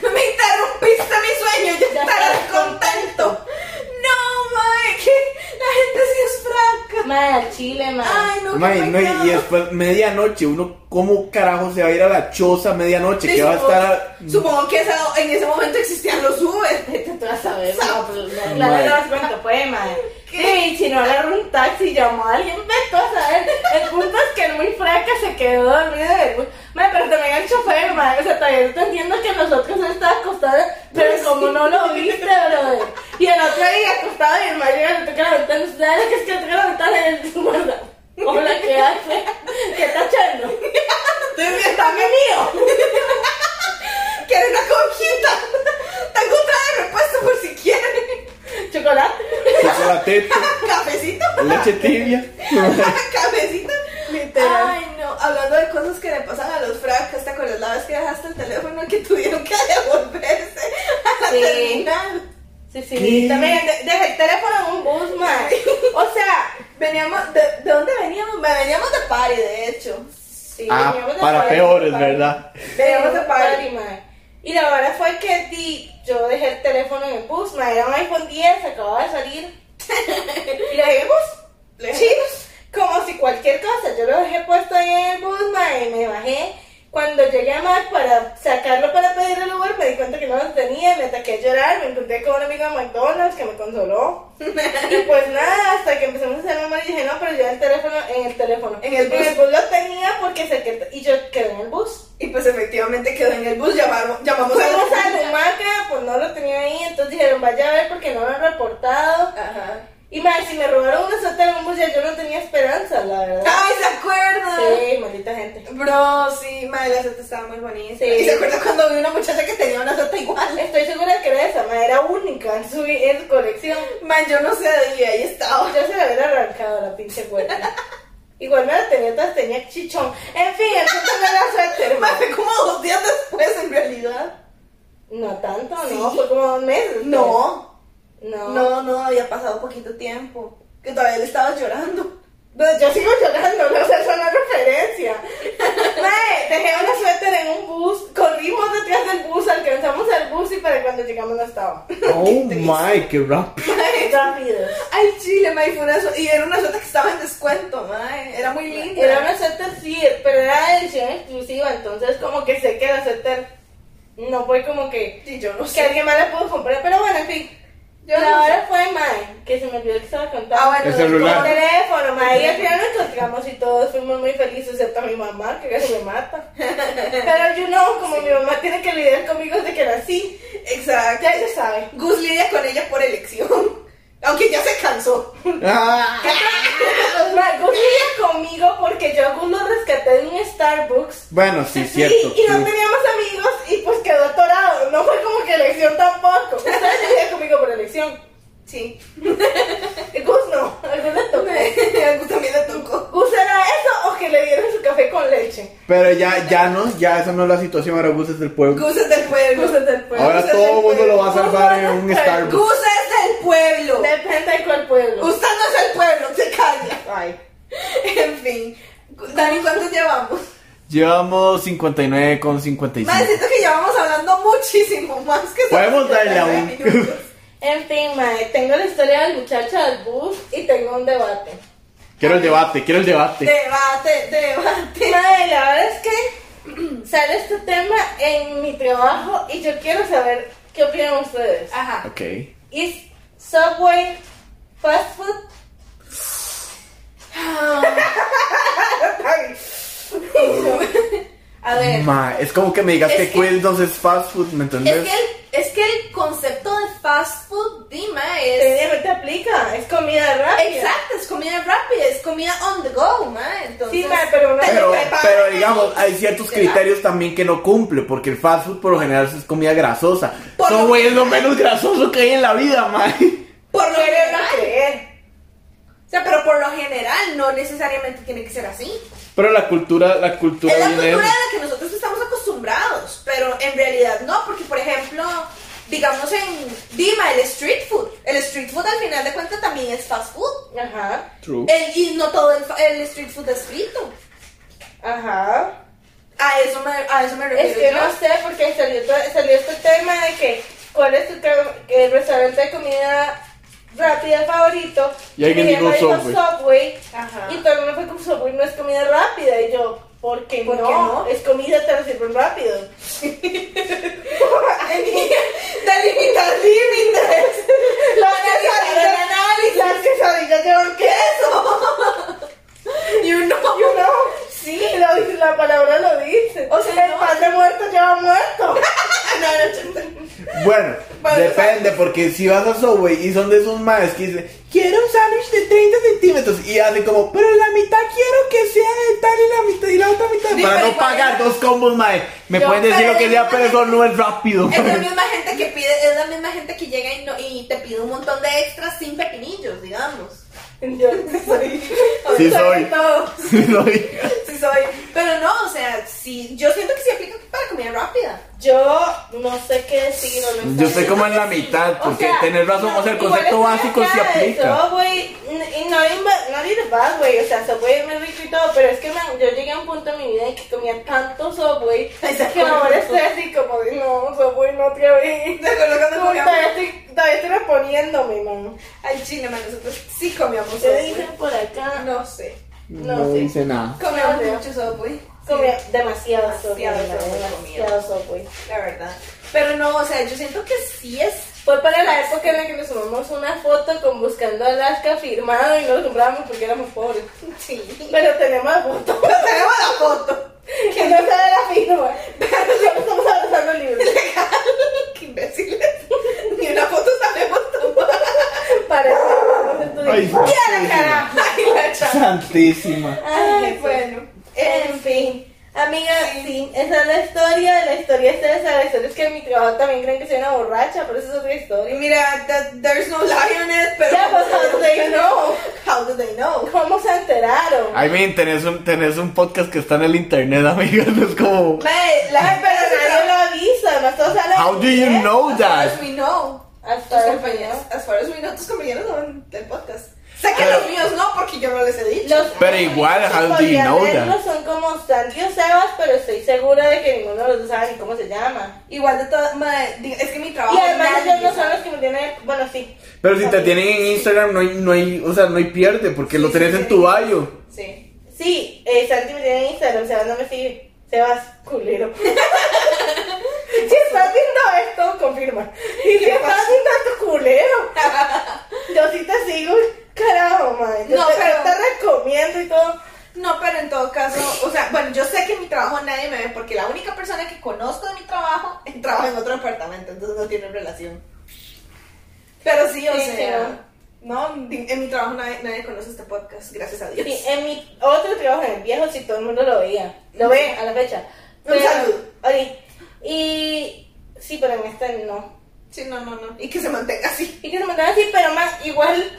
[SPEAKER 2] ¡Me interrumpiste mi sueño! ¡Yo
[SPEAKER 3] Ya
[SPEAKER 2] estarás
[SPEAKER 3] estás
[SPEAKER 2] contento! ¡No, mae! ¡Que la gente sí es franca!
[SPEAKER 3] Madre, al chile, madre.
[SPEAKER 2] ¡Ay, no! qué
[SPEAKER 4] Mae, no, y- y
[SPEAKER 2] pecado.
[SPEAKER 4] después, medianoche, uno, ¿cómo carajo se va a ir a la choza a medianoche?
[SPEAKER 2] Sí,
[SPEAKER 4] que va a
[SPEAKER 2] supongo-
[SPEAKER 4] estar.
[SPEAKER 2] Supongo que esa- en ese momento existían los Uber.
[SPEAKER 3] Vete tú a saber, no, pues, la- la
[SPEAKER 4] Madre.
[SPEAKER 3] verdad es cuando puede, pues, madre. Sí, si no agarró un taxi y llamó a alguien, vete tú a saber. El punto es que el muy fraca se quedó dormida del bus. Madre, pero también el chofer, madre, o sea, todavía no te entiendo que nosotros no estaba acostados, pero como no lo viste, brother. Y el otro día acostado y el madre llega, le toca la ventana, ¿sabes lo que es que le toca la ventana y el guarda? Hola, ¿qué hace? ¿Qué está echando?
[SPEAKER 2] ¡Dame mío! ¡Quiere una coquita! Tengo otra de repuesto por si quiere.
[SPEAKER 3] ¿Chocolate?
[SPEAKER 4] Chocolatete,
[SPEAKER 2] ¿Cafecito?
[SPEAKER 4] leche tibia.
[SPEAKER 2] Cafecito.
[SPEAKER 3] Literal.
[SPEAKER 2] Ay, no. Hablando de cosas que le pasan a los fracas, ¿te acuerdas la vez que dejaste el teléfono que tuvieron que devolverse a la
[SPEAKER 3] Sí.
[SPEAKER 2] terminal?
[SPEAKER 3] Sí, sí.
[SPEAKER 4] ¿Qué?
[SPEAKER 3] También de- deja el teléfono en un bus, madre.
[SPEAKER 2] O sea, veníamos. ¿De, de dónde veníamos? Me veníamos de Pari, de hecho.
[SPEAKER 3] Sí,
[SPEAKER 4] Ah,
[SPEAKER 3] veníamos de
[SPEAKER 4] para
[SPEAKER 3] París,
[SPEAKER 4] peores,
[SPEAKER 3] París.
[SPEAKER 4] ¿verdad?
[SPEAKER 3] Veníamos de París, madre. Y la verdad fue que di, yo dejé el teléfono en el bus, madre. Era un iPhone 10, acababa de salir. y lo dejé en el bus. Sí, como si cualquier cosa. Yo lo dejé puesto ahí en el bus, madre. Me bajé. Cuando llegué a Mac para sacarlo para pedirle el lugar, me di cuenta que no lo tenía. Me ataqué a llorar. Me encontré con una amiga de McDonald's que me consoló. Y pues nada, hasta que empezamos a hacer memoria dije, no, pero yo el teléfono, en el teléfono,
[SPEAKER 2] En el bus.
[SPEAKER 3] lo tenía porque sé que, y yo quedé en el bus.
[SPEAKER 2] Y pues efectivamente quedó en el bus, llamamos, llamamos a
[SPEAKER 3] Fuimos a
[SPEAKER 2] la
[SPEAKER 3] Lumaca, pues no lo tenía ahí, entonces dijeron, vaya a ver porque no lo han reportado.
[SPEAKER 2] Ajá.
[SPEAKER 3] Y más, si me robaron una suerte en un bus, ya yo no tenía esperanza, la verdad.
[SPEAKER 2] ¡Ay, se acuerda!
[SPEAKER 3] Sí, maldita gente.
[SPEAKER 2] Bro, sí, madre, la sota estaba muy bonita.
[SPEAKER 3] Sí.
[SPEAKER 2] ¿Y se acuerda cuando vi una muchacha que tenía una sota igual?
[SPEAKER 3] Estoy segura que era esa, madre, era única en su, en su colección.
[SPEAKER 2] Man, yo no sé, y ahí estaba.
[SPEAKER 3] Yo se la hubiera arrancado la pinche puerta. Igual me la tenía, todas tenía chichón. En fin, el punto no era suerte,
[SPEAKER 2] Más fue como dos días después, en realidad.
[SPEAKER 3] No tanto,
[SPEAKER 2] Sí.
[SPEAKER 3] no, fue como dos meses. pues.
[SPEAKER 2] No,
[SPEAKER 3] no, no.
[SPEAKER 2] no, no, había pasado poquito tiempo. Que todavía le estaba llorando.
[SPEAKER 3] Pero Pues yo sigo llorando, no sé, es una referencia. Mae, dejé una suéter en un bus, corrimos detrás del bus, alcanzamos al bus y para cuando llegamos no estaba.
[SPEAKER 4] Oh my, qué rápido.
[SPEAKER 3] Rápido.
[SPEAKER 2] Ay, chile, mae, fue una so- Y era una sota que estaba en descuento, mae. Era muy linda.
[SPEAKER 3] Era una suéter, sí, pero era de edición exclusiva, entonces como que sé que la suéter no fue como que,
[SPEAKER 2] Sí, yo no
[SPEAKER 3] que
[SPEAKER 2] sé.
[SPEAKER 3] alguien más la pudo comprar, pero bueno, en fin.
[SPEAKER 2] Yo
[SPEAKER 3] la
[SPEAKER 2] no sé.
[SPEAKER 3] hora fue Mae, que se me olvidó que estaba contando.
[SPEAKER 2] Ah, bueno,
[SPEAKER 4] El celular.
[SPEAKER 2] como-
[SPEAKER 3] Por teléfono, ma, y al final nos encontramos y todos fuimos muy felices, excepto a mi mamá, que casi me mata. Pero yo no, como mi mamá tiene que lidiar conmigo desde que nací,
[SPEAKER 2] Exacto.
[SPEAKER 3] ya se sabe.
[SPEAKER 2] Gus lidia con ella por elección. Aunque ya se cansó.
[SPEAKER 4] Ah,
[SPEAKER 3] Ma, Gus lidia conmigo porque yo a Gus lo rescaté de un Starbucks.
[SPEAKER 4] bueno, sí, cierto.
[SPEAKER 3] y no
[SPEAKER 4] sí.
[SPEAKER 3] teníamos amigos y pues quedó atorado. No fue como que elección tampoco. Ustedes lidian conmigo por elección.
[SPEAKER 2] Sí.
[SPEAKER 3] Gus no, a Gus le tocó.
[SPEAKER 2] A Gus también le tocó.
[SPEAKER 3] Gus era eso o que le dieron su café con leche.
[SPEAKER 4] Pero ya, ya no, ya esa no es la situación. Ahora Gus es del pueblo.
[SPEAKER 2] Gus es del pueblo.
[SPEAKER 3] Gus es del pueblo.
[SPEAKER 4] Ahora
[SPEAKER 2] Gus es
[SPEAKER 4] todo
[SPEAKER 2] del
[SPEAKER 4] el mundo lo va a
[SPEAKER 3] pues, pueblo.
[SPEAKER 4] salvar en un
[SPEAKER 3] Gus
[SPEAKER 4] Starbucks.
[SPEAKER 2] Gus es del pueblo.
[SPEAKER 3] Depende de cuál pueblo.
[SPEAKER 2] Usted no es el pueblo, se calla.
[SPEAKER 3] Ay.
[SPEAKER 2] En fin. Dani, ¿cuántos llevamos?
[SPEAKER 4] Llevamos 59 con
[SPEAKER 2] Madre,
[SPEAKER 4] 55.
[SPEAKER 2] siento que llevamos hablando muchísimo más que
[SPEAKER 4] Podemos darle a
[SPEAKER 2] 59
[SPEAKER 4] un-
[SPEAKER 2] minutos.
[SPEAKER 3] En fin, mae, tengo la historia del muchacho del bus y tengo un debate.
[SPEAKER 4] Quiero el debate, quiero el debate.
[SPEAKER 2] Debate, debate.
[SPEAKER 3] Mae, la verdad es que sale este tema en mi trabajo y yo quiero saber qué opinan ustedes.
[SPEAKER 2] Ajá.
[SPEAKER 4] Ok.
[SPEAKER 3] ¿Is Subway fast food?
[SPEAKER 2] Ah. A ver.
[SPEAKER 4] Ma, es como que me digas
[SPEAKER 2] Es
[SPEAKER 4] que
[SPEAKER 2] que-
[SPEAKER 4] Quildos es fast food, ¿me
[SPEAKER 2] Es
[SPEAKER 4] entendés?
[SPEAKER 2] que, el, es que el concepto de fast food, di, mae. es-
[SPEAKER 3] Eh, Te digo, te aplica, es comida rápida.
[SPEAKER 2] Exacto, es comida rápida, es comida on the go, mae. Entonces,
[SPEAKER 3] Sí, mae, pero una-
[SPEAKER 2] te lo
[SPEAKER 4] Pero,
[SPEAKER 2] preparan
[SPEAKER 4] pero
[SPEAKER 2] ahí.
[SPEAKER 4] digamos, hay ciertos
[SPEAKER 2] ¿Verdad?
[SPEAKER 4] criterios también que no cumple, porque el fast food por lo general es comida grasosa.
[SPEAKER 2] Por
[SPEAKER 4] No,
[SPEAKER 2] lo
[SPEAKER 4] güey, es lo menos grasoso que hay en la vida, man.
[SPEAKER 2] Por lo
[SPEAKER 3] Quieren no
[SPEAKER 2] general.
[SPEAKER 3] creer.
[SPEAKER 2] O sea, pero por lo general no necesariamente tiene que ser así.
[SPEAKER 4] Pero la cultura, la cultura
[SPEAKER 2] Es la
[SPEAKER 4] viene de-
[SPEAKER 2] cultura a la que nosotros estamos acostumbrados, pero en realidad no, porque por ejemplo, digamos en Dima, el street food, el street food al final de cuentas también es fast food.
[SPEAKER 3] Ajá,
[SPEAKER 4] True.
[SPEAKER 2] El- y no todo el, fa- el street food es frito.
[SPEAKER 3] ajá.
[SPEAKER 2] A eso me, a eso me refiero.
[SPEAKER 3] Es que
[SPEAKER 2] yo.
[SPEAKER 3] no sé, porque salió, to- salió este tema de que cuál es tu ca- el restaurante de comida rápida favorito.
[SPEAKER 4] Y alguien
[SPEAKER 3] mi
[SPEAKER 4] dijo
[SPEAKER 3] mamá
[SPEAKER 4] Subway.
[SPEAKER 3] Subway.
[SPEAKER 2] Ajá.
[SPEAKER 3] Y todo el mundo fue como Subway no es comida rápida. Y yo, ¿por qué
[SPEAKER 2] ¿Por
[SPEAKER 3] no?
[SPEAKER 2] qué no?
[SPEAKER 3] Es comida, te la sirven rápido.
[SPEAKER 2] Delimitar límites.
[SPEAKER 3] Las
[SPEAKER 2] quesadillas-
[SPEAKER 3] Las quesadillas llevan queso.
[SPEAKER 2] Y uno.
[SPEAKER 3] Y uno, sí, lo dice, la palabra lo dice.
[SPEAKER 2] O sea,
[SPEAKER 3] el
[SPEAKER 2] no.
[SPEAKER 3] pan de muerto lleva muerto.
[SPEAKER 4] Bueno,
[SPEAKER 3] Bueno,
[SPEAKER 4] depende, porque si vas a Subway y son de esos maes que dicen, quiero un sándwich de 30 centímetros, y hacen como, pero la mitad quiero que sea de tal y la mitad y la otra mitad.
[SPEAKER 2] Sí,
[SPEAKER 4] para
[SPEAKER 2] pero
[SPEAKER 4] no
[SPEAKER 2] igual-
[SPEAKER 4] pagar dos combos, mae. Me
[SPEAKER 2] Yo-
[SPEAKER 4] pueden decir
[SPEAKER 2] pero
[SPEAKER 4] lo que
[SPEAKER 2] es
[SPEAKER 4] sea,
[SPEAKER 2] una-
[SPEAKER 4] pero eso no es rápido.
[SPEAKER 2] Es la
[SPEAKER 4] mae.
[SPEAKER 2] misma gente que pide, es la misma gente que llega y, no- y te pide un montón de extras sin pepinillos, digamos.
[SPEAKER 3] Yo soy.
[SPEAKER 2] Sobre
[SPEAKER 4] Sí soy.
[SPEAKER 2] todo.
[SPEAKER 4] No, y-
[SPEAKER 2] Sí soy. Pero no, o sea, sí, yo siento que sí aplica para comida rápida.
[SPEAKER 3] Yo no sé qué decir, honestamente.
[SPEAKER 4] Yo estoy como en la mitad, porque tenés razón, o sea, el concepto básico sí aplica.
[SPEAKER 3] No, güey, y no in ba- not in a bad way, o sea, Subway es muy rico y todo, pero es que man, yo llegué a un punto en mi vida en que comía tanto Subway
[SPEAKER 2] Exacto.
[SPEAKER 3] que ahora estoy así como de, no, Subway no te oí.
[SPEAKER 2] ¿Te acuerdas cuando comíamos?
[SPEAKER 3] Todavía estoy, todavía estoy reponiéndome, man.
[SPEAKER 2] Al chile, man, nosotros sí comíamos
[SPEAKER 3] ¿Qué dicen
[SPEAKER 2] Subway.
[SPEAKER 3] por acá?
[SPEAKER 2] No sé.
[SPEAKER 3] No,
[SPEAKER 4] No
[SPEAKER 3] sí.
[SPEAKER 4] dice nada.
[SPEAKER 2] Comíamos
[SPEAKER 3] No, no.
[SPEAKER 2] mucho Subway.
[SPEAKER 3] Comía demasiado Subway,
[SPEAKER 2] Demasiado
[SPEAKER 3] man,
[SPEAKER 2] Subway
[SPEAKER 3] demasiado Subway.
[SPEAKER 2] Sí, la verdad. Pero no, o sea, yo siento que sí es
[SPEAKER 3] Fue para la época en la que nos tomamos una foto con Buscando Alaska firmado y no lo compramos porque éramos pobres.
[SPEAKER 2] Sí.
[SPEAKER 3] Pero tenemos la foto.
[SPEAKER 2] Tenemos la foto.
[SPEAKER 3] Que no sabe la firma. Pero solo estamos abrazando libros.
[SPEAKER 2] Qué imbéciles. Ni una foto sabemos tomar.
[SPEAKER 3] Para eso estamos estudiando.
[SPEAKER 4] Ay, santísima.
[SPEAKER 2] Ay, la chava.
[SPEAKER 4] Santísima.
[SPEAKER 3] Ay,
[SPEAKER 2] Ay, pues, bueno.
[SPEAKER 3] En fin. Amiga, sí, esa es la historia. La historia es esa. La historia es que en mi trabajo también creen que soy una borracha, pero eso es otra historia.
[SPEAKER 2] Mira, that- there's no lioness, pero.
[SPEAKER 3] Ya, but how do they know?
[SPEAKER 2] How do they know?
[SPEAKER 3] ¿Cómo se enteraron?
[SPEAKER 4] I mean, tenés un, tenés un podcast que está en el internet, amigas. Es como,
[SPEAKER 2] Mae,
[SPEAKER 3] Ay,
[SPEAKER 2] la
[SPEAKER 3] pero nadie lo avisa. No todos hablan
[SPEAKER 4] how do you
[SPEAKER 3] inglés.
[SPEAKER 4] know
[SPEAKER 2] As far
[SPEAKER 4] that?
[SPEAKER 2] as we know. Tus
[SPEAKER 3] Hasta ahora,
[SPEAKER 2] compañeros. As far as we know, tus compañeros son del podcast. Sé que
[SPEAKER 4] Pero-
[SPEAKER 2] los míos no, porque yo no les he dicho.
[SPEAKER 3] Los
[SPEAKER 4] Pero igual,
[SPEAKER 3] únicos
[SPEAKER 4] how
[SPEAKER 3] que
[SPEAKER 4] do you
[SPEAKER 3] podrían
[SPEAKER 4] know
[SPEAKER 3] verlo
[SPEAKER 4] that?
[SPEAKER 3] Son como Santi o Sebas, pero estoy segura de que ninguno de los dos sabe ni cómo se llama.
[SPEAKER 2] Igual de todas. mae, diga- Es que mi trabajo.
[SPEAKER 3] Y además
[SPEAKER 2] nadie
[SPEAKER 3] ellos no son
[SPEAKER 2] sabe.
[SPEAKER 3] los que me tienen... Bueno, sí.
[SPEAKER 4] Pero si te tienen en Instagram, no hay, no hay, o sea, no hay pierde, porque lo
[SPEAKER 2] Sí,
[SPEAKER 4] tenés
[SPEAKER 2] sí,
[SPEAKER 4] en
[SPEAKER 2] sí.
[SPEAKER 4] tu bio.
[SPEAKER 2] Sí.
[SPEAKER 3] Sí, eh, Santi me tiene en Instagram, Sebas no me sigue. Sebas, culero. si estás viendo esto, confirma. Y si estás viendo esto, culero. Yo sí te sigo, carajo, man. Yo
[SPEAKER 2] No,
[SPEAKER 3] te,
[SPEAKER 2] pero-
[SPEAKER 3] yo te recomiendo y todo.
[SPEAKER 2] No, pero en todo caso, o sea, bueno, yo sé que en mi trabajo nadie me ve porque la única persona que conozco de mi trabajo eh, trabaja en otro departamento, entonces no tienen relación. Pero sí, o
[SPEAKER 3] Sí,
[SPEAKER 2] sea, no, di- en mi trabajo nadie, nadie conoce este podcast, gracias a Dios.
[SPEAKER 3] Sí, en mi otro trabajo, en el viejo, sí todo el mundo lo veía. Lo ve a la fecha.
[SPEAKER 2] Un saludo.
[SPEAKER 3] oye, y sí, pero en este no.
[SPEAKER 2] Sí, no, no, no. Y que se mantenga así.
[SPEAKER 3] Y que se mandaban así, pero más igual.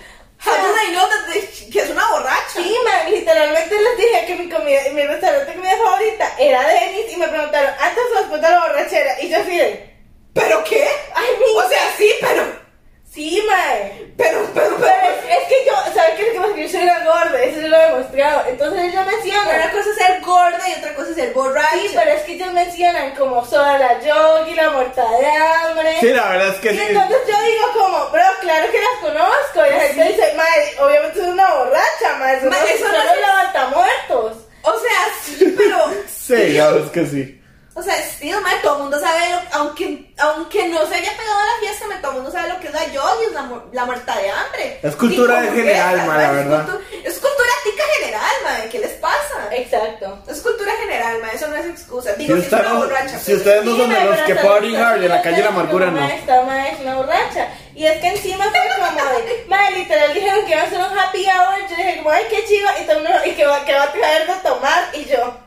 [SPEAKER 2] How do
[SPEAKER 3] o sea,
[SPEAKER 2] they know that they- que es una borracha?
[SPEAKER 3] Sí, man, literalmente les dije que mi comida, mi restaurante de comida favorita era Denis y me preguntaron, ¿antes o después de la borrachera? Y yo así de,
[SPEAKER 2] ¿Pero qué?
[SPEAKER 3] ay, mi,
[SPEAKER 2] O sea, sí, pero,
[SPEAKER 3] sí, man.
[SPEAKER 2] pero, pero,
[SPEAKER 3] Pero
[SPEAKER 2] pero.
[SPEAKER 3] es, es que yo, ¿sabes qué es lo que pasa? Que yo soy una gorda, eso yo lo he demostrado. Entonces ellos
[SPEAKER 2] Una
[SPEAKER 3] mencionan,
[SPEAKER 2] cosa es ser gorda y otra cosa es ser borracha.
[SPEAKER 3] sí, pero es que ellos mencionan como soda la yogi, la muerta de hambre.
[SPEAKER 4] Sí, la verdad es que
[SPEAKER 3] Y
[SPEAKER 4] sí.
[SPEAKER 3] entonces yo digo como, bro, claro que las conozco. Y la
[SPEAKER 4] Ah,
[SPEAKER 3] gente dice, madre, obviamente es una borracha, madre. Son
[SPEAKER 2] Madre,
[SPEAKER 3] los-
[SPEAKER 2] eso
[SPEAKER 3] son
[SPEAKER 2] no
[SPEAKER 3] los
[SPEAKER 2] es-
[SPEAKER 3] levantamuertos.
[SPEAKER 2] O sea, sí, pero.
[SPEAKER 4] Sí, la verdad es que sí.
[SPEAKER 2] O sea, sí, mae, todo el mundo sabe, lo- aunque, aunque no se haya pegado a la fiesta, mae, todo el mundo sabe lo que es la yogi, es la, mu- la muerta de hambre.
[SPEAKER 4] Es cultura
[SPEAKER 2] Y como
[SPEAKER 4] general,
[SPEAKER 2] fiesta,
[SPEAKER 4] mae,
[SPEAKER 2] mae,
[SPEAKER 4] la
[SPEAKER 2] es
[SPEAKER 4] verdad.
[SPEAKER 2] cultu- Es, cultura tica general, mae, ¿qué les pasa?
[SPEAKER 3] Exacto.
[SPEAKER 2] Es cultura general, mae, eso no es excusa.
[SPEAKER 4] Si,
[SPEAKER 2] Digo, si es
[SPEAKER 4] usted
[SPEAKER 2] una
[SPEAKER 4] no-
[SPEAKER 2] borracha.
[SPEAKER 4] si
[SPEAKER 2] pero-
[SPEAKER 4] ustedes no
[SPEAKER 3] Sí,
[SPEAKER 4] son de
[SPEAKER 3] madre,
[SPEAKER 4] los
[SPEAKER 3] pero
[SPEAKER 4] que
[SPEAKER 3] hasta
[SPEAKER 4] party
[SPEAKER 3] ahorita
[SPEAKER 4] hard en la
[SPEAKER 3] yo
[SPEAKER 4] calle de la
[SPEAKER 3] digo,
[SPEAKER 4] amargura, no.
[SPEAKER 3] "Madre, Esta madre es una borracha. Y es que encima fue como de, madre, literal dijeron que iba a hacer un happy hour. Yo dije, como, ay, qué chiva. Y todo el mundo, y que va, que va a traer de tomar. Y yo,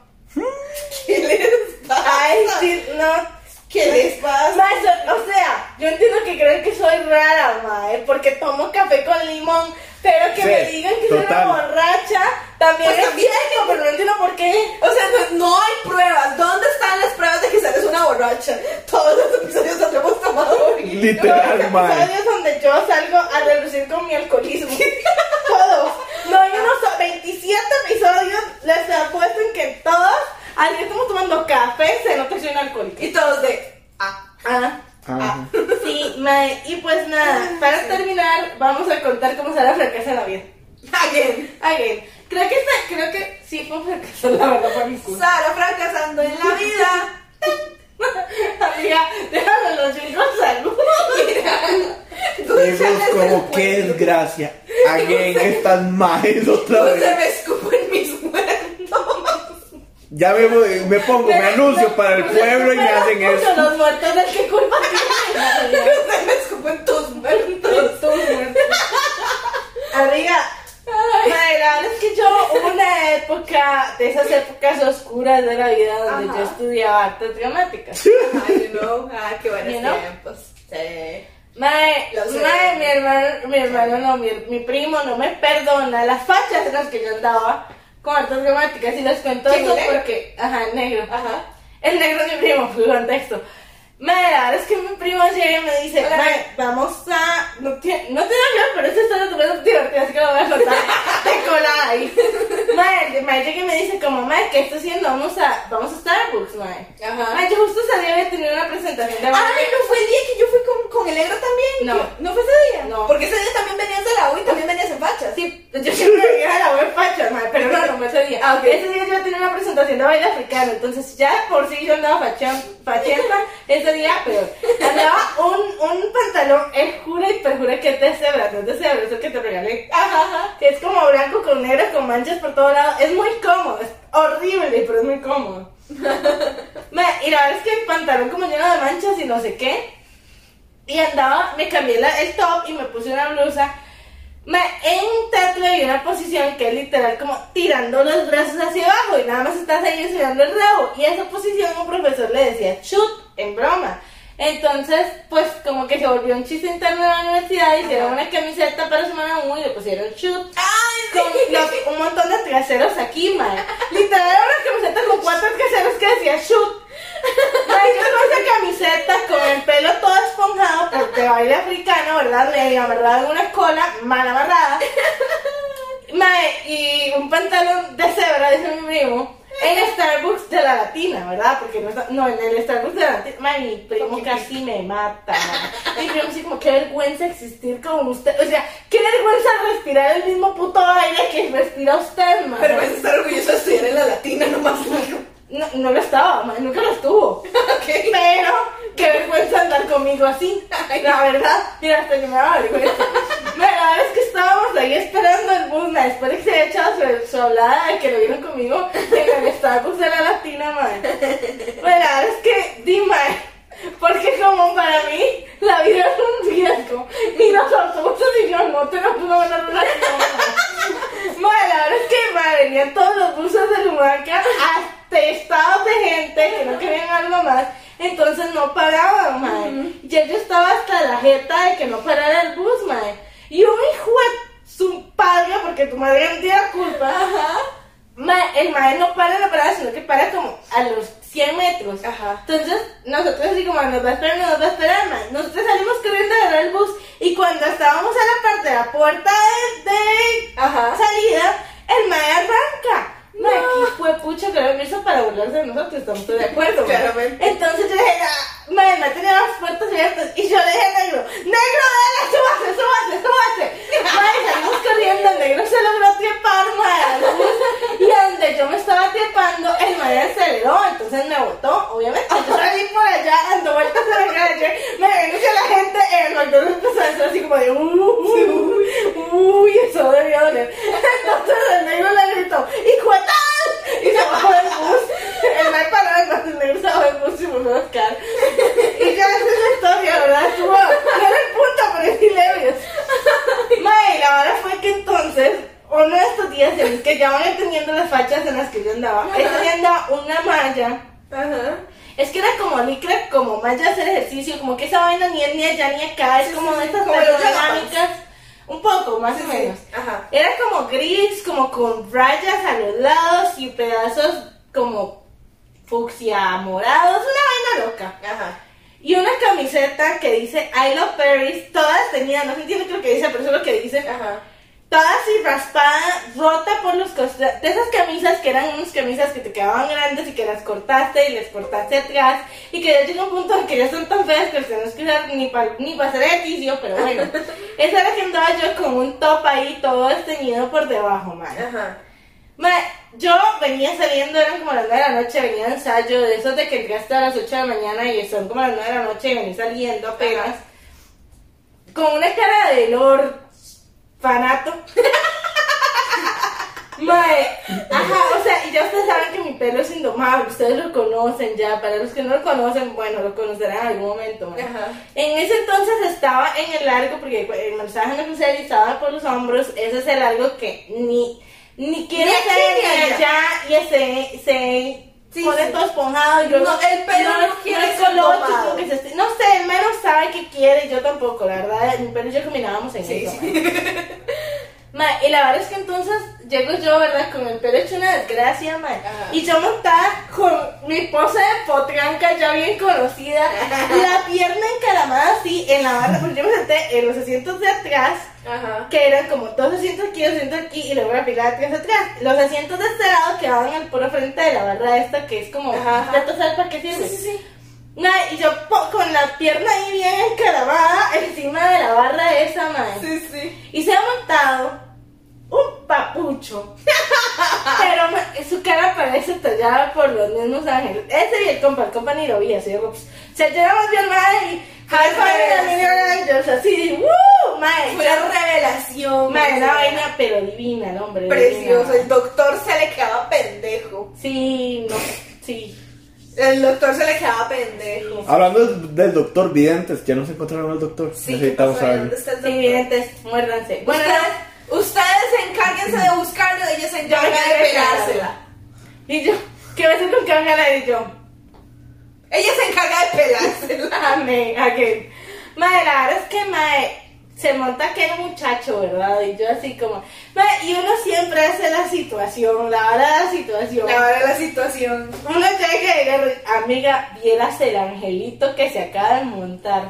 [SPEAKER 2] ¿Qué les pasa?
[SPEAKER 3] ay, sí, no.
[SPEAKER 2] ¿Qué les pasa?
[SPEAKER 3] Mae, so- o sea, yo entiendo que creen que soy rara, mae, porque tomo café con limón, pero que
[SPEAKER 4] Sí,
[SPEAKER 3] me digan que soy una
[SPEAKER 4] total.
[SPEAKER 3] borracha, también
[SPEAKER 2] Pues
[SPEAKER 3] es
[SPEAKER 2] también.
[SPEAKER 3] cierto, pero no entiendo por qué.
[SPEAKER 2] O sea, no, no hay pruebas. ¿Dónde están las pruebas de que sales una borracha? Todos los episodios los hemos tomado bien.
[SPEAKER 4] Literal, mae.
[SPEAKER 3] episodios donde yo salgo a relucir con mi alcoholismo. todos. No hay unos so- 27 episodios, les apuesto en que todos, al que estamos tomando café, se nota que soy una alcohólica.
[SPEAKER 2] Y todos de. Ah,
[SPEAKER 3] Ah.
[SPEAKER 4] Ajá.
[SPEAKER 3] Sí, mae, y pues nada, para terminar, vamos a contar cómo será la fracaso en la vida.
[SPEAKER 2] again.
[SPEAKER 3] Again, creo que esta, creo que sí fue un fracaso, la verdad, para mi culo.
[SPEAKER 2] Sara fracasando en la vida.
[SPEAKER 3] Amiga, déjame los chicos salud.
[SPEAKER 4] Digo,
[SPEAKER 2] Dulce
[SPEAKER 4] como qué desgracia. Again, estas majes otra
[SPEAKER 2] No se
[SPEAKER 4] vez.
[SPEAKER 2] me escupo en mis muertos.
[SPEAKER 4] Ya me, voy- me pongo, me anuncio para el pueblo y me hacen
[SPEAKER 3] Pero,
[SPEAKER 4] eso.
[SPEAKER 3] Los muertos del que culpa tiene.
[SPEAKER 2] No se me escupo en tus muertos.
[SPEAKER 3] Amiga, madre, la verdad es que yo hubo una época, de esas épocas oscuras de la vida donde
[SPEAKER 2] Ajá.
[SPEAKER 3] yo estudiaba artes dramáticas.
[SPEAKER 2] Ay, you know. Ah, qué buenos
[SPEAKER 3] You know.
[SPEAKER 2] tiempos. Sí.
[SPEAKER 3] Mae,
[SPEAKER 2] Lo sé.
[SPEAKER 3] mae, mi hermano, mi hermano no, mi, mi primo no me perdona las fachas en las que yo andaba con artes dramáticas y les cuento
[SPEAKER 2] ¿Quién,
[SPEAKER 3] eso
[SPEAKER 2] el negro?
[SPEAKER 3] porque, ajá, el negro.
[SPEAKER 2] Ajá.
[SPEAKER 3] El negro es mi primo, fui contexto. Mae, la verdad es que mi primo llega y me dice,
[SPEAKER 2] Hola.
[SPEAKER 3] mae, vamos a, no tiene, no tiene nada, pero esta historia tuve es divertida, así que lo voy a contar de colada ahí. Mae, el mae llega y me dice como, mae, ¿qué está haciendo? Vamos a, vamos a Starbucks, mae.
[SPEAKER 2] Ajá. Ah,
[SPEAKER 3] Mae, yo justo salía de tener una presentación de
[SPEAKER 2] Ay, no fue el día que yo fui con, con el negro también.
[SPEAKER 3] No.
[SPEAKER 2] ¿No fue ese día?
[SPEAKER 3] No.
[SPEAKER 2] Porque ese día también venías de la U y también venías en fachas.
[SPEAKER 3] Sí, yo siempre me iba a la web facha, madre, pero no, no me sabía.
[SPEAKER 2] Ah, ok.
[SPEAKER 3] Ese día yo tenía una presentación de baile africano, entonces ya de por sí yo andaba fachean- fachenta ese día, pero andaba un, un pantalón, él jura y perjura que es de cebra, no es de cebra, es el que te regalé.
[SPEAKER 2] Ajá, ajá.
[SPEAKER 3] Que es como blanco con negro, con manchas por todo lado, es muy cómodo, es horrible, pero es muy cómodo. Madre, y la verdad es que el pantalón como lleno de manchas y no sé qué, y andaba, me cambié la- el top y me puse una blusa. Me, en un teatro hay una posición que es literal como tirando los brazos hacia abajo y nada más estás ahí subiendo el rabo. Y esa posición un profesor le decía chut, en broma. Entonces, pues como que se volvió un chiste interno de la universidad, hicieron una camiseta para semana 1 y le pusieron chut
[SPEAKER 2] Ay,
[SPEAKER 3] con los- un montón de traseros aquí, man. Literal era una camiseta con cuatro traseros que decía shoot. Mae, yo con esa camiseta, con el pelo todo esponjado, porque baile africano, ¿verdad? Medio amarrado en una cola, mal amarrada. Mae, y un pantalón de cebra, dice mi primo, en Starbucks de la Latina, ¿verdad? Porque no, está- no en el Starbucks de la Latina. Mae, mi primo casi me mata. mae. Mi primo así como, qué vergüenza existir como usted. O sea, qué vergüenza respirar el mismo puto aire que respira usted, mae.
[SPEAKER 2] Pero vas a estar orgulloso de estudiar en la latina nomás.
[SPEAKER 3] No, no lo estaba, mae, nunca lo estuvo.
[SPEAKER 2] ok.
[SPEAKER 3] Pero qué vergüenza andar conmigo así. La verdad, mira, hasta que me daba vergüenza. Bueno, la verdad es que estábamos ahí esperando el bus, ma, después de que se haya echado su, su hablada de que lo vieron conmigo en el Starbucks de la Latina, madre. Bueno, la verdad es que, dime, porque como para mí la vida es un riesgo y los autobuses y yo no te lo puedo ganar una cama. Bueno, la verdad es que madre, venían todos los buses de Lumaca atestados de gente que no querían algo más, entonces no paraban, madre. Ya yo estaba hasta la jeta de que no parara el bus, madre. Y un hijo de su padre, porque tu madre no tiene la culpa, Ma- el maestro no para la parada, sino que para como a los 100 metros.
[SPEAKER 2] Ajá.
[SPEAKER 3] Entonces, nosotros así como nos va a esperar, nos va a esperar, ma. Nosotros salimos corriendo a agarrar el bus y cuando estábamos a la parte de la puerta de, de
[SPEAKER 2] Ajá.
[SPEAKER 3] salida, el maestro arranca. Ma, qué fue pucha que lo hizo para burlarse de nosotros, estamos de acuerdo. ma.
[SPEAKER 2] Claramente.
[SPEAKER 3] pues. Entonces yo le dije, ah, ma, el ma tenía las puertas abiertas y yo le dije al negro, negro, dale, súbase, súbase, súbase. Ma, y salimos corriendo, el negro se logró trepar, ma, al bus. Y a donde yo me estaba trepando, el madre aceleró, entonces me botó, obviamente. Yo salí por allá, dando vueltas a la calle, me vengo hacia la gente, el McDonald's empezó a hacer así como de, uy, uy, uy, eso debió doler. Entonces el negro le gritó, ¡hijo de tal! Y se bajó del bus. El mal paró, entonces el negro se bajó del bus y volvió a buscar. Y ya esa es la historia, ¿verdad? Estuvo- no era el punto, pero es las fachas en las que yo andaba. Esta sí andaba una malla.
[SPEAKER 2] Ajá.
[SPEAKER 3] Es que era como licra, como malla hacer ejercicio, como que esa vaina ni es ni allá ni acá, es como de estas
[SPEAKER 2] como los yoga
[SPEAKER 3] dinámicas. Un poco, más o
[SPEAKER 2] Sí, sí.
[SPEAKER 3] menos.
[SPEAKER 2] Ajá.
[SPEAKER 3] Era como gris, como con rayas a los lados y pedazos como fucsia morados, una vaina loca.
[SPEAKER 2] Ajá.
[SPEAKER 3] Y una camiseta que dice I love Paris, todas tenían, no se entiende lo que dice, pero eso es lo que dice.
[SPEAKER 2] Ajá.
[SPEAKER 3] Toda así raspada, rota por los costados. De esas camisas que eran unas camisas que te quedaban grandes y que las cortaste y les cortaste atrás. Y que ya llega un punto en que ya son tan feas que se no es que usar ni para ni pa hacer ejercicio, pero bueno. Esa era que andaba yo con un top ahí todo esteñido por debajo, madre.
[SPEAKER 2] Ajá.
[SPEAKER 3] yo venía saliendo, eran como las 9 de la noche, venía de ensayo, de esos de que entraste a las 8 de la mañana y son como las 9 de la noche y venía saliendo apenas. Con una cara de lord fanato. Mae, ajá, o sea, y ya ustedes saben que mi pelo es indomable, ustedes lo conocen ya, para los que no lo conocen, bueno, lo conocerán en algún momento. mae.
[SPEAKER 2] Ajá.
[SPEAKER 3] En ese entonces estaba en el largo, porque el mensaje no se estaba por los hombros, ese es el largo que ni, ni quiere
[SPEAKER 2] Ni aquí
[SPEAKER 3] ser
[SPEAKER 2] ni
[SPEAKER 3] ni
[SPEAKER 2] allá.
[SPEAKER 3] allá, y se, se
[SPEAKER 2] Sí,
[SPEAKER 3] pone
[SPEAKER 2] sí.
[SPEAKER 3] todo esponjado. y yo-
[SPEAKER 2] No, el pelo no quiere
[SPEAKER 3] es
[SPEAKER 2] ser
[SPEAKER 3] color,
[SPEAKER 2] tomado.
[SPEAKER 3] tipo que se esté- no sé, el menos sabe qué quiere, yo tampoco, la verdad, mi pelo y yo combinábamos en
[SPEAKER 2] Sí,
[SPEAKER 3] eso.
[SPEAKER 2] sí.
[SPEAKER 3] mae. Ma, y la verdad es que entonces llego yo, ¿verdad? Con el pelo hecho una desgracia, ma.
[SPEAKER 2] Ajá.
[SPEAKER 3] Y yo montada con mi pose de potranca ya bien conocida, la pierna encaramada así en la barra, porque yo me senté en los asientos de atrás,
[SPEAKER 2] Ajá.
[SPEAKER 3] que eran como dos asientos aquí, dos asientos aquí, y luego la fila de atrás atrás. Los asientos de este lado quedaban al puro frente de la barra esta, que es como,
[SPEAKER 2] Ajá, ajá.
[SPEAKER 3] ya tú sabes para qué sirve.
[SPEAKER 2] Sí, sí, sí.
[SPEAKER 3] Ma, y yo po- con la pierna ahí bien encaramada encima de la barra esa, ma
[SPEAKER 2] Sí, sí.
[SPEAKER 3] y se ha montado un papucho. Pero ma- su cara parece tallada por los mismos ángeles. Ese y el compa, el compa ni lo vi así. ups. Se llevamos bien madre y high five de Miguel Ángel, así, ¡woo! Madre,
[SPEAKER 2] pues. Fue una revelación.
[SPEAKER 3] madre, una
[SPEAKER 2] o sea,
[SPEAKER 3] vaina pero divina, el hombre.
[SPEAKER 2] Precioso. El
[SPEAKER 3] divina.
[SPEAKER 2] doctor se le quedaba pendejo.
[SPEAKER 3] Sí, no, sí.
[SPEAKER 2] El doctor se le quedaba pendejo.
[SPEAKER 4] Hablando del doctor Videntes, ya nos encontraron al doctor.
[SPEAKER 2] Sí, ¿qué
[SPEAKER 4] Necesitamos
[SPEAKER 2] pasó ahí?
[SPEAKER 4] saberlo.
[SPEAKER 2] ¿Dónde está el
[SPEAKER 3] Sí,
[SPEAKER 2] doctor?
[SPEAKER 3] videntes, muérdanse. Bueno,
[SPEAKER 2] ustedes, ustedes encárguense de buscarlo, ella se
[SPEAKER 3] yo me
[SPEAKER 2] encarga de
[SPEAKER 3] quedé pelada.
[SPEAKER 2] pelársela.
[SPEAKER 3] Y yo, ¿qué veces con cámara? Y yo,
[SPEAKER 2] Ella se encarga de pelársela.
[SPEAKER 3] Amén, again. Madre, la verdad es que madre, se monta aquel muchacho, ¿verdad? Y yo así como. Madre, y uno siempre hace la situación, la hora de la situación.
[SPEAKER 2] Ahora la situación.
[SPEAKER 3] Uno llega y dice, amiga, vieras el angelito que se acaba de montar.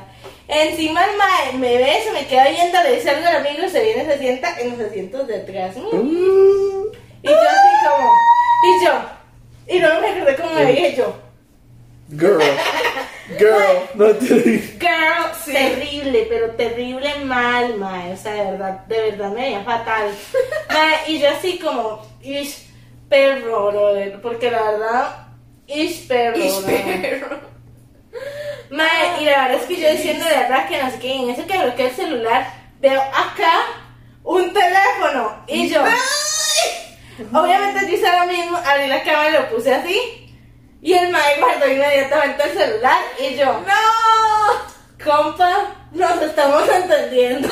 [SPEAKER 3] Encima el mae me ve, se me queda viendo, le dice algo al amigo y se viene y se sienta en los asientos de atrás. Mm. Y yo así como. Y yo. Y luego me acordé como me dije yo.
[SPEAKER 4] Girl. Girl. No te
[SPEAKER 3] Girl, terrible, pero terrible mal, mae. O sea, de verdad, de verdad me veía fatal. Mae, y yo así como, ish, perro, brother. Porque la verdad, ish, perro.
[SPEAKER 2] Ish,
[SPEAKER 3] brother.
[SPEAKER 2] perro. Ah,
[SPEAKER 3] Mae, y la verdad es que yo diciendo de verdad que no sé qué, en eso que bloqueo el celular, veo acá un teléfono. Y yo, obviamente yo hice ahora mismo, abrí la cámara y lo puse así. Y el mae guardó inmediatamente el celular. Y yo,
[SPEAKER 2] ¡No!
[SPEAKER 3] Compa, nos estamos entendiendo.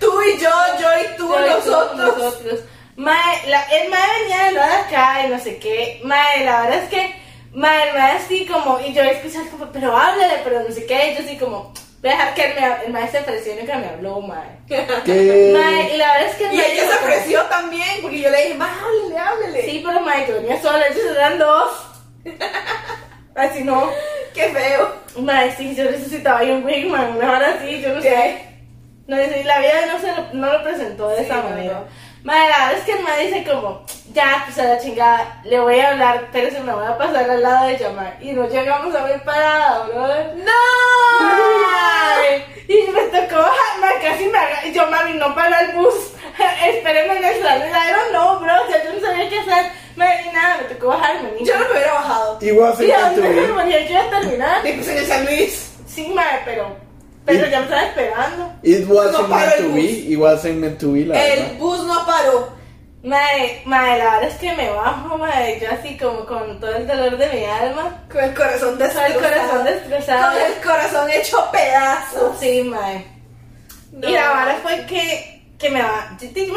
[SPEAKER 2] Tú y yo, yo y tú,
[SPEAKER 3] Yo y tú,
[SPEAKER 2] nosotros.
[SPEAKER 3] nosotros. Mae, la, el mae venía de lado de acá y no sé qué. Mae, la verdad es que, mae, el mae así como, y yo escuchaba como, pero háblale, pero no sé qué. Y yo así como, voy a dejar que el, mae- el mae se presione que me habló, mae. Mae, y la verdad es que el
[SPEAKER 2] Eh, Y
[SPEAKER 3] mae
[SPEAKER 2] ella se
[SPEAKER 3] como-
[SPEAKER 2] ofreció también, porque yo le dije, más háblele, háblele.
[SPEAKER 3] Sí, pero mae, yo venía sola, ellos eran dos. Así no.
[SPEAKER 2] qué feo.
[SPEAKER 3] Mae, sí, yo necesitaba ahí un wingman, una hora así, yo no sé. No, es decir, la vida no, se lo, no lo presentó de
[SPEAKER 2] Sí,
[SPEAKER 3] esa
[SPEAKER 2] no,
[SPEAKER 3] manera.
[SPEAKER 2] no.
[SPEAKER 3] Madre, la verdad es que el madre dice como, ya, pues a la chingada, le voy a hablar, pero se me va a pasar al lado de llamar. Y no llegamos a ver parada, brother. ¡No! Y me tocó, ma, casi me haga, y yo, mami, no para el bus, espérenme en el salón. I don't know, bro, o sea, yo no sabía qué hacer. Madre, y nada, me tocó bajarme, niña.
[SPEAKER 2] Yo no me hubiera bajado.
[SPEAKER 4] It wasn't
[SPEAKER 3] Sí, a mí
[SPEAKER 4] meant to
[SPEAKER 3] me
[SPEAKER 4] be.
[SPEAKER 3] moría, yo iba a terminar.
[SPEAKER 2] Y pues en el San Luis.
[SPEAKER 3] Sí, madre, pero, pero
[SPEAKER 4] Y-
[SPEAKER 3] ya me estaba esperando.
[SPEAKER 4] It wasn't
[SPEAKER 2] No para
[SPEAKER 4] meant
[SPEAKER 2] el
[SPEAKER 4] to be. It wasn't meant to be, la
[SPEAKER 2] El
[SPEAKER 4] verdad.
[SPEAKER 2] bus no paró.
[SPEAKER 3] Madre, madre, la verdad es que me bajo, madre, yo así como con todo el dolor de mi alma,
[SPEAKER 2] Con el corazón
[SPEAKER 3] con
[SPEAKER 2] destrozado.
[SPEAKER 3] el corazón destrozado.
[SPEAKER 2] Con el corazón hecho pedazos.
[SPEAKER 3] Sí, madre. Y la verdad fue que, que me bajé,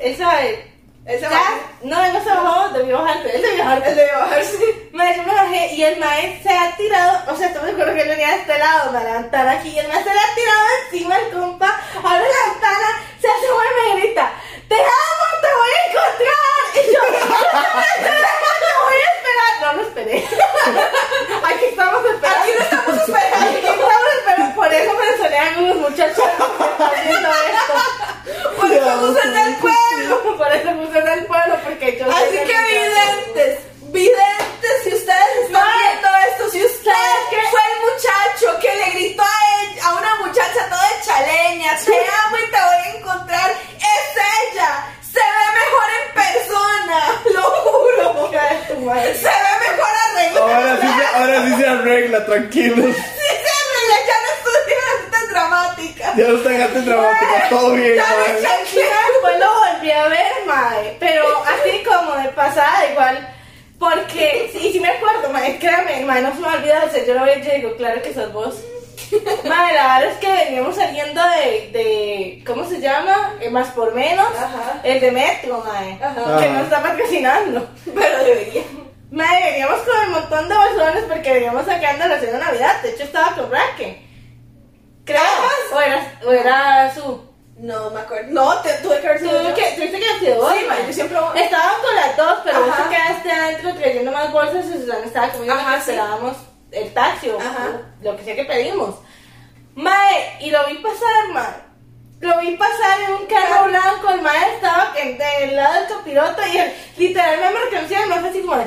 [SPEAKER 3] él sabe,
[SPEAKER 2] Ese
[SPEAKER 3] Ya, no, él no se bajó, debió bajarse, él debió bajarse.
[SPEAKER 2] El de bajarse.
[SPEAKER 3] Mae, yo me bajé y el mae se ha tirado, o sea, estamos de acuerdo que él venía de este lado para la ventana aquí, y el mae se le ha tirado encima el compa, abre la ventana, se hace y me grita, te amo, te voy a encontrar, y yo, "No voy a esperar, no lo esperé, aquí estamos esperando,
[SPEAKER 2] Aquí lo estamos
[SPEAKER 3] aquí
[SPEAKER 2] esperando.
[SPEAKER 3] estamos esperando, por eso me solean unos muchachos que están haciendo esto,
[SPEAKER 2] Por eso usan el pueblo.
[SPEAKER 3] por eso me usan del pueblo, porque yo...
[SPEAKER 2] Así
[SPEAKER 3] soy
[SPEAKER 2] que
[SPEAKER 3] del muchacho.
[SPEAKER 2] videntes, videntes, si ustedes están
[SPEAKER 3] Mae,
[SPEAKER 2] viendo esto, si usted
[SPEAKER 3] ¿sabes qué?
[SPEAKER 2] fue el muchacho que le gritó a, él- a una muchacha toda chaleña, te amo y te voy a encontrar, es ella, se ve mejor en persona, lo juro.
[SPEAKER 3] Hija de tu madre.
[SPEAKER 2] Se ve mejor arreglada.
[SPEAKER 4] Ahora sí, se, ahora sí se arregla, tranquilos.
[SPEAKER 2] Sí, se arregla, ya no estuvieron tan dramática.
[SPEAKER 4] Ya no están antes dramática, todo bien,
[SPEAKER 2] Ya no
[SPEAKER 4] madre.
[SPEAKER 2] están
[SPEAKER 3] Sí, después lo volví a ver, mae, pero así como de pasada, igual, porque, sí, sí me acuerdo, mae, créame, mae, no se me olvida, o sea, yo lo veo y yo digo, claro que sos vos. Mae, la verdad es que veníamos saliendo de, de ¿cómo se llama? Eh, más por menos,
[SPEAKER 2] Ajá.
[SPEAKER 3] el de Metro, mae,
[SPEAKER 2] Ajá.
[SPEAKER 3] que nos está patrocinando.
[SPEAKER 2] Pero debería.
[SPEAKER 3] Madre, veníamos con un montón de bolsones porque veníamos sacando la cena de Navidad. De hecho, estaba con Raque. Creo. O era, o era su.
[SPEAKER 2] No me acuerdo. No, te tuve que haber
[SPEAKER 3] su
[SPEAKER 2] sido yo.
[SPEAKER 3] que, ¿Tuviste que decir vos?
[SPEAKER 2] Sí, ma, yo siempre voy.
[SPEAKER 3] Estaban con las dos, pero vos
[SPEAKER 2] Ajá.
[SPEAKER 3] te quedaste adentro este trayendo más bolsas y Susana estaba conmigo
[SPEAKER 2] Ajá,
[SPEAKER 3] porque
[SPEAKER 2] sí.
[SPEAKER 3] esperábamos el taxi o
[SPEAKER 2] Ajá.
[SPEAKER 3] lo que sea que pedimos. Mae, y lo vi pasar, mae. Lo vi pasar en un carro blanco, el mae estaba en, del lado del copiloto y él literal me marcó encima, me fue así como de-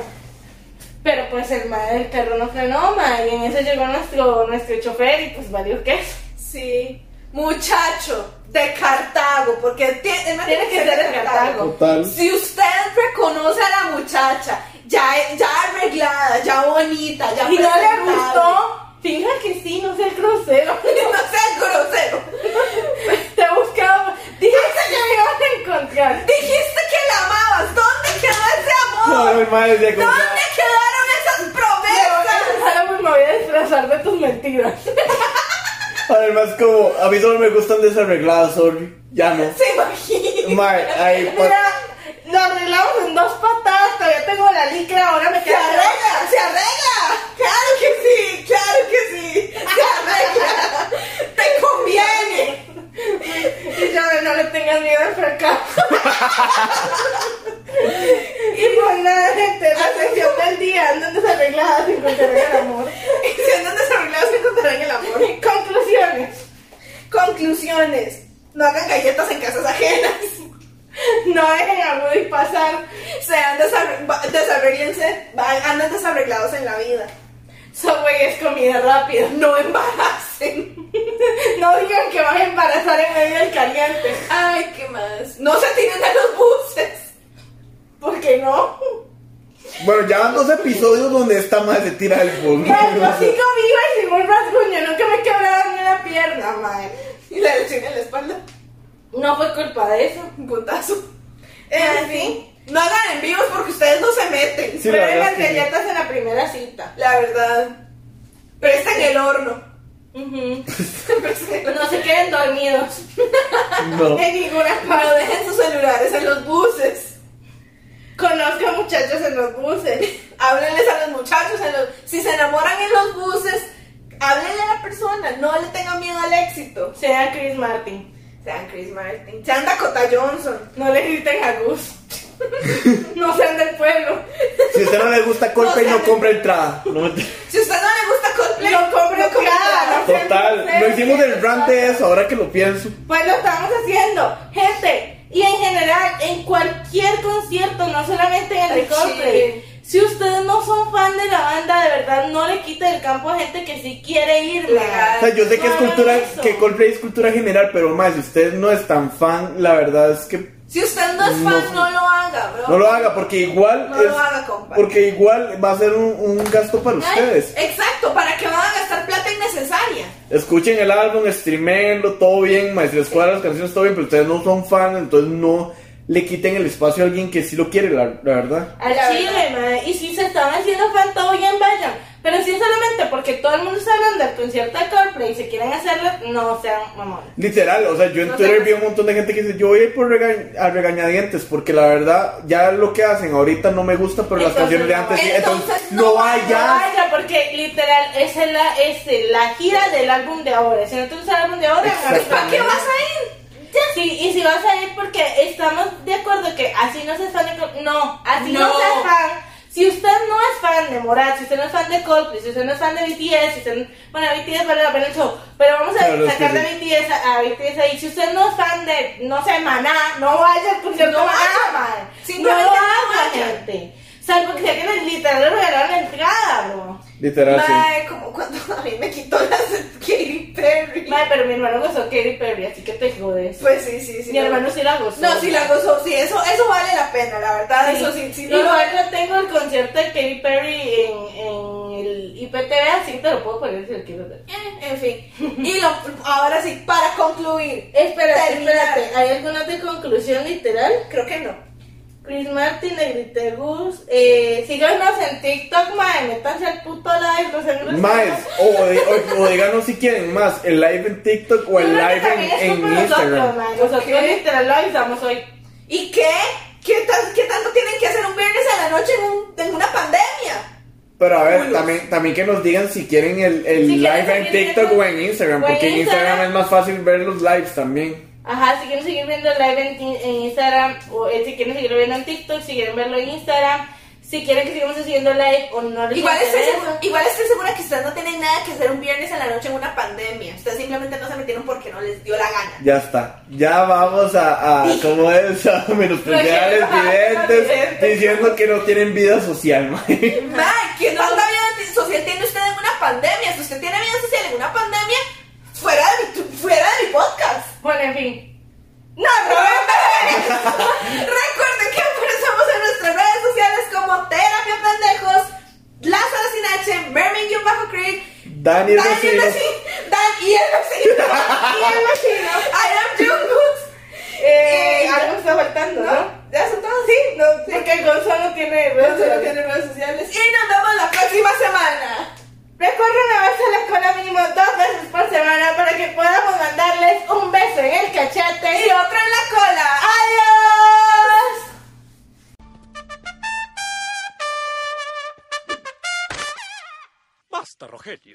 [SPEAKER 3] Pero pues el mae del carro no frenó, mae, y en eso llegó nuestro, nuestro chofer y pues valió queso.
[SPEAKER 2] Sí. Muchacho de Cartago, porque tiene,
[SPEAKER 3] Tiene que ser de Cartago.
[SPEAKER 4] Total.
[SPEAKER 2] Si usted reconoce a la muchacha, ya, ya arreglada, ya bonita, ya
[SPEAKER 3] Y no le
[SPEAKER 2] presentable.
[SPEAKER 3] gustó. Fija que sí, no sea grosero.
[SPEAKER 2] No seas grosero.
[SPEAKER 3] Te buscaba. Dijiste que me ibas a encontrar.
[SPEAKER 2] Dijiste que la amabas. ¿Dónde quedó ese
[SPEAKER 4] No,
[SPEAKER 2] amor?
[SPEAKER 4] el madre decía como.
[SPEAKER 2] ¿Dónde quedaron esas promesas?
[SPEAKER 3] Ahora pues me voy a disfrazar de tus mentiras.
[SPEAKER 4] Además, como, a mí solo me gustan desarregladas, sorry. Ya no.
[SPEAKER 2] Se imagina.
[SPEAKER 4] Madre, ahí, pa-
[SPEAKER 3] Mira, lo arreglamos en dos patadas. Todavía tengo la licra, ahora me
[SPEAKER 2] Se
[SPEAKER 3] queda roja.
[SPEAKER 2] arregla, se arregla. Claro que sí, claro que sí. Se arregla. Te conviene.
[SPEAKER 3] Y ya no le tengas miedo al fracaso. y pues nada, gente, la sección del día. Andan desarregladas sin encontrar el amor.
[SPEAKER 2] Y si andan desarreglados, se encontrarán el amor.
[SPEAKER 3] Conclusiones.
[SPEAKER 2] Conclusiones. No hagan galletas en casas ajenas.
[SPEAKER 3] No dejen a Rudy pasar.
[SPEAKER 2] Sean desarre- va- desarreglense. va- Andan desarreglados en la vida.
[SPEAKER 3] Subway es comida rápida.
[SPEAKER 2] No embaracen.
[SPEAKER 3] No digan que van a embarazar en medio del caliente.
[SPEAKER 2] Ay, ¿qué más? No se tiren de los buses.
[SPEAKER 3] ¿Por qué no?
[SPEAKER 4] Bueno, ya van dos episodios donde esta madre se tira del fondo.
[SPEAKER 2] Pues,
[SPEAKER 3] Madre, yo sí viva y sin un rasguño. Nunca me he quebrado ni una pierna, madre.
[SPEAKER 2] Y la lesión en la espalda.
[SPEAKER 3] No fue culpa de eso.
[SPEAKER 2] Un puntazo.
[SPEAKER 3] Ah,
[SPEAKER 2] En fin, no hagan en vivos porque ustedes no se meten.
[SPEAKER 4] Sí, la
[SPEAKER 3] Prueben
[SPEAKER 4] verdad
[SPEAKER 3] las
[SPEAKER 4] es que sí.
[SPEAKER 3] galletas en la primera cita.
[SPEAKER 2] La verdad. Presten el horno.
[SPEAKER 3] Ujú.
[SPEAKER 2] Presten el horno.
[SPEAKER 3] No se queden dormidos.
[SPEAKER 4] No.
[SPEAKER 3] En ninguna
[SPEAKER 2] No
[SPEAKER 3] parte.
[SPEAKER 2] dejen sus celulares en los buses.
[SPEAKER 3] Conozco a muchachos en los buses.
[SPEAKER 2] Háblenles a los muchachos. en los- Si se enamoran en los buses, háblenle a la persona. No le tengan miedo al éxito.
[SPEAKER 3] Sea Chris Martin.
[SPEAKER 2] Sean Chris Martin. Sean Dakota Johnson.
[SPEAKER 3] No le griten a Gus. No sean del pueblo.
[SPEAKER 4] Si a usted no le gusta Coldplay, no compra entrada. No,
[SPEAKER 2] Si a usted no le gusta Coldplay,
[SPEAKER 3] No compre
[SPEAKER 2] compre
[SPEAKER 3] nada.
[SPEAKER 2] nada.
[SPEAKER 4] total. No hicimos el rant de eso, ahora que lo pienso.
[SPEAKER 3] Pues lo estamos haciendo, gente. Y en general, en cualquier concierto, no solamente en el de
[SPEAKER 2] Ay,
[SPEAKER 3] Coldplay. Si ustedes no son fan de la banda, de verdad, no le quiten el campo a gente que sí quiere ir. man.
[SPEAKER 2] Legal.
[SPEAKER 4] O sea, yo sé que es
[SPEAKER 3] No,
[SPEAKER 4] cultura,
[SPEAKER 3] eso.
[SPEAKER 4] que Coldplay es cultura general, pero más, si usted no es tan fan, la verdad es que
[SPEAKER 2] Si usted no es fan,
[SPEAKER 4] No.
[SPEAKER 2] no, lo haga, bro.
[SPEAKER 4] no lo haga, porque igual
[SPEAKER 2] No
[SPEAKER 4] es-
[SPEAKER 2] lo haga, compa.
[SPEAKER 4] porque igual va a ser un, un gasto para
[SPEAKER 2] Ay,
[SPEAKER 4] ustedes.
[SPEAKER 2] Exacto, para que van a gastar plata innecesaria.
[SPEAKER 4] Escuchen el álbum, streamenlo, todo bien, más si les cuadran las canciones, todo bien, pero ustedes no son fan, entonces no le quiten el espacio a alguien que sí lo quiere, la, la verdad.
[SPEAKER 3] Al
[SPEAKER 2] La
[SPEAKER 3] chile, man. Y si se están haciendo fan, todo bien, vayan. Pero si es solamente por porque todo el mundo está hablando del concierto de Coldplay y se quieren hacerlo, no sean mamones.
[SPEAKER 4] Literal, o sea, yo en
[SPEAKER 2] No sé.
[SPEAKER 4] Twitter vi un montón de gente que dice, yo voy a ir por rega- a regañadientes, porque la verdad, ya lo que hacen ahorita no me gusta, pero las
[SPEAKER 3] Entonces
[SPEAKER 4] canciones de
[SPEAKER 3] no
[SPEAKER 4] antes sí,
[SPEAKER 2] vaya.
[SPEAKER 4] entonces,
[SPEAKER 2] Entonces
[SPEAKER 4] no,
[SPEAKER 2] no
[SPEAKER 4] vaya.
[SPEAKER 3] Vaya, porque literal es en la, es en la gira del álbum de ahora. Si no te gusta el álbum de ahora,
[SPEAKER 4] Exactamente.
[SPEAKER 3] ¿para qué vas
[SPEAKER 2] a ir?
[SPEAKER 3] Sí, y si vas a ir porque estamos de acuerdo que así no se fan de Coldplay. No, así no,
[SPEAKER 2] No.
[SPEAKER 3] se es fan. Si usted no es fan de Morat, si usted no es fan de Coldplay, si usted no es fan de BTS, si usted no- bueno, BTS vale la pena el show, pero vamos a
[SPEAKER 4] Claro, es que
[SPEAKER 3] sacar de
[SPEAKER 4] sí.
[SPEAKER 3] BTS a, a BTS ahí. Si usted no es fan de, no sé, Maná, no vaya al concierto
[SPEAKER 2] No
[SPEAKER 3] Maná,
[SPEAKER 2] vaya.
[SPEAKER 3] madre.
[SPEAKER 2] Simplemente
[SPEAKER 3] no
[SPEAKER 2] no
[SPEAKER 3] vaya,
[SPEAKER 2] vaya.
[SPEAKER 3] gente. Salvo que sea que le- literal le regalaron la entrada, bro.
[SPEAKER 4] Literal, sí.
[SPEAKER 2] Mae, como cuando a mí me quitó las de Katy Perry.
[SPEAKER 3] Madre, pero mi hermano gozó Katy Perry, así que te jodes.
[SPEAKER 2] Pues sí, sí, sí.
[SPEAKER 3] mi hermano sí la gozó.
[SPEAKER 2] No, sí la gozó, sí, eso, eso vale la pena, la
[SPEAKER 3] Ah,
[SPEAKER 2] verdad, eso sí, sí, no lo-
[SPEAKER 3] Igual yo tengo el concierto de Katy Perry en, en el IPTV, así te lo puedo poner si lo quiero ver.
[SPEAKER 2] Eh, En fin, y lo, ahora sí, para concluir,
[SPEAKER 3] Espérate,
[SPEAKER 2] Terminar.
[SPEAKER 3] espérate, ¿hay alguna de conclusión literal?
[SPEAKER 2] creo que no.
[SPEAKER 3] Chris Martin, Negritegus, eh, síganos en TikTok, mae, métanse al puto live, no sean groseros.
[SPEAKER 4] Más, o, di- o- o díganos si quieren más, el live en TikTok o el
[SPEAKER 3] Pero
[SPEAKER 4] live
[SPEAKER 3] también es
[SPEAKER 4] en, en
[SPEAKER 3] culpa de Nosotros,
[SPEAKER 4] Instagram.
[SPEAKER 3] mae, nosotros
[SPEAKER 2] ¿Qué?
[SPEAKER 3] literal lo avisamos hoy.
[SPEAKER 2] ¿Y qué? ¿Qué, tan- qué tanto tienen que hacer un viernes a la noche en, un- en una pandemia?
[SPEAKER 4] Pero a ver,
[SPEAKER 2] Culos.
[SPEAKER 4] también, también que nos digan si quieren el, el
[SPEAKER 3] Si quieren
[SPEAKER 4] live en
[SPEAKER 3] seguir
[SPEAKER 4] TikTok
[SPEAKER 3] viendo-
[SPEAKER 4] o en Instagram,
[SPEAKER 3] o en
[SPEAKER 4] porque pues en Instagram
[SPEAKER 3] Instagram.
[SPEAKER 4] es más fácil ver los lives también.
[SPEAKER 3] Ajá, si quieren seguir viendo el live en, ti- en Instagram, o eh, si quieren seguirlo viendo en TikTok, si quieren verlo en Instagram, si quieren que sigamos haciendo live o no les
[SPEAKER 2] Igual estoy,
[SPEAKER 3] interesa.
[SPEAKER 2] segura, igual estoy segura que ustedes no tienen nada que hacer un viernes a la noche en una pandemia. Ustedes simplemente no se metieron porque no les dio la gana.
[SPEAKER 4] Ya está. Ya vamos a, a ¿cómo es? A menospreciar
[SPEAKER 3] Lo siento,
[SPEAKER 4] a los
[SPEAKER 3] lo
[SPEAKER 4] videntes
[SPEAKER 3] siento.
[SPEAKER 4] diciendo que no tienen vida social, mae.
[SPEAKER 2] Mae, ¿qué tanta vida social tiene usted en una pandemia? Si usted tiene vida social en una pandemia, fuera de mi, tu- fuera de mi podcast.
[SPEAKER 3] Bueno, en fin.
[SPEAKER 2] ¡No, Robert! Recuerden que aparecemos en nuestras redes sociales como Terapia Pendejos, Lázaro sin H, Birmingham Bajo Creek,
[SPEAKER 4] Dani
[SPEAKER 2] Dan y el
[SPEAKER 4] Rocío.
[SPEAKER 2] vecino, Dan y el vecino, y el vecino. Ahí
[SPEAKER 3] Eh,